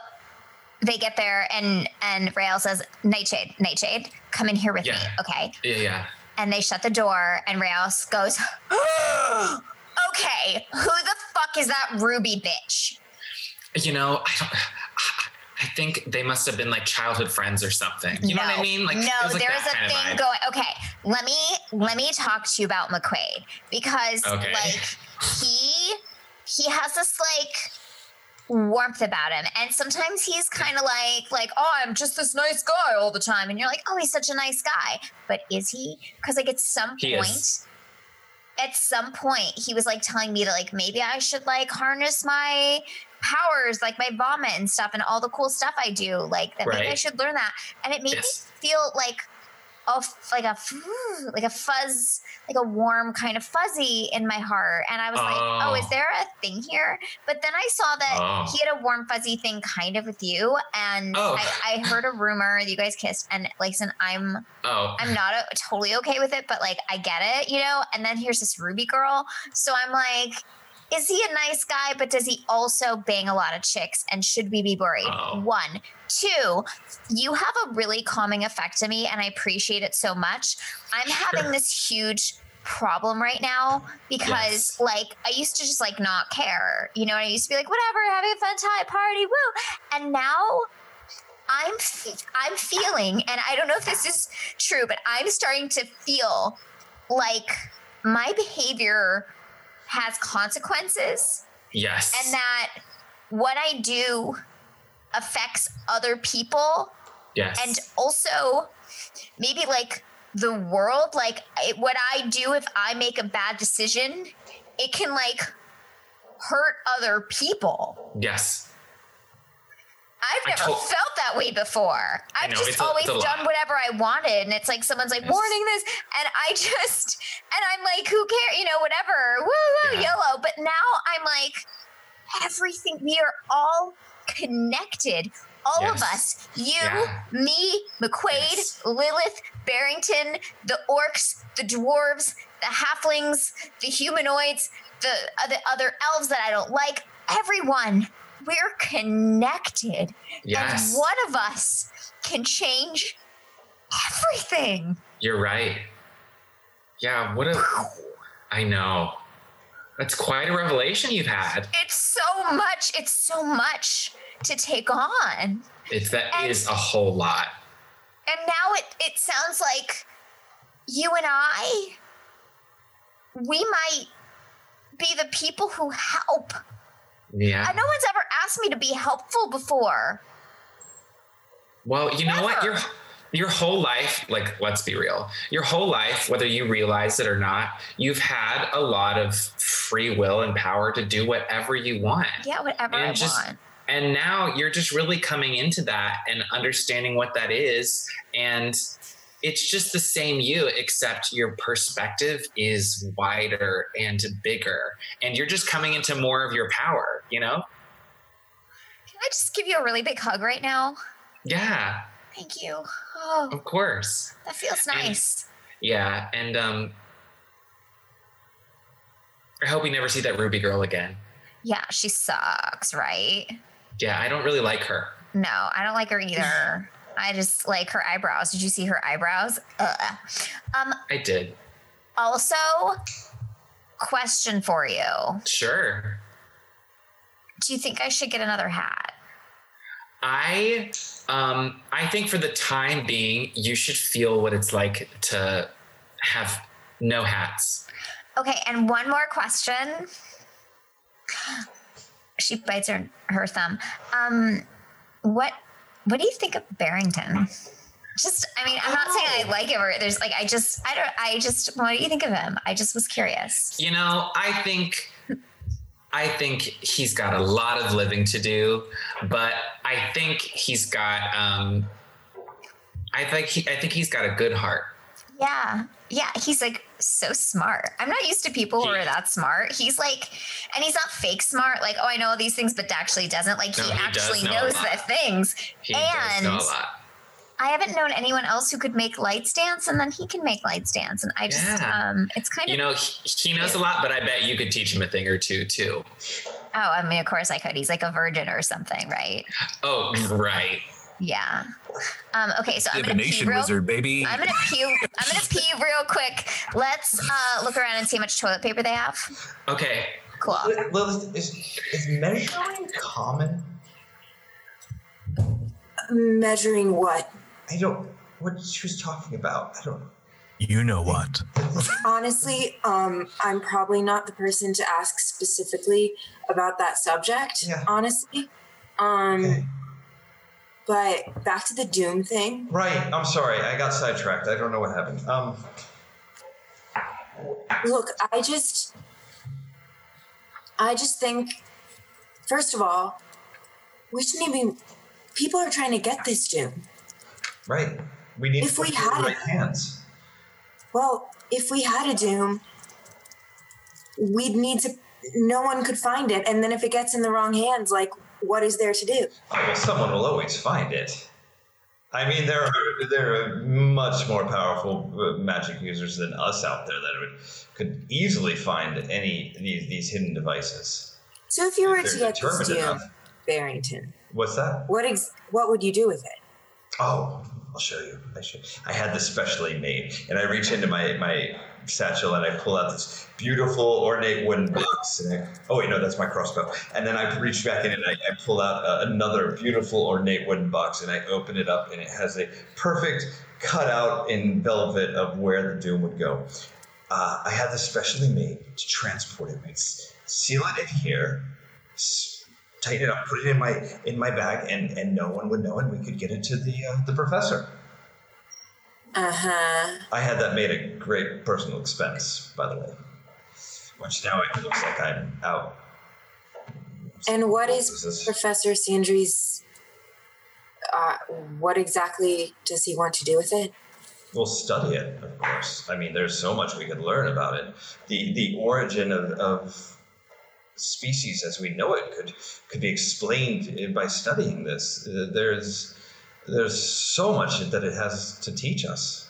they get there, and and Rail says, "Nightshade, Nightshade, come in here with me, Yeah. okay?" Yeah, yeah. And they shut the door, and Rail goes, "Okay, who the fuck is that Ruby bitch?" You know, I don't. I think they must have been like childhood friends or something. You know no, what I mean? Like, no, it was like there that is a kind of thing vibe. going. Okay, let me let me talk to you about McQuaid because Okay. like he he has this like warmth about him, and sometimes he's kind of like like oh I'm just this nice guy all the time, and you're like oh he's such a nice guy, but is he? Because like at some He point. is. At some point, he was like telling me that like maybe I should like harness my powers, like my vomit and stuff, and all the cool stuff I do. Like that maybe I Right. should learn that, and it made Yes. me feel like a f- like a f- like a fuzz, like a warm kind of fuzzy in my heart, and I was like, oh, Oh. is there a thing here? But then I saw that Oh. he had a warm fuzzy thing kind of with you, and Oh. I, I heard a rumor that you guys kissed, and like, listen, I'm Oh, I'm not uh totally okay with it, but like I get it, you know. And then here's this Ruby girl, so I'm like, is he a nice guy? But does he also bang a lot of chicks? And should we be worried? Oh. One, two, you have a really calming effect to me, and I appreciate it so much. I'm having this huge problem right now because Yes. like I used to just like not care, you know. And I used to be like, whatever, having a fun time, party, woo. And now I'm f- I'm feeling, and I don't know if this is true, but I'm starting to feel like my behavior has consequences, yes. and that what I do affects other people, yes. and also maybe like the world. Like it, what I do if I make a bad decision, it can like hurt other people. yes. I've I never to- felt that way before. I've know, just it's a- always it's a lot. done whatever I wanted. And it's like someone's like, Yes. warning this. And I just, and I'm like, who cares? You know, whatever. Woo, woo, Yeah. YOLO. But now I'm like, everything, we are all connected. All of Yes. us, you, Yeah. me, McQuaid, Yes. Lilith, Barrington, the orcs, the dwarves, the halflings, the humanoids, the, uh, the other elves that I don't like, everyone. We're connected. Yes. And one of us can change everything. You're right. Yeah. What a. I know. That's quite a revelation you've had. It's so much. It's so much to take on. It's that And- is a whole lot. And now it, it sounds like you and I, we might be the people who help. Yeah. Uh, No one's ever asked me to be helpful before. Well, you know what? Your Never. your whole life, like let's be real, your whole life, whether you realize it or not, you've had a lot of free will and power to do whatever you want. Yeah, whatever And I just- want. And now you're just really coming into that and understanding what that is. And it's just the same you, except your perspective is wider and bigger. And you're just coming into more of your power, you know? Can I just give you a really big hug right now? Yeah, Thank you. Oh, of course. that feels And- nice. Yeah, and um, I hope we never see that Ruby girl again. Yeah, she sucks, right? Yeah, I don't really like her. No, I don't like her either. I just like her eyebrows. Did you see her eyebrows? Ugh. Um, I did. also, question for you. Sure. Do you think I should get another hat? I um I think for the time being, you should feel what it's like to have no hats. Okay, and one more question. She bites her her thumb. Um, what what do you think of Barrington? Just, I mean, I'm not saying Oh. I like him or there's like, I just, I don't, I just, what do you think of him? I just was curious. You know, I think I think he's got a lot of living to do, but I think he's got um I think he, I think he's got a good heart. Yeah, yeah, he's like so smart. I'm not used to people who are He- that smart. He's like, and he's not fake smart. Like, oh, I know all these things, but actually doesn't. Like, No, he, he does actually know a knows lot. the things. He does know And- a lot. I haven't known anyone else who could make lights dance, and then he can make lights dance, and I just Yeah. um, it's kind You of know, he, he knows a lot, but I bet you could teach him a thing or two too. oh, I mean, of course I could. He's like a virgin or something, right? Oh, right. Yeah. Um, okay, so I'm gonna pee Divination real. wizard, baby. I'm gonna pee. I'm gonna pee real quick. Let's uh, look around and see how much toilet paper they have. Okay. Cool. Lil- Lilith, is, is measuring common? Measuring what? I don't. What she was talking about, I don't. You know what? Honestly, um, I'm probably not the person to ask specifically about that subject. Yeah. Honestly, um, Okay. but back to the Doom thing. Right. I'm sorry. I got sidetracked. I don't know what happened. Um. Look, I just, I just think, first of all, we shouldn't even. People are trying to get this Doom. Right. We need If to we put it in had the it- right hands. Well, if we had a Doom, we'd need to. No one could find it, and then if it gets in the wrong hands, like, what is there to do? Oh, well, someone will always find it. I mean, there are there are much more powerful uh, magic users than us out there that would, could easily find any these these hidden devices. So if you were They're to get this determined Doom, enough. Barrington, What's that? what ex- what would you do with it? Oh, I'll show you. I should. I had this specially made, and I reach into my my satchel and I pull out this beautiful ornate wooden box. And I, oh wait, no, that's my crossbow. And then I reach back in and I, I pull out uh, another beautiful ornate wooden box, and I open it up, and it has a perfect cutout in velvet of where the doom would go. Uh, I had this specially made to transport it. It's seal it in here. s- tighten it up, put it in my in my bag, and and no one would know, and we could get it to the uh, the professor. Uh huh. I had that made at great personal expense, by the way. Which now it looks like I'm out. And what is This is- Professor Sandry's? Uh, what exactly does he want to do with it? We'll study it, of course. I mean, there's so much we could learn about it. The the origin of, of species as we know it could could be explained by studying this. Uh, There's there's so much that it has to teach us.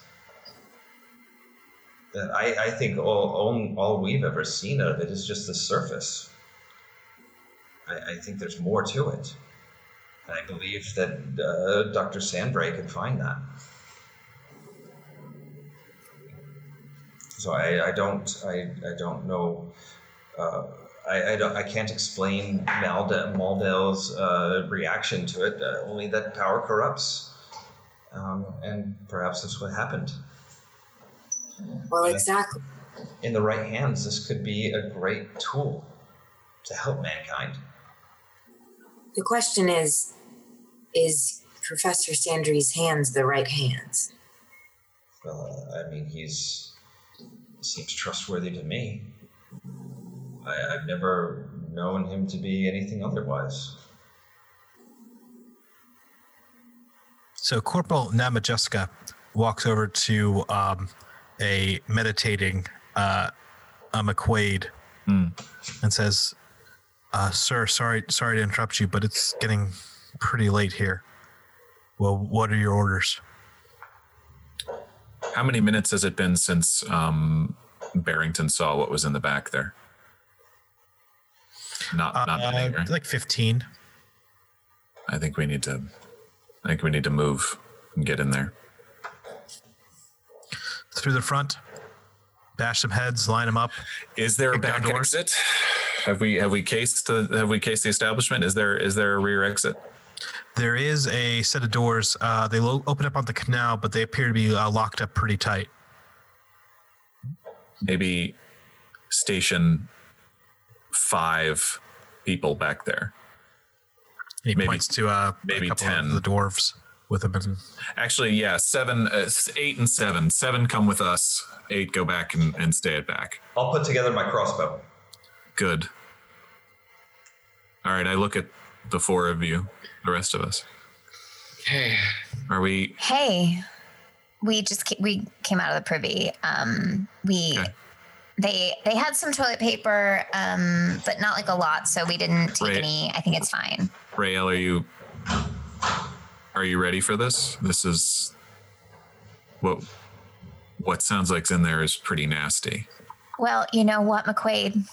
That I, I think all, all all we've ever seen of it is just the surface. I, I think there's more to it. And I believe that uh, Dr. Sandbray can find that. So I, I don't I, I don't know uh, I, I, don't, I can't explain Malde, Maldell's uh, reaction to it. Uh, only that power corrupts, um, and perhaps that's what happened. Well, Yeah. exactly. In the right hands, this could be a great tool to help mankind. The question is, is Professor Sandry's hands the right hands? Well, I mean, he's he seems trustworthy to me. I, I've never known him to be anything otherwise. So Corporal Namajuska walks over to um, a meditating uh, a McQuaid Hmm. and says, uh, "Sir, sorry, sorry to interrupt you, but it's getting pretty late here. Well, what are your orders? How many minutes has it been since um, Barrington saw what was in the back there? Not Uh, not many, right? Like 15. I think we need to. I think we need to move and get in there. Through the front, bash some heads, line them up. Is there a Back back door. exit? Have we have we cased the have we cased the establishment? Is there is there a rear exit? There is a set of doors. Uh, they lo- open up on the canal, but they appear to be uh, locked up pretty tight. Maybe station five people back there. And he Maybe- points to uh, maybe a couple 10. of the dwarves with him. And Actually, yeah, seven, uh, s- eight, and seven. Seven come with us. Eight go back and, and stay at back. I'll put together my crossbow. Good. All right, I look at the four of you, the rest of us. Hey, Are we Hey, we just ca- we came out of the privy. Um, we Okay. they they had some toilet paper, um, but not like a lot, so we didn't take Right. any. I think it's fine. Rael, are you are you ready for this? This is what what sounds like's in there is pretty nasty. Well, you know what, McQuaid?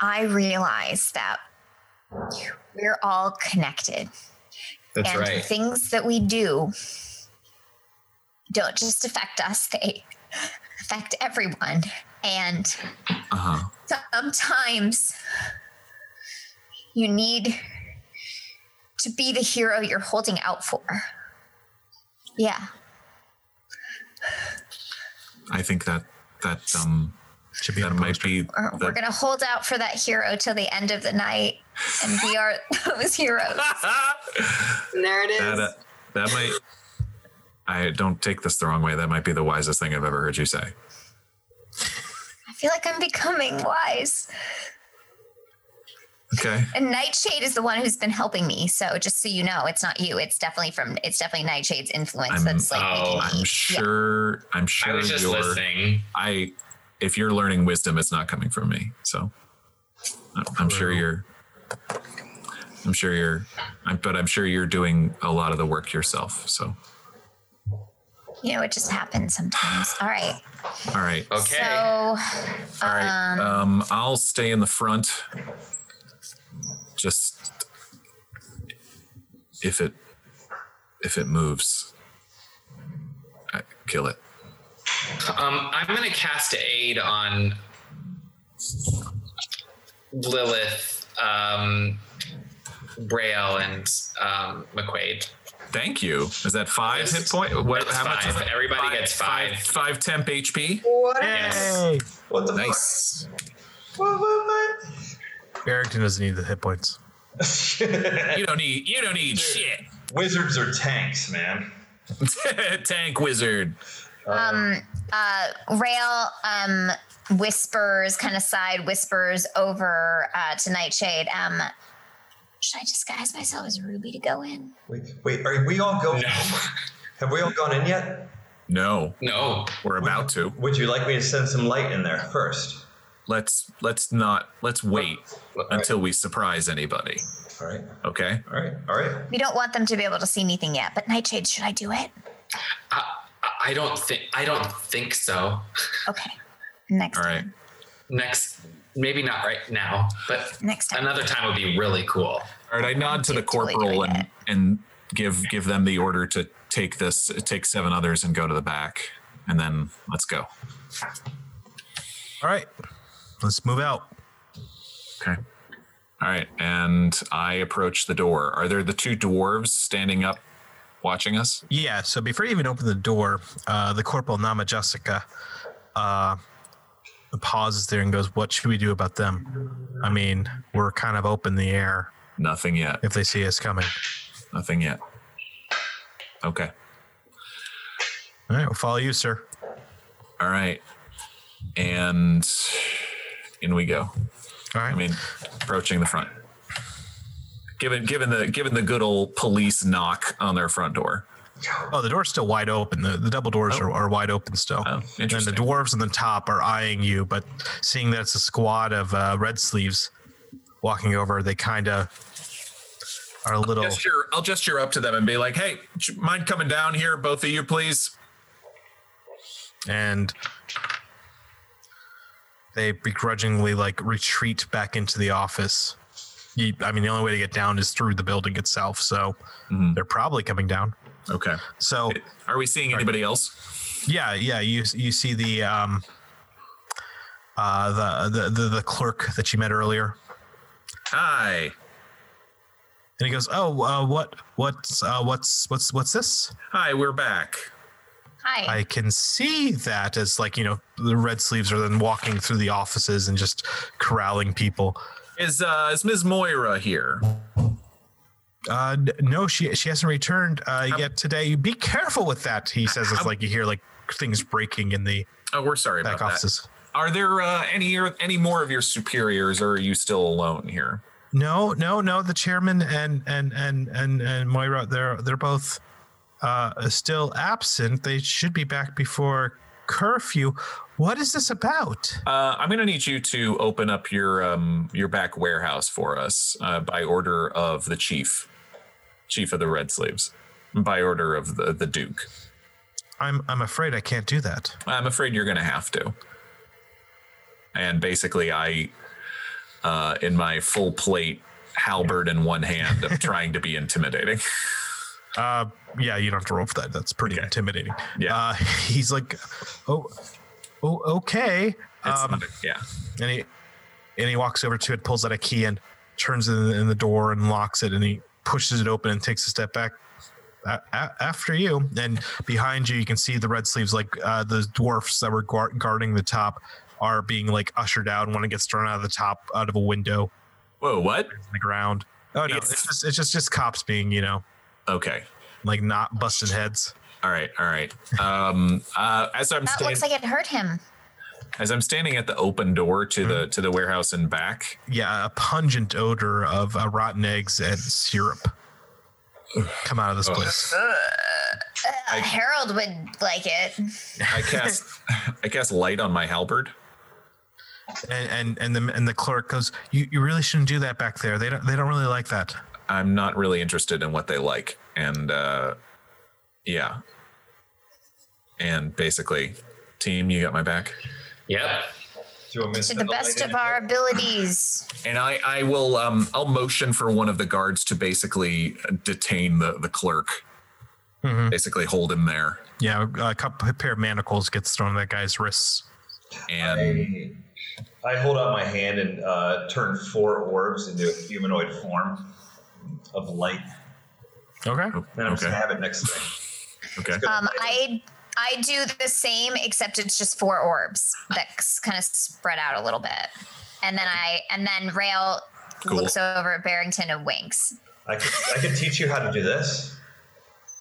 I realize that we're all connected. that's and the right. things that we do don't just affect us, they affect everyone. And Uh-huh. sometimes you need to be the hero you're holding out for. Yeah. I think that that um should be that on the might be Or we're that, going to hold out for that hero till the end of the night. And we are those heroes. And there it is. that, uh, that might I don't take this the wrong way. That might be the wisest thing I've ever heard you say. I feel like I'm becoming wise. Okay. And Nightshade is the one who's been helping me. So just so you know, it's not you. It's definitely from, it's definitely Nightshade's influence I'm- that's like oh, making me. I'm sure I'm I sure was just you're listening. I if you're learning wisdom, it's not coming from me. So I'm- I'm sure you're I'm sure you're I'm, but I'm sure you're doing a lot of the work yourself. So You know, it just happens sometimes. All right. all right. Okay. So, All right. um, Um I'll stay in the front. Just if it if it moves I kill it. Um, I'm gonna cast aid on Lilith, um, Braille, and um, McQuaid. Thank you. Is that 5 Yes. hit point? What That's how much is five. that? Everybody gets five. Five five temp HP. what? Hey! What the Nice. fuck? What, what, what? Barrington doesn't need the hit points. You don't need. You don't need shit. Wizards are tanks, man. Tank wizard. um, uh, Rail um, whispers, kind of side whispers over uh, to Nightshade. Um, should I disguise myself as Ruby to go in? Wait, wait, are we all going? No, Have we all gone in yet? No, no. we're about to. Would you like me to send some light in there first? Let's let's not. Let's wait until we surprise anybody. All right, Okay. all right, all right. We don't want them to be able to see anything yet. But Nightshade, should I do it? I, I don't think. I don't think so. Okay. Next All right. time. Next, maybe not right now, but Next uh, time. another time would be really cool. All right. I nod to the corporal and and give give them the order to take this, take seven others, and go to the back, and then let's go. All right. Let's move out. Okay. All right. And I approach the door. Are there the two dwarves standing up, watching us? Yeah, so before you even open the door, uh, the corporal Nama Jessica uh, pauses there and goes, What should we do about them? I mean, we're kind of open in the air Nothing yet. if they see us coming. Nothing yet. Okay. All right, we'll follow you, sir. All right. And in we go. All right. I mean, approaching the front. Given given the given the good old police knock on their front door. oh, the door's still wide open. The, the double doors are, are wide open still. Oh, and the interesting. dwarves on the top are eyeing you, but seeing that it's a squad of uh, red sleeves walking over, they kind of are a little. Gesture, I'll gesture up to them and be like, "Hey, j- mind coming down here, both of you, please?" and They begrudgingly like retreat back into the office. You, I mean, the only way to get down is through the building itself, so Mhm. they're probably coming down. Okay. So Are we seeing anybody else? yeah, yeah, you you see the um, uh, the, the the the clerk that you met earlier, Hi. and he goes, "Oh, uh, what what's uh, what's what's what's this?" Hi, we're back. Hi. I can see that as like you know the red sleeves are then walking through the offices and just corralling people. Is uh is Ms. Moira here? Uh, n- no, she she hasn't returned uh, Um, yet today. Be careful with that, he says. It's like you hear like things breaking in the Oh, we're sorry about back offices. that. Are there uh, any any more of your superiors, or are you still alone here? No, no, no. The chairman and and and and and Moira, they're they're both uh, still absent. They should be back before curfew. What is this about? Uh, I'm going to need you to open up your um, your back warehouse for us uh, by order of the chief, chief of the Red Sleeves, by order of the, the Duke. I'm I'm afraid I can't do that. I'm afraid you're going to have to. And basically, I, uh, in my full plate halberd in one hand, I'm trying to be intimidating. Uh, yeah, you don't have to roll for that. That's pretty Okay. intimidating. Yeah. Uh, he's like, oh, oh, okay. It's Um, not- yeah. and he and he walks over to it, pulls out a key, and turns it in, in the door and locks it. And he pushes it open and takes a step back a- a- after you. And behind you, you can see the red sleeves, like uh, the dwarfs that were guar- guarding the top, are being like ushered out. And one gets thrown out of the top, out of a window, Whoa, what? on the ground. Oh no! Yes. It's just it's just just cops being you know Okay. like not busting heads. All right. All right. Um, uh, as I'm that standing, looks like it hurt him. as I'm standing at the open door to the to the warehouse and back, yeah, a pungent odor of uh, rotten eggs and syrup come out of this place. Uh, Harold would like it. I cast I cast light on my halberd. And and and the and the clerk goes, "You you really shouldn't do that back there. They don't they don't really like that." I'm not really interested in what they like, and uh, yeah, and basically, team, you got my back, Yep. Do you want me To send the light best in of our abilities. and I I will um I'll motion for one of the guards to basically detain the the clerk, Mhm. basically hold him there, Yeah, a couple a pair of manacles gets thrown on that guy's wrists. and I hold out my hand and uh, turn four orbs into a humanoid form of light. Okay. Then I'm just oh, Okay. gonna have it next to me. okay, Um, I I do the same, except it's just four orbs that's kind of spread out a little bit, and then I and then Rail Cool. looks over at Barrington and winks. I could, I could teach you how to do this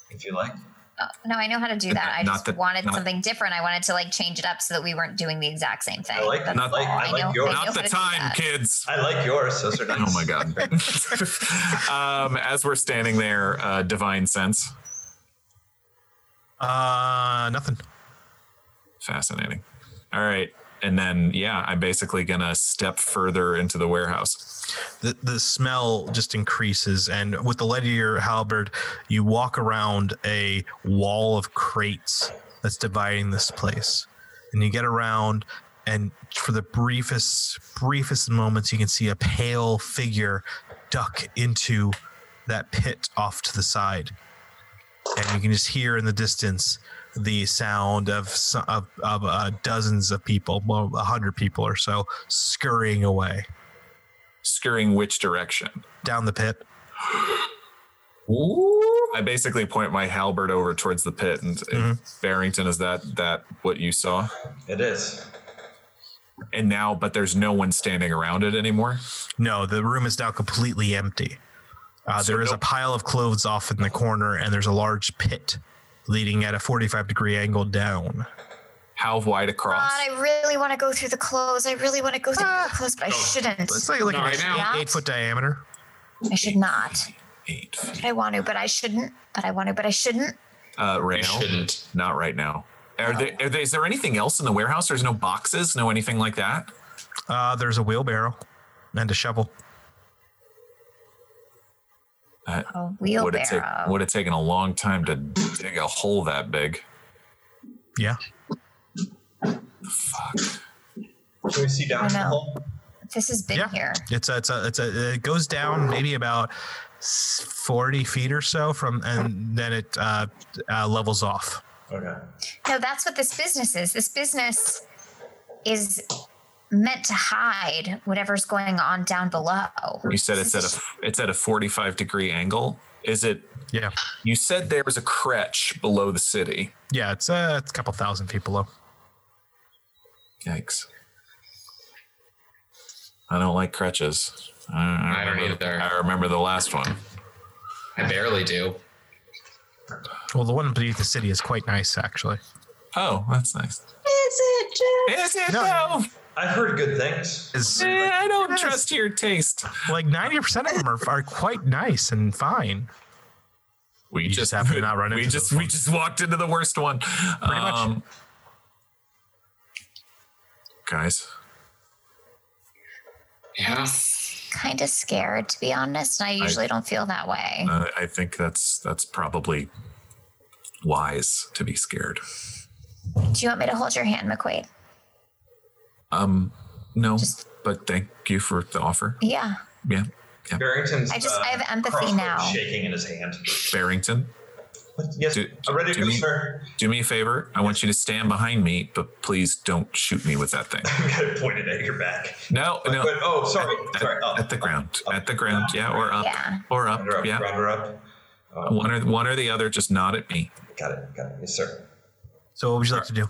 if you like. Oh, no, I know how to do that. I Not just that- wanted not- something different. I wanted to like change it up so that we weren't doing the exact same thing. I like That's not like all. I like I yours. know not how the to do time, that. kids. I like yours. Those are nice. Oh my god. um, as we're standing there, uh, divine sense, Uh, nothing. fascinating. All right, and then yeah, I'm basically gonna step further into the warehouse. the, the smell just increases and with the light of your halberd you walk around a wall of crates that's dividing this place and you get around and for the briefest briefest moments you can see a pale figure duck into that pit off to the side and you can just hear in the distance the sound of so- of, of uh, dozens of people well, a hundred people or so scurrying away scurrying which direction? down the pit I basically point my halberd over towards the pit, and Barrington is that that what you saw? It is. And now, but there's no one standing around it anymore. No, the room is now completely empty. Uh, So there is no- a pile of clothes off in the corner, and there's a large pit leading at a 45 degree angle down. How wide Ron, across? I really want to go through the clothes. I really want to go through the clothes, Oh, but I shouldn't. It's like, like Not an right now. eight, eight foot diameter. I should not. Eight. feet. I want to, but I shouldn't. But I want to, but I shouldn't. Uh, right You now? shouldn't. Not right now. Are there, are there, is there anything else in the warehouse? There's no boxes, no anything like that. Uh, there's a wheelbarrow and a shovel. A Would it take? wheelbarrow. Would have taken a long time to dig a hole that big. Yeah. Can we see down I to the know. hole? This has been Yeah. here. It's a, it's a, it's a, it goes down maybe about s- 40 feet or so from, and then it uh, uh, levels off. Okay. No, that's what this business is. This business is meant to hide whatever's going on down below. You said it's at a it's at a 45 degree angle. Is it? Yeah. You said there was a crutch below the city. Yeah. It's, uh, it's a couple thousand feet below. Yikes! I don't like crutches. I, I don't remember- either. I remember the last one. I barely do. Well, the one beneath the city is quite nice, actually. Oh, that's nice. Is it just Is it No. though? I've heard good things. Is Eh, I don't Yes. trust your taste. like 90% of them are, are quite nice and fine. We You just happen to not run we into just those we ones. just walked into the worst one. Um, Pretty much. Guys, Yeah. Kind of scared, to be honest. And I usually don't feel that way. uh, I think that's that's probably wise to be scared. Do you want me to hold your hand, McQuaid? Um, no, Just- but thank you for the offer. Yeah. Yeah, Barrington's. I just- uh, I have empathy crossbow now. Shaking in his hand. Barrington, Yes, Do- I'm ready to do go, you- sir. do me a favor. I want you to stand behind me, but please don't shoot me with that thing. I got it pointed at your back. No, no. But, oh, sorry. at, sorry. Up, at the up, ground, up. at the ground, yeah, or Uh, up, Yeah. or up, Round her up. yeah. Round her up. Um, One or one or the other. Just nod at me. Got it. Got it. Yes, sir. So, what would you like to do?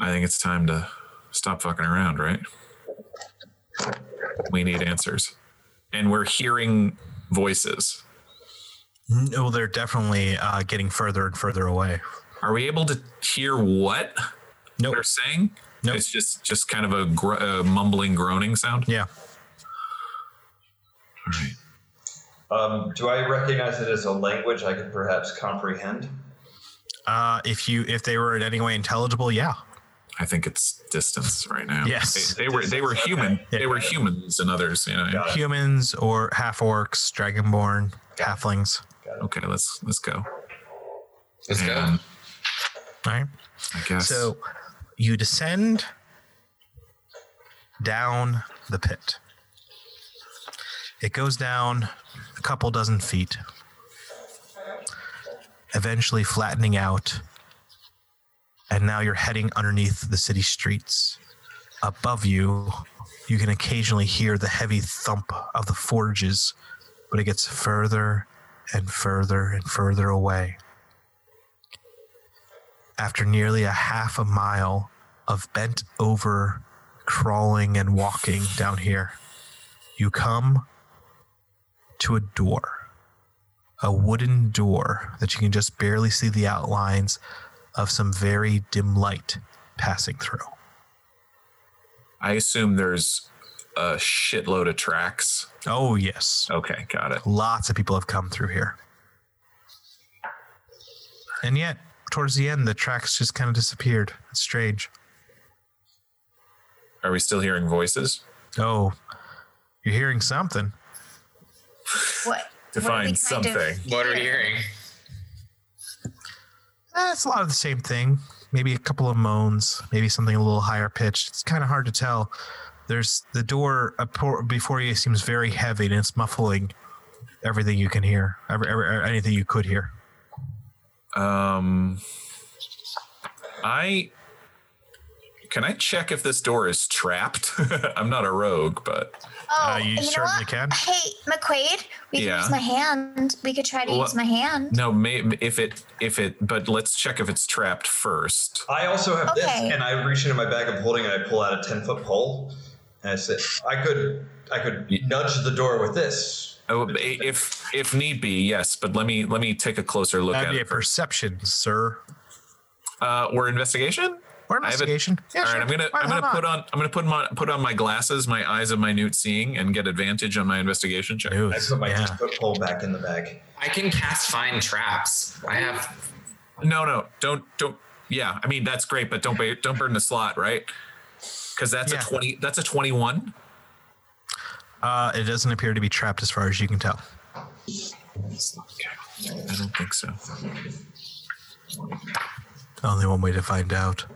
I think it's time to stop fucking around, right? We need answers. And we're hearing voices. Well, they're definitely uh, getting further and further away. Are we able to hear what Nope. they're saying? Nope. It's just just kind of a, gr- a mumbling, groaning sound. Yeah. All right. Um, do I recognize it as a language I could perhaps comprehend? Uh, if you if they were in any way intelligible, yeah. I think it's distance right now. Yes. They, they were they were human. Yeah. They were humans and others. You know. Got it. Humans or half orcs, dragonborn, halflings. Okay. Let's let's go. Let's go. And All right. I guess. So you descend down the pit. It goes down a couple dozen feet, eventually flattening out. And now you're heading underneath the city streets. Above you, you can occasionally hear the heavy thump of the forges, but it gets further and further and further away after nearly a half a mile of bent over crawling and walking down here, you come to a door, a wooden door that you can just barely see the outlines of some very dim light passing through. I assume there's a shitload of tracks. Oh, yes. Okay. Got it. Lots of people have come through here. And yet, towards the end, the tracks just kind of disappeared. It's strange. Are we still hearing voices? Oh, you're hearing something. What? what are we Define kind of- something. What are you hearing? Eh, it's a lot of the same thing. Maybe a couple of moans, maybe something a little higher pitched. It's kind of hard to tell. There's the door apo- before you seems very heavy and it's muffling everything you can hear, every, every, er, anything you could hear. Um, I can I check if this door is trapped? I'm not a rogue, but Oh, Uh, you know certainly what? can. Hey, McQuaid, we Yeah. can use my hand. We could try to Well, use my hand. no. May, if it if it, but let's check if it's trapped first. I also have this, Okay. and I reach into my bag of holding, and I pull out a ten foot pole, and I said, "I could, I could Ye- nudge the door with this." Oh, i- if if need be, yes. But let me let me take a closer look That'd at be a it. first. perception, sir. Uh, or investigation. Or I have a- investigation. Yeah, All right, sure. I'm gonna Why I'm the hell gonna put not? on I'm gonna put on put on my glasses, my eyes of minute seeing, and get advantage on my investigation check. I News. put my ten yeah. foot pole back in the bag. I can cast fine traps. I have. No, no, don't, don't. Yeah, I mean that's great, but don't ba- don't burn the slot, right? Because that's Yeah. a twenty. That's a twenty-one. Uh, it doesn't appear to be trapped as far as you can tell. I don't think so. Only one way to find out.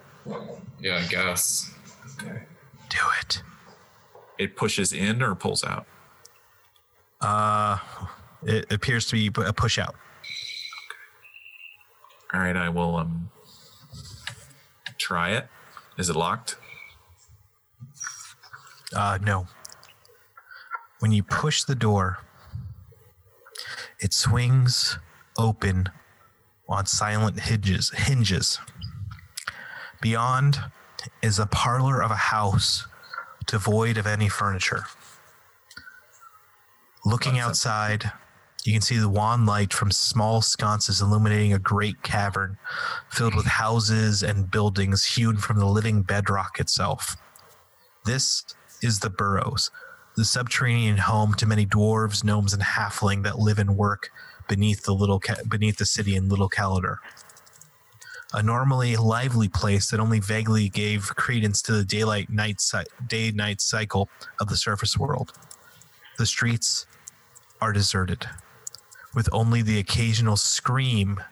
Yeah, I guess. Do it. It pushes in or pulls out. Uh, it appears to be a push out. All right, I will um try it. Is it locked? Uh, no. When you push the door, it swings open on silent hinges. Hinges. Beyond is a parlor of a house devoid of any furniture. Looking outside, you can see the wan light from small sconces illuminating a great cavern filled with houses and buildings hewn from the living bedrock itself. This is the burrows, the subterranean home to many dwarves, gnomes, and halfling that live and work beneath the little ca- beneath the city in Little Calidar. A normally lively place that only vaguely gave credence to the daylight night cy- day night cycle of the surface world. The streets are deserted, with only the occasional scream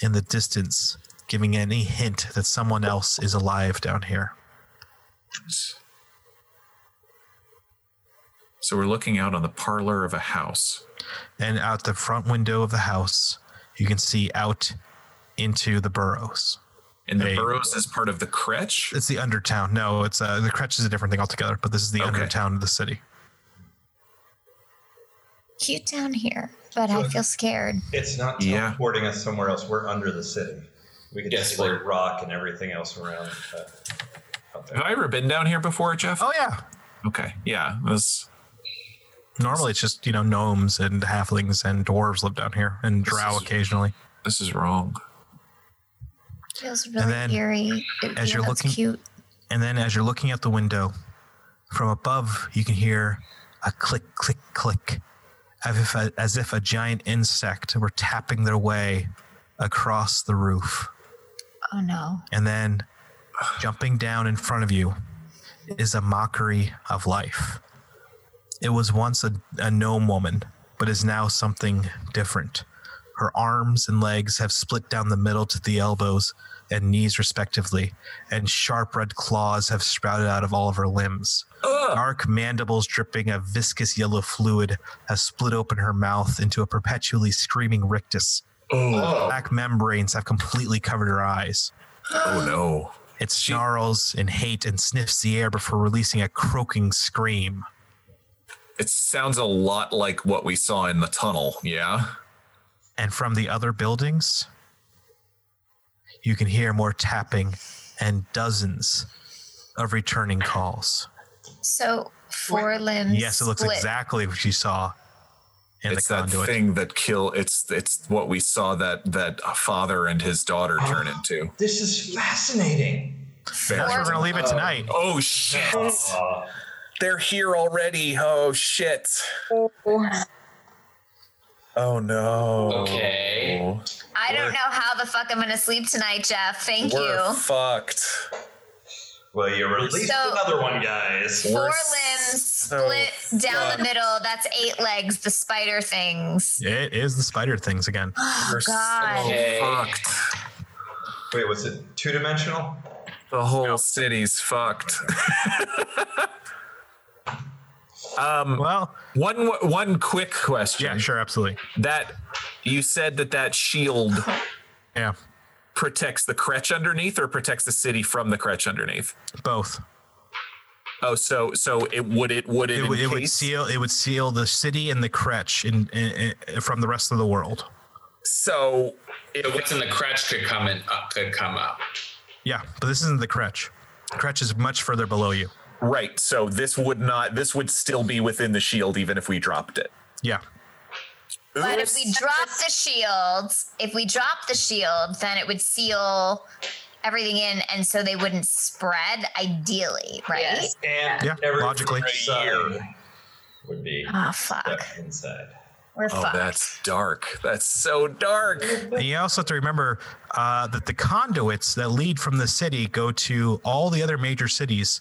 in the distance giving any hint that someone else is alive down here. So we're looking out on the parlor of a house. and out the front window of the house, you can see out into the burrows. And the Hey. burrows is part of the Kretch. It's the undertown. No, it's uh, the crutch is a different thing altogether. But this is the Okay. undertown of the city. Cute down here, but I feel scared. It's not Yeah. teleporting us somewhere else. We're under the city. We can Yes, see like we're- rock and everything else around. But Have out there. I ever been down here before, Jeff? Oh yeah. Okay. Yeah. This Normally it's just you know gnomes and halflings and dwarves live down here and drow is- occasionally. this is wrong. Feels really then, eerie. Ooh, as yeah, you're that's looking- cute. And then as you're looking out the window, from above you can hear a click, click, click, as if a, as if a giant insect were tapping their way across the roof. Oh no. And then jumping down in front of you is a mockery of life. It was once a, a gnome woman, but is now something different. Her arms and legs have split down the middle to the elbows and knees, respectively, and sharp red claws have sprouted out of all of her limbs. Dark mandibles dripping a viscous yellow fluid have split open her mouth into a perpetually screaming rictus. Black membranes have completely covered her eyes. Oh no. It snarls in hate and sniffs the air before releasing a croaking scream. It sounds a lot like what we saw in the tunnel. Yeah. And from the other buildings, you can hear more tapping and dozens of returning calls. So four limbs. Yes, it looks split. exactly what you saw in it's the that conduit. thing that kill. It's it's what we saw that that a father and his daughter turn Oh. into. This is fascinating. That's where we're gonna leave it tonight. Oh shit! Uh, They're here already. Oh shit! Oh no. Okay. I don't know how the fuck I'm gonna sleep tonight, Jeff. Thank We're you. fucked. well, you released So- another one, guys. Four we're limbs so split down fucked. the middle. That's eight legs. The spider things. It is the spider things again. Oh We're so god. Okay. Fucked. Wait, was it two dimensional? The whole city's fucked. um, Well, one one quick question. yeah, sure, absolutely. That you said that that shield Yeah, protects the Kretch underneath, or protects the city from the Kretch underneath. both. Oh, so so it would it would it, It, would- it would encase- seal. It would seal the city and the Kretch in, in, in, from the rest of the world. so it, So what's in the crutch could come in, uh, could come up. Yeah, but this isn't the Kretch. Kretch is much further below you. right. So this would not this would still be within the shield even if we dropped it. Yeah. But if we drop the shields, if we drop the shield, then it would seal everything in, and so they wouldn't spread. Ideally, right? Yes. And Yeah, everything logically. inside would be Oh fuck. stuck inside. We're Oh, fucked. that's dark. That's so dark. And you also have to remember uh, that the conduits that lead from the city go to all the other major cities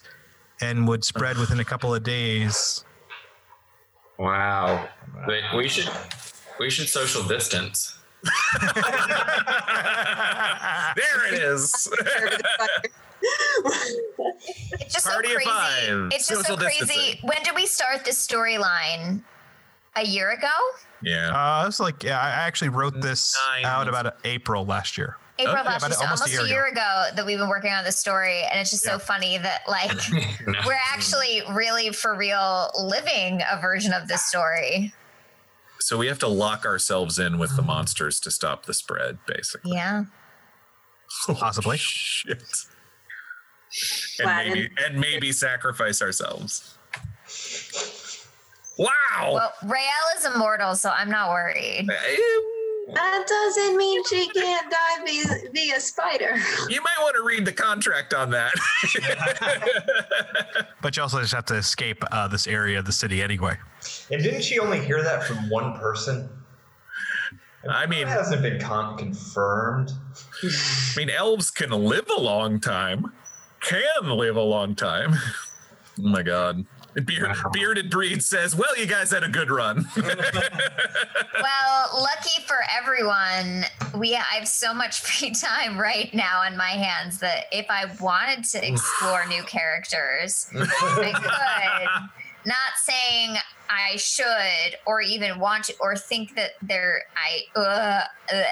and would spread within a couple of days. Wow. Wait, we should we should social distance. there it is. Sure, but it's like- It's just Party so of crazy. five. It's just Social so crazy. distancing. When did we start this storyline? A year ago? Yeah. Uh, it's like yeah, I actually wrote this Nine out months. about April last year. April Okay. of last Yeah, about year, so almost, a year ago. that we've been working on this story, and it's just Yeah. so funny that like No. we're actually really for real living a version of this story. So we have to lock ourselves in with the monsters to stop the spread, basically. Yeah. Possibly. Shit. And Well, maybe and maybe sacrifice ourselves. Wow. Well, Rael is immortal, so I'm not worried. Eh, That doesn't mean she can't die via, via spider. You might want to read the contract on that. But you also just have to escape uh, this area of the city anyway. And didn't she only hear that from one person? I It mean, I hasn't been con- confirmed. mean, elves can live a long time. Can live a long time. Oh my god. Beard, Bearded Breed says, "Well, you guys had a good run." well, lucky for everyone, we I have so much free time right now on my hands that if I wanted to explore new characters, I could. Not saying I should, or even want to, or think that there. I uh, uh,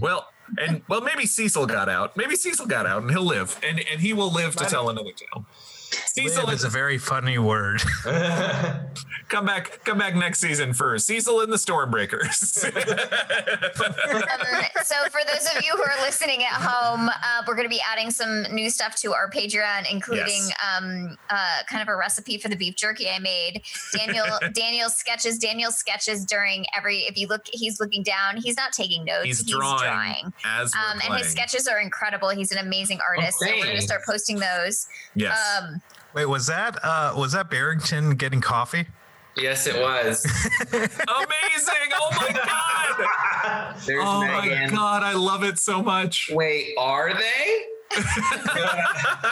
Well, and well, maybe Cecil got out. Maybe Cecil got out, and he'll live, and and he will live to tell another tale. Cecil Live is is a very funny word. Oh, come back, come back next season for Cecil and the Stormbreakers. Um, so for those of you who are listening at home, uh, we're going to be adding some new stuff to our Patreon, including Yes. um, uh, kind of a recipe for the beef jerky I made. Daniel Daniel sketches Daniel sketches during every. If you look, he's looking down. He's not taking notes. He's drawing As we're Um, and playing. his sketches are incredible. He's an amazing artist. so we're going to thanks. start posting those. yes. Um, Wait, was that uh, was that Barrington getting coffee? Yes, it was. Amazing! Oh my god! There's Oh my Megan. god! I love it so much. Wait, are they? That's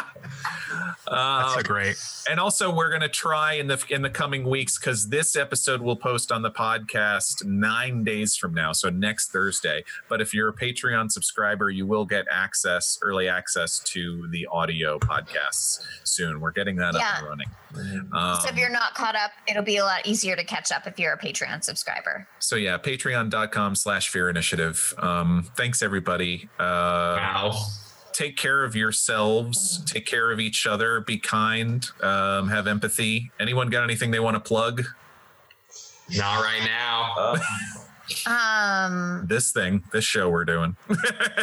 Um, so great. and also we're going to try in the in the coming weeks because this episode will post on the podcast nine days from now so next thursday but if you're a patreon subscriber you will get access early access to the audio podcasts soon we're getting that up Yeah. and running um, so if you're not caught up, it'll be a lot easier to catch up if you're a Patreon subscriber. so yeah patreon.com slash fear initiative um, thanks everybody uh, Wow. take care of yourselves take care of each other be kind um, have empathy anyone got anything they want to plug Not right now. Um, Um, this thing this show we're doing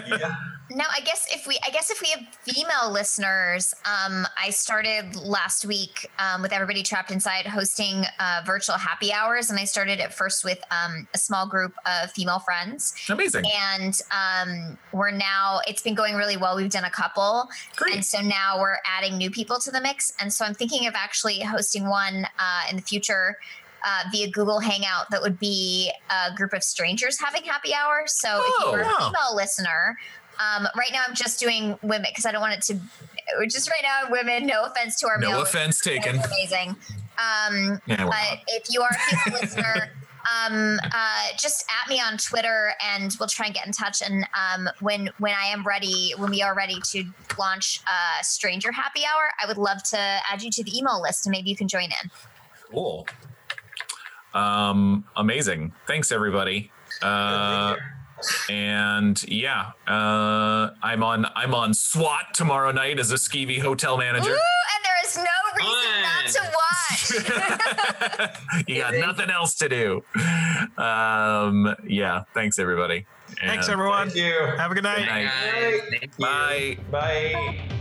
yeah. Now, I guess if we, I guess if we have female listeners, um, I started last week um, with everybody trapped inside hosting uh, virtual happy hours, and I started at first with um, a small group of female friends, amazing and um, we're now it's been going really well. We've done a couple, and so now we're adding new people to the mix, and so I'm thinking of actually hosting one uh, in the future. Uh, via Google Hangout, that would be a group of strangers having happy hour. So if Oh, you're a wow. female listener, um, right now I'm just doing women because I don't want it to. we're Just right now, women. No offense to our no male offense listeners, taken. that's amazing. Um, Yeah, we're but if you are a people listener, um, uh, just at me on Twitter, and we'll try and get in touch. And um, when when I am ready, when we are ready to launch uh, Stranger Happy Hour, I would love to add you to the email list, and maybe you can join in. cool. Um, amazing. Thanks, everybody. Uh, and yeah, uh, I'm on. I'm on SWAT tomorrow night as a skeevy hotel Ooh, manager. and there is no reason Fun. not to watch. you got nothing else to do. Um, yeah. Thanks, everybody. Thanks And everyone. Thank you. Have a good night. Good night. Guys, thank you. Bye. Bye.